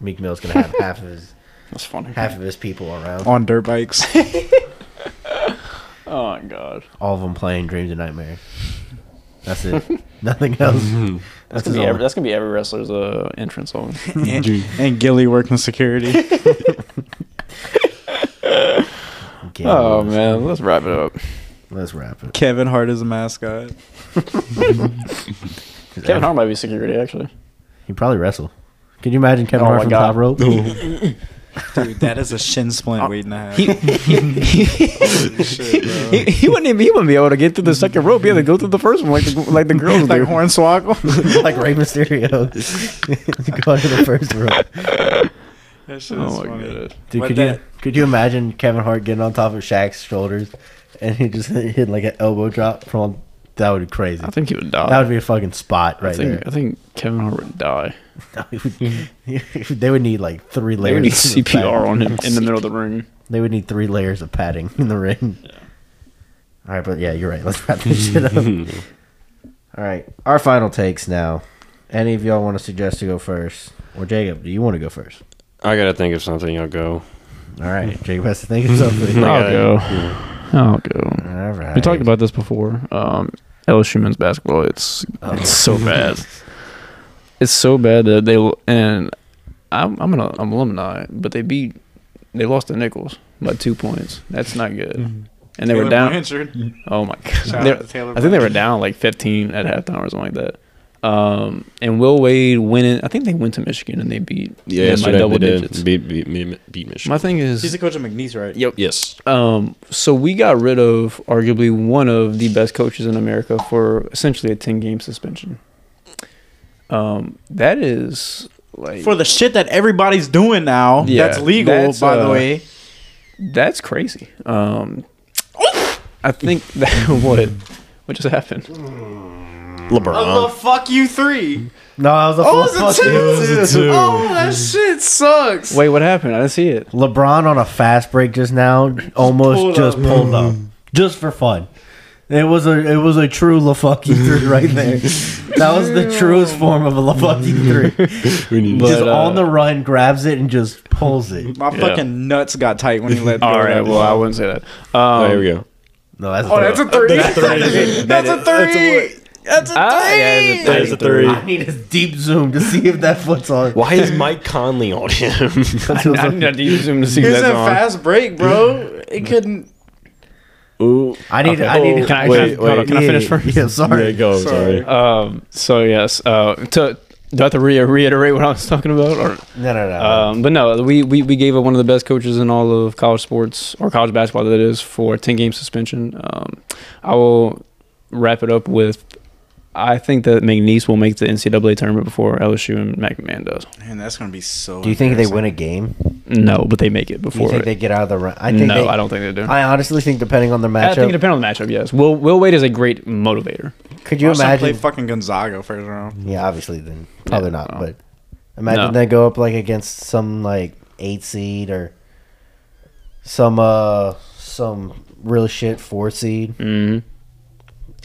Speaker 3: Meek Mill's gonna have half of his
Speaker 7: That's funny.
Speaker 3: half of his people around.
Speaker 1: on dirt bikes.
Speaker 7: Oh my god.
Speaker 3: All of them playing Dreams and Nightmares. That's it. Nothing else.
Speaker 7: Mm-hmm. That's,
Speaker 3: That's his
Speaker 7: gonna be every,
Speaker 3: only.
Speaker 7: that's gonna be every wrestler's uh, entrance song.
Speaker 1: and, and Gilly working security.
Speaker 3: game.
Speaker 7: oh man, let's wrap it up.
Speaker 3: Let's wrap it.
Speaker 1: Kevin Hart is a mascot.
Speaker 7: Kevin Hart might be security actually.
Speaker 3: He probably wrestle. Can you imagine Kevin
Speaker 7: Oh
Speaker 3: Hart
Speaker 7: my
Speaker 3: from
Speaker 7: God.
Speaker 3: top rope?
Speaker 1: Dude, that is a shin splint waiting to happen.
Speaker 2: He, he,
Speaker 1: Holy shit, bro.
Speaker 2: he, he wouldn't even, he wouldn't be able to get through the second rope. He had to go through the first one like the, like the girls
Speaker 1: like
Speaker 2: do. Oh
Speaker 1: Hornswoggle.
Speaker 3: like Rey Mysterio. Go to the first rope.
Speaker 1: That shit
Speaker 7: Oh my god.
Speaker 3: Dude,
Speaker 1: What
Speaker 3: could
Speaker 1: the-
Speaker 3: you could you imagine Kevin Hart getting on top of Shaq's shoulders and he just hit like an elbow drop from that would be crazy.
Speaker 2: I think he would die.
Speaker 3: That would be a fucking spot
Speaker 2: I
Speaker 3: right
Speaker 2: think
Speaker 3: there.
Speaker 2: I think Kevin Hart would die.
Speaker 3: they would need like three
Speaker 2: They
Speaker 3: layers.
Speaker 2: would need
Speaker 3: of padding.
Speaker 2: CPR on him in the middle of the ring.
Speaker 3: They would need three layers of padding in the ring. All right, but yeah, you're right. Let's wrap this shit up. All right, our final takes now. Any of y'all want to suggest to go first, or Jacob? Do you want to go first?
Speaker 4: I gotta think of something. I'll go.
Speaker 3: All right, Jacob has to think of something.
Speaker 4: No.
Speaker 3: All
Speaker 2: Hmm. I'll
Speaker 4: gotta-
Speaker 2: go. I'll go.
Speaker 3: right,
Speaker 2: We talked about this before. Um, LSU men's basketball. It's
Speaker 3: Oh.
Speaker 2: it's so bad. it's so bad that they and I'm I'm an I'm alumni, but they beat they lost to Nichols by two points. That's not good.
Speaker 3: Mm-hmm.
Speaker 2: And they were down. Oh my god! They're- I think they were down like 15 at halftime or something like that. Um, and Will Wade winning. I think they went to Michigan and they beat them
Speaker 4: Yeah,
Speaker 2: by
Speaker 4: yesterday
Speaker 2: double
Speaker 4: they did.
Speaker 2: digits.
Speaker 4: Beat, beat, beat, beat Michigan.
Speaker 2: My thing is
Speaker 1: He's the coach of McNeese, right?
Speaker 2: Yep.
Speaker 4: yes.
Speaker 2: um, so we got rid of arguably one of the best coaches in America for essentially a ten game suspension. Um, that is like
Speaker 1: For the shit that everybody's doing now,
Speaker 2: Yeah,
Speaker 1: that's legal,
Speaker 2: that's,
Speaker 1: by
Speaker 2: uh,
Speaker 1: the way.
Speaker 2: that's crazy. Um, I think that what what just happened.
Speaker 1: What the
Speaker 4: LeBron.
Speaker 1: fuck you three?
Speaker 3: No, that was a
Speaker 1: Oh, it was
Speaker 3: full
Speaker 1: a two. Oh, that shit sucks.
Speaker 2: Wait, what happened? I didn't see it.
Speaker 3: LeBron on a fast break just now, almost
Speaker 1: Pulled
Speaker 3: just
Speaker 1: up.
Speaker 3: pulled up, just for fun. It was a it was a true LaFucky three right there. That was the truest form of a LaFucky three.
Speaker 4: We need-
Speaker 2: But,
Speaker 3: just
Speaker 2: uh,
Speaker 3: on the run, grabs it and just pulls it.
Speaker 1: My fucking nuts got tight when he let go.
Speaker 2: All
Speaker 1: of
Speaker 2: right,
Speaker 1: that
Speaker 2: well, I
Speaker 1: ball.
Speaker 2: wouldn't say that. Um,
Speaker 4: oh, here we go.
Speaker 3: No, that's
Speaker 1: Oh, that's a three. That's a three. That's a three. That's a
Speaker 2: Ah, yeah,
Speaker 1: three.
Speaker 2: it's a three.
Speaker 4: There's a three.
Speaker 3: I need a deep zoom to see if that foot's on.
Speaker 4: Why is Mike Conley on him?
Speaker 3: That's what
Speaker 2: I
Speaker 3: I,
Speaker 2: need to use him to see
Speaker 1: It's
Speaker 2: that's
Speaker 1: a
Speaker 2: on.
Speaker 1: fast break, bro. It couldn't.
Speaker 4: Ooh.
Speaker 3: need. I need.
Speaker 2: Can I,
Speaker 4: Wait,
Speaker 2: can I, hold on,
Speaker 4: wait.
Speaker 2: can I finish
Speaker 3: yeah,
Speaker 2: first?
Speaker 3: Yeah,
Speaker 4: There
Speaker 3: sorry.
Speaker 4: you go.
Speaker 1: Sorry.
Speaker 4: Sorry.
Speaker 2: Um, so yes, uh, to do I have to re- reiterate what I was talking about, or
Speaker 3: No, no, no.
Speaker 2: um, but no, we, we we gave up one of the best coaches in all of college sports or college basketball that is for a ten game suspension. Um, I will wrap it up with. I think that McNeese will make the NCAA tournament before LSU and McMahon does.
Speaker 1: Man, that's gonna be so.
Speaker 3: Do you think they
Speaker 1: embarrassing.
Speaker 3: win a game?
Speaker 2: No, but they make it
Speaker 3: Do you
Speaker 2: before.
Speaker 3: think
Speaker 2: it.
Speaker 3: they get out of the run? I think.
Speaker 2: no,
Speaker 3: they,
Speaker 2: I don't think they do. I,
Speaker 3: I honestly think depending on their
Speaker 2: think it
Speaker 3: matchup,
Speaker 2: depends on the matchup. Yes, Will Will Wade is a great motivator.
Speaker 3: could you
Speaker 1: Watch them
Speaker 3: imagine?
Speaker 1: play fucking Gonzaga first round?
Speaker 3: Yeah, obviously, then probably not.
Speaker 2: no.
Speaker 3: But imagine
Speaker 2: No.
Speaker 3: they go up like against some like eight seed or some uh some real shit four seed.
Speaker 2: hmm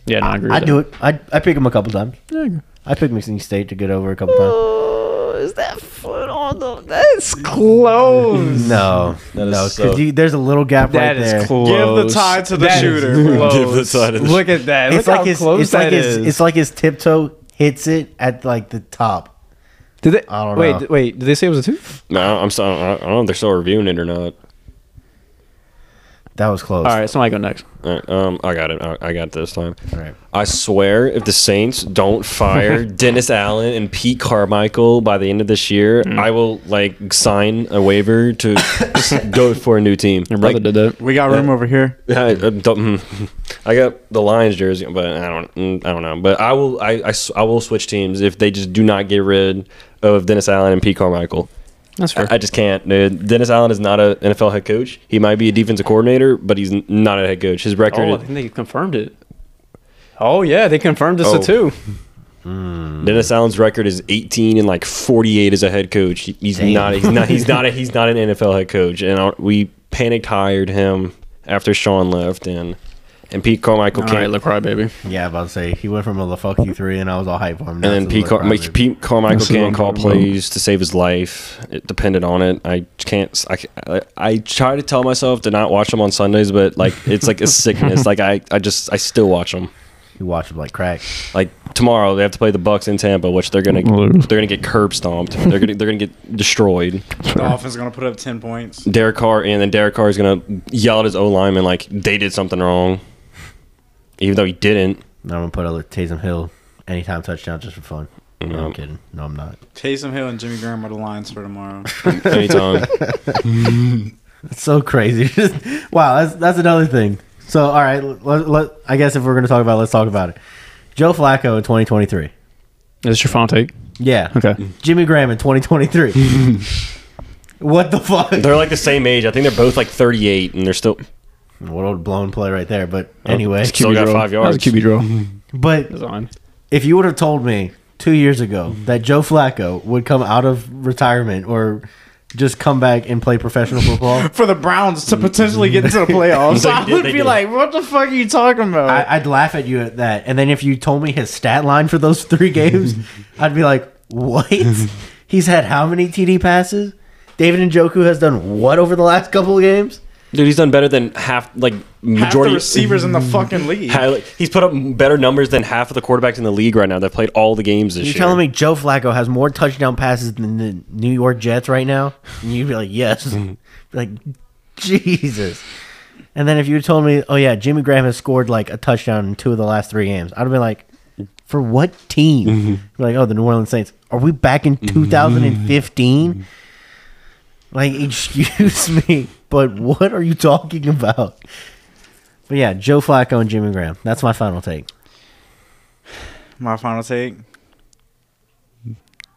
Speaker 2: Yeah, no, I agree.
Speaker 3: Mm-hmm.
Speaker 2: with
Speaker 3: I
Speaker 2: that.
Speaker 3: do it. I I pick them a couple times.
Speaker 2: Yeah, I agree.
Speaker 3: I picked Mississippi State to get over a couple times.
Speaker 2: Oh, is that foot on the? That's close.
Speaker 3: No,
Speaker 4: That is
Speaker 3: no,
Speaker 4: so-
Speaker 3: because there's a little gap right
Speaker 2: That is
Speaker 3: there.
Speaker 2: close.
Speaker 1: Give the tie to the
Speaker 2: That is
Speaker 1: shooter, bro.
Speaker 2: close.
Speaker 4: Give the tie to the
Speaker 2: Look at that. Look
Speaker 3: It's like
Speaker 2: how
Speaker 3: his.
Speaker 2: close
Speaker 3: It's like
Speaker 2: that
Speaker 3: his.
Speaker 2: is.
Speaker 3: It's like his tiptoe hits it at like the top.
Speaker 2: Did they,
Speaker 3: I don't
Speaker 2: wait,
Speaker 3: know.
Speaker 2: d- wait. Did they say it was a two?
Speaker 4: No, I'm sorry. I don't know if they're still reviewing it or not.
Speaker 3: That was close.
Speaker 2: All right, somebody go next.
Speaker 4: All right, um, I got it. I, I got it this time.
Speaker 3: All right.
Speaker 4: I swear, if the Saints don't fire Dennis Allen and Pete Carmichael by the end of this year, I will like sign a waiver to just go for a new team.
Speaker 2: Your brother did that.
Speaker 1: We got room over here.
Speaker 4: I, I don't- mm. I got the Lions jersey, but I don't. mm, I don't know. But I will. I, I s- I will switch teams if they just do not get rid of Dennis Allen and Pete Carmichael.
Speaker 2: That's fair.
Speaker 4: I, I just can't. Dude. Dennis Allen is not an NFL head coach. He might be a defensive coordinator, but he's n- not a head coach. His record.
Speaker 2: oh, I think they confirmed it. Oh yeah, they confirmed it's
Speaker 4: Oh.
Speaker 2: a two.
Speaker 4: Dennis Allen's record is 18 and like 48 as a head coach. He- He's not. He's not. He's not. A, he's not an NFL head coach. And I, we panicked hired him after Sean left, and and Pete Carmichael
Speaker 2: All
Speaker 4: came.
Speaker 2: right, Lacroix baby.
Speaker 3: Yeah, I was about to say he went from a LaFucky three, and I was all hype on him.
Speaker 4: and then Pete, Car- Mike- Pete Carmichael
Speaker 2: That's what I'm
Speaker 4: can't call
Speaker 2: talking about.
Speaker 4: plays to save his life. It depended on it. I can't. s- I, c- I- I try to tell myself to not watch them on Sundays, but like it's like a sickness. like I, I just I still watch them.
Speaker 3: You watch him like crack.
Speaker 4: Like tomorrow they have to play the Bucks in Tampa, which they're gonna
Speaker 2: Lose.
Speaker 4: they're gonna get curb stomped. They're gonna they're gonna get destroyed.
Speaker 1: The offense is gonna put up ten points.
Speaker 4: Derek Carr and then Derek Carr is gonna yell at his O lineman like they did something wrong, even though he didn't.
Speaker 3: And I'm gonna put a Taysom Hill anytime touchdown just for fun. No, I'm
Speaker 4: Nope.
Speaker 3: kidding. No, I'm not.
Speaker 1: Taysom Hill and Jimmy Graham are the lines for tomorrow.
Speaker 4: Anytime.
Speaker 3: It's so crazy. wow, that's that's another thing. So, all right, let, let, I guess if we're gonna talk about, it, let's talk about it. Joe Flacco in 2023.
Speaker 2: Is this your final take?
Speaker 3: Yeah.
Speaker 2: Okay.
Speaker 3: Jimmy Graham in 2023. what the fuck?
Speaker 4: they're like the same age. I think they're both like 38, and they're still
Speaker 3: What old blown play right there. But anyway,
Speaker 4: Oh, Still got five
Speaker 2: That was
Speaker 4: yards.
Speaker 2: a QB draw.
Speaker 3: but
Speaker 7: Design.
Speaker 3: if you would have told me two years ago that Joe Flacco would come out of retirement or just come back and play professional football,
Speaker 1: for the Browns to potentially get into the playoffs. so I
Speaker 4: They did,
Speaker 1: would
Speaker 4: they
Speaker 1: be
Speaker 4: did.
Speaker 1: like, what the fuck are you talking about?
Speaker 3: I, I'd laugh at you at that. And then if you told me his stat line for those three games, I'd be like, what? He's had how many TD passes? David Njoku has done what over the last couple of games?
Speaker 4: Dude, he's done better than half, like
Speaker 1: Half
Speaker 4: majority
Speaker 1: the receivers in the fucking league.
Speaker 4: Hi- like, He's put up better numbers than half of the quarterbacks in the league right now that played all the games this
Speaker 3: You're
Speaker 4: year.
Speaker 3: telling me Joe Flacco has more touchdown passes than the New York Jets right now? And you'd be like, yes. Be like, Jesus. And then if you told me, oh, yeah, Jimmy Graham has scored like a touchdown in two of the last three games, I'd have been like, for what team?
Speaker 4: Mm-hmm.
Speaker 3: Be Like, oh, the New Orleans Saints. Are we back in 2015? Like, excuse me, but what are you talking about? But yeah, Joe Flacco and Jimmy Graham. That's my final take.
Speaker 1: My final take.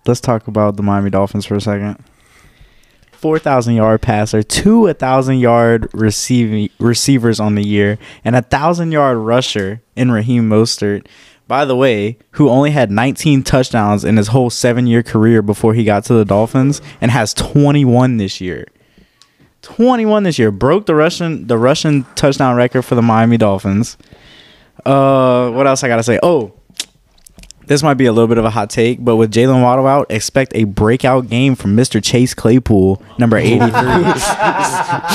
Speaker 1: Let's talk about the Miami Dolphins for a second. Four thousand yard passer, two thousand yard receiving receivers on the year, and a thousand yard rusher in Raheem Mostert. By the way, who only had 19 touchdowns in his whole seven-year career before he got to the Dolphins, and has 21 this year. 21 this year broke the Russian the Russian touchdown record for the Miami Dolphins. Uh, what else I gotta say? Oh, this might be a little bit of a hot take, but with Jalen Waddle out, expect a breakout game from Mr. Chase Claypool, number 83.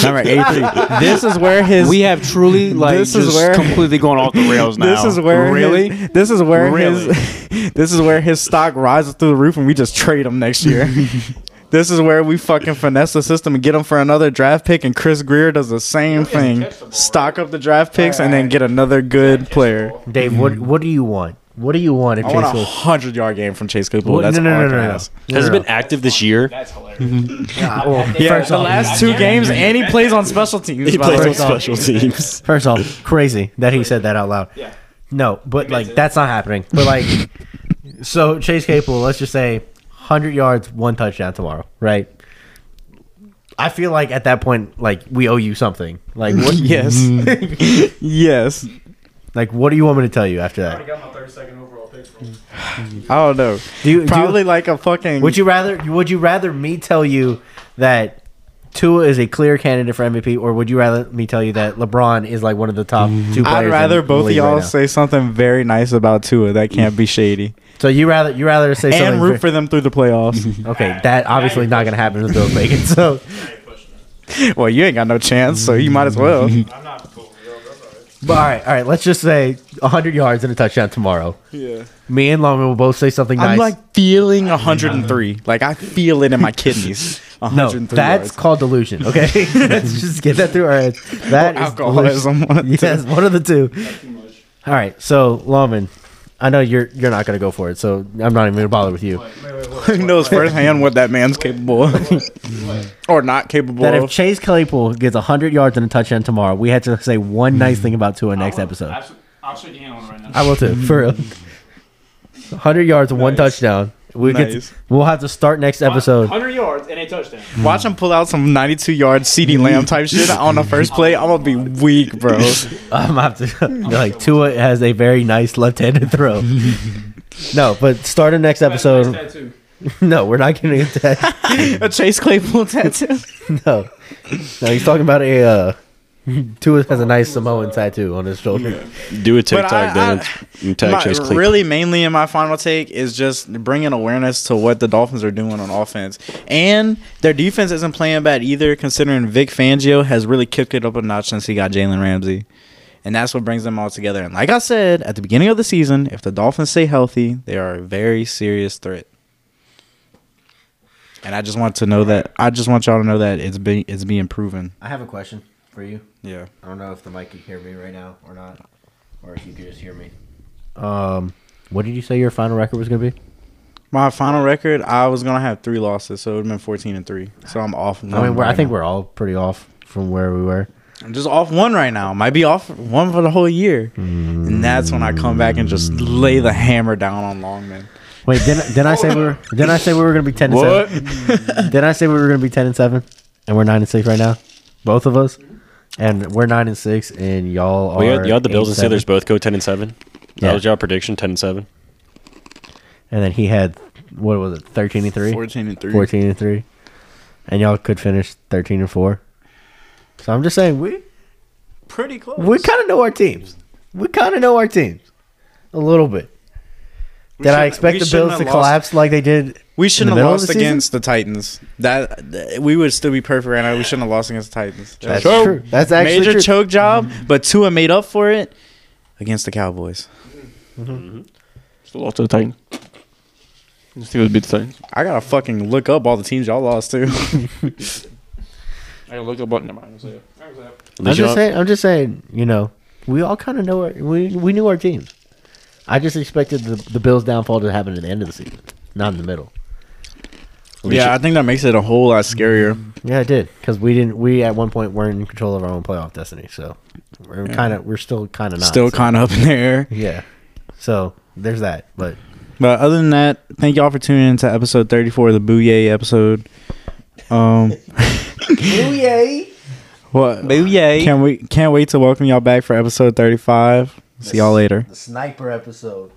Speaker 1: number 83. This is where his
Speaker 7: We have truly like
Speaker 1: This is
Speaker 7: just
Speaker 1: where-
Speaker 7: completely going off the rails now.
Speaker 1: This is where
Speaker 7: really
Speaker 1: his- this is where
Speaker 7: Really?
Speaker 1: his this is where his stock rises through the roof, and we just trade him next year. this is where we fucking finesse the system and get him for another draft pick, and Chris Greer does the same thing: stock up the draft picks and then get another good player.
Speaker 3: Dave, what
Speaker 4: Mm-hmm.
Speaker 3: what do you want? What do you want if
Speaker 1: I
Speaker 3: Chase
Speaker 1: want a
Speaker 3: Claypool-
Speaker 1: hundred yard game from Chase Claypool.
Speaker 3: Well,
Speaker 1: That's
Speaker 3: no, no,
Speaker 1: all
Speaker 3: no,
Speaker 1: I
Speaker 3: no,
Speaker 1: can
Speaker 3: no, no.
Speaker 1: ask.
Speaker 4: Has it been active this year?
Speaker 3: Ah, well,
Speaker 1: Yeah,
Speaker 3: first,
Speaker 1: the
Speaker 3: off,
Speaker 1: last two games, and he plays on special teams.
Speaker 4: He
Speaker 1: by the
Speaker 4: plays on
Speaker 1: way.
Speaker 4: special teams.
Speaker 3: first off, crazy that he said that out loud. Yeah. No, but like that's not happening. But like, so Chase Claypool, let's just say, hundred yards, one touchdown tomorrow, right? I feel like at that point, like we owe you something. Like what?
Speaker 1: Yes, yes.
Speaker 3: like what do you want me to tell you after that?
Speaker 1: I don't know.
Speaker 3: Do you, do you-
Speaker 1: Probably like a fucking.
Speaker 3: would you rather? Would you rather me tell you that? Tua is a clear candidate for MVP, or would you rather me tell you that LeBron is like one of the top two players?
Speaker 1: Mm-hmm. I'd
Speaker 3: in
Speaker 1: rather
Speaker 3: the
Speaker 1: both of
Speaker 3: league right
Speaker 1: y'all all
Speaker 3: now?
Speaker 1: say something very nice about Tua that can't be shady
Speaker 3: So you rather you rather say something
Speaker 1: and root
Speaker 3: ve-
Speaker 1: for them through the playoffs.
Speaker 3: Okay, that obviously not going to happen with Bill Bacon. So
Speaker 1: well, you ain't got no chance, so you might as well.
Speaker 3: But all right, all right. Let's just say 100 yards and a touchdown tomorrow. Yeah. Me and Longman will both say something nice.
Speaker 1: I'm like feeling 103. Like I feel it in my kidneys.
Speaker 3: no,
Speaker 1: 103
Speaker 3: that's
Speaker 1: yards.
Speaker 3: called delusion. Okay, let's just get that through our heads. That
Speaker 1: Or
Speaker 3: is
Speaker 1: alcoholism,
Speaker 3: delusion.
Speaker 1: one of the two.
Speaker 3: yes, one of the two. All right, so Longman, I know you're you're not going to go for it, so I'm not even going to bother with you.
Speaker 1: Who knows firsthand what that man's capable of, or not capable
Speaker 3: That if
Speaker 1: of?
Speaker 3: Chase Claypool gets 100 yards and a touchdown tomorrow, we had to say one nice thing about Tua next episode.
Speaker 7: I'll shake your hand on right now.
Speaker 3: Hmm. I will too, for real. 100 yards, and one touchdown. We
Speaker 1: Nice.
Speaker 3: get we'll have to start next episode.
Speaker 7: 100 yards and a touchdown.
Speaker 1: Watch him pull out some 92 yard CD Lamb type shit on the first play. I'm gonna be weak, bro.
Speaker 3: I'm gonna have to like Tua has a very nice left-handed throw. no, but start the next episode. No, we're not getting into that.
Speaker 1: A Chase Claypool tattoo.
Speaker 3: No, no, he's talking about a uh, Tua has a nice Samoan tattoo on his shoulder.
Speaker 4: Do a
Speaker 1: But I-
Speaker 4: TikTok dance and tag
Speaker 1: My-
Speaker 4: Chase Claypool.
Speaker 1: really, mainly in my final take is just bringing awareness to what the Dolphins are doing on offense, and their defense isn't playing bad either. Considering Vic Fangio has really kicked it up a notch since he got Jalen Ramsey, and that's what brings them all together. And like I said at the beginning of the season, if the Dolphins stay healthy, they are a very serious threat. And I just want to know that I just want y'all to know that it's being it's being proven.
Speaker 3: I have a question for you.
Speaker 1: Yeah.
Speaker 3: I don't know if the mic can hear me right now or not, or if you can just hear me. Um, what did you say your final record was gonna be?
Speaker 1: My final record, I was gonna have three losses, so it would have been fourteen and three. So I'm off.
Speaker 3: I mean, we're, I
Speaker 1: right
Speaker 3: think
Speaker 1: now.
Speaker 3: we're all pretty off from where we were.
Speaker 1: I'm just off one right now. Might be off one for the whole year. And that's when I come back and just lay the hammer down on Longman.
Speaker 3: Wait, didn't didn't I say we were didn't I say we were gonna be ten and seven? didn't I say we were gonna be ten and seven? And we're nine and six right now? Both of us? and we're nine and six, and y'all are.
Speaker 4: Well, you had, you had the Bills
Speaker 3: eight
Speaker 4: and
Speaker 3: seven.
Speaker 4: Steelers both go ten and seven.
Speaker 3: Yeah.
Speaker 4: That was your prediction, ten and seven.
Speaker 3: and then he had what was it, thirteen and three,
Speaker 1: 14 and 3.
Speaker 3: fourteen and three, and y'all could finish thirteen and four. So I'm just saying we
Speaker 1: Pretty close.
Speaker 3: we kind of know our teams. We kind of know our teams a little bit.
Speaker 1: We
Speaker 3: Did I
Speaker 1: shouldn't-
Speaker 3: expect
Speaker 1: we
Speaker 3: the
Speaker 1: shouldn't
Speaker 3: Bills to
Speaker 1: have lost-
Speaker 3: collapse like they did?
Speaker 1: We
Speaker 3: the
Speaker 1: shouldn't have
Speaker 3: middle of
Speaker 1: lost
Speaker 3: the season?
Speaker 1: against the Titans. That, that- we would still be perfect right now. We shouldn't have lost against the Titans.
Speaker 3: That's
Speaker 1: Choke.
Speaker 3: true. That's actually
Speaker 1: Major
Speaker 3: true. Mm-hmm.
Speaker 1: choke job, but Tua made up for it against the Cowboys.
Speaker 7: Still lost to the Titans. The Steelers beat the Titans.
Speaker 1: I gotta fucking look up all the teams y'all lost to.
Speaker 7: I looked up. Never mind.
Speaker 3: I'm just saying. I'm just saying. You know, we all kind of know. Our, we we knew our teams. I just expected the the Bills' downfall to happen at the end of the season, not in the middle.
Speaker 1: yeah, I think that makes it a whole lot scarier.
Speaker 3: Yeah, it did because we didn't. We at one point weren't in control of our own playoff destiny, so we're kind of we're still kind of not
Speaker 1: Still
Speaker 3: so-
Speaker 1: kind of up in the air.
Speaker 3: yeah. So there's that, but
Speaker 1: But other than that, thank y'all for tuning in to episode 34 of the Booyah episode. Um,
Speaker 3: yay!
Speaker 1: what?
Speaker 7: Booyah.
Speaker 1: Can't wait! Can't wait to welcome y'all back for episode 35. See y'all later.
Speaker 3: The sniper episode.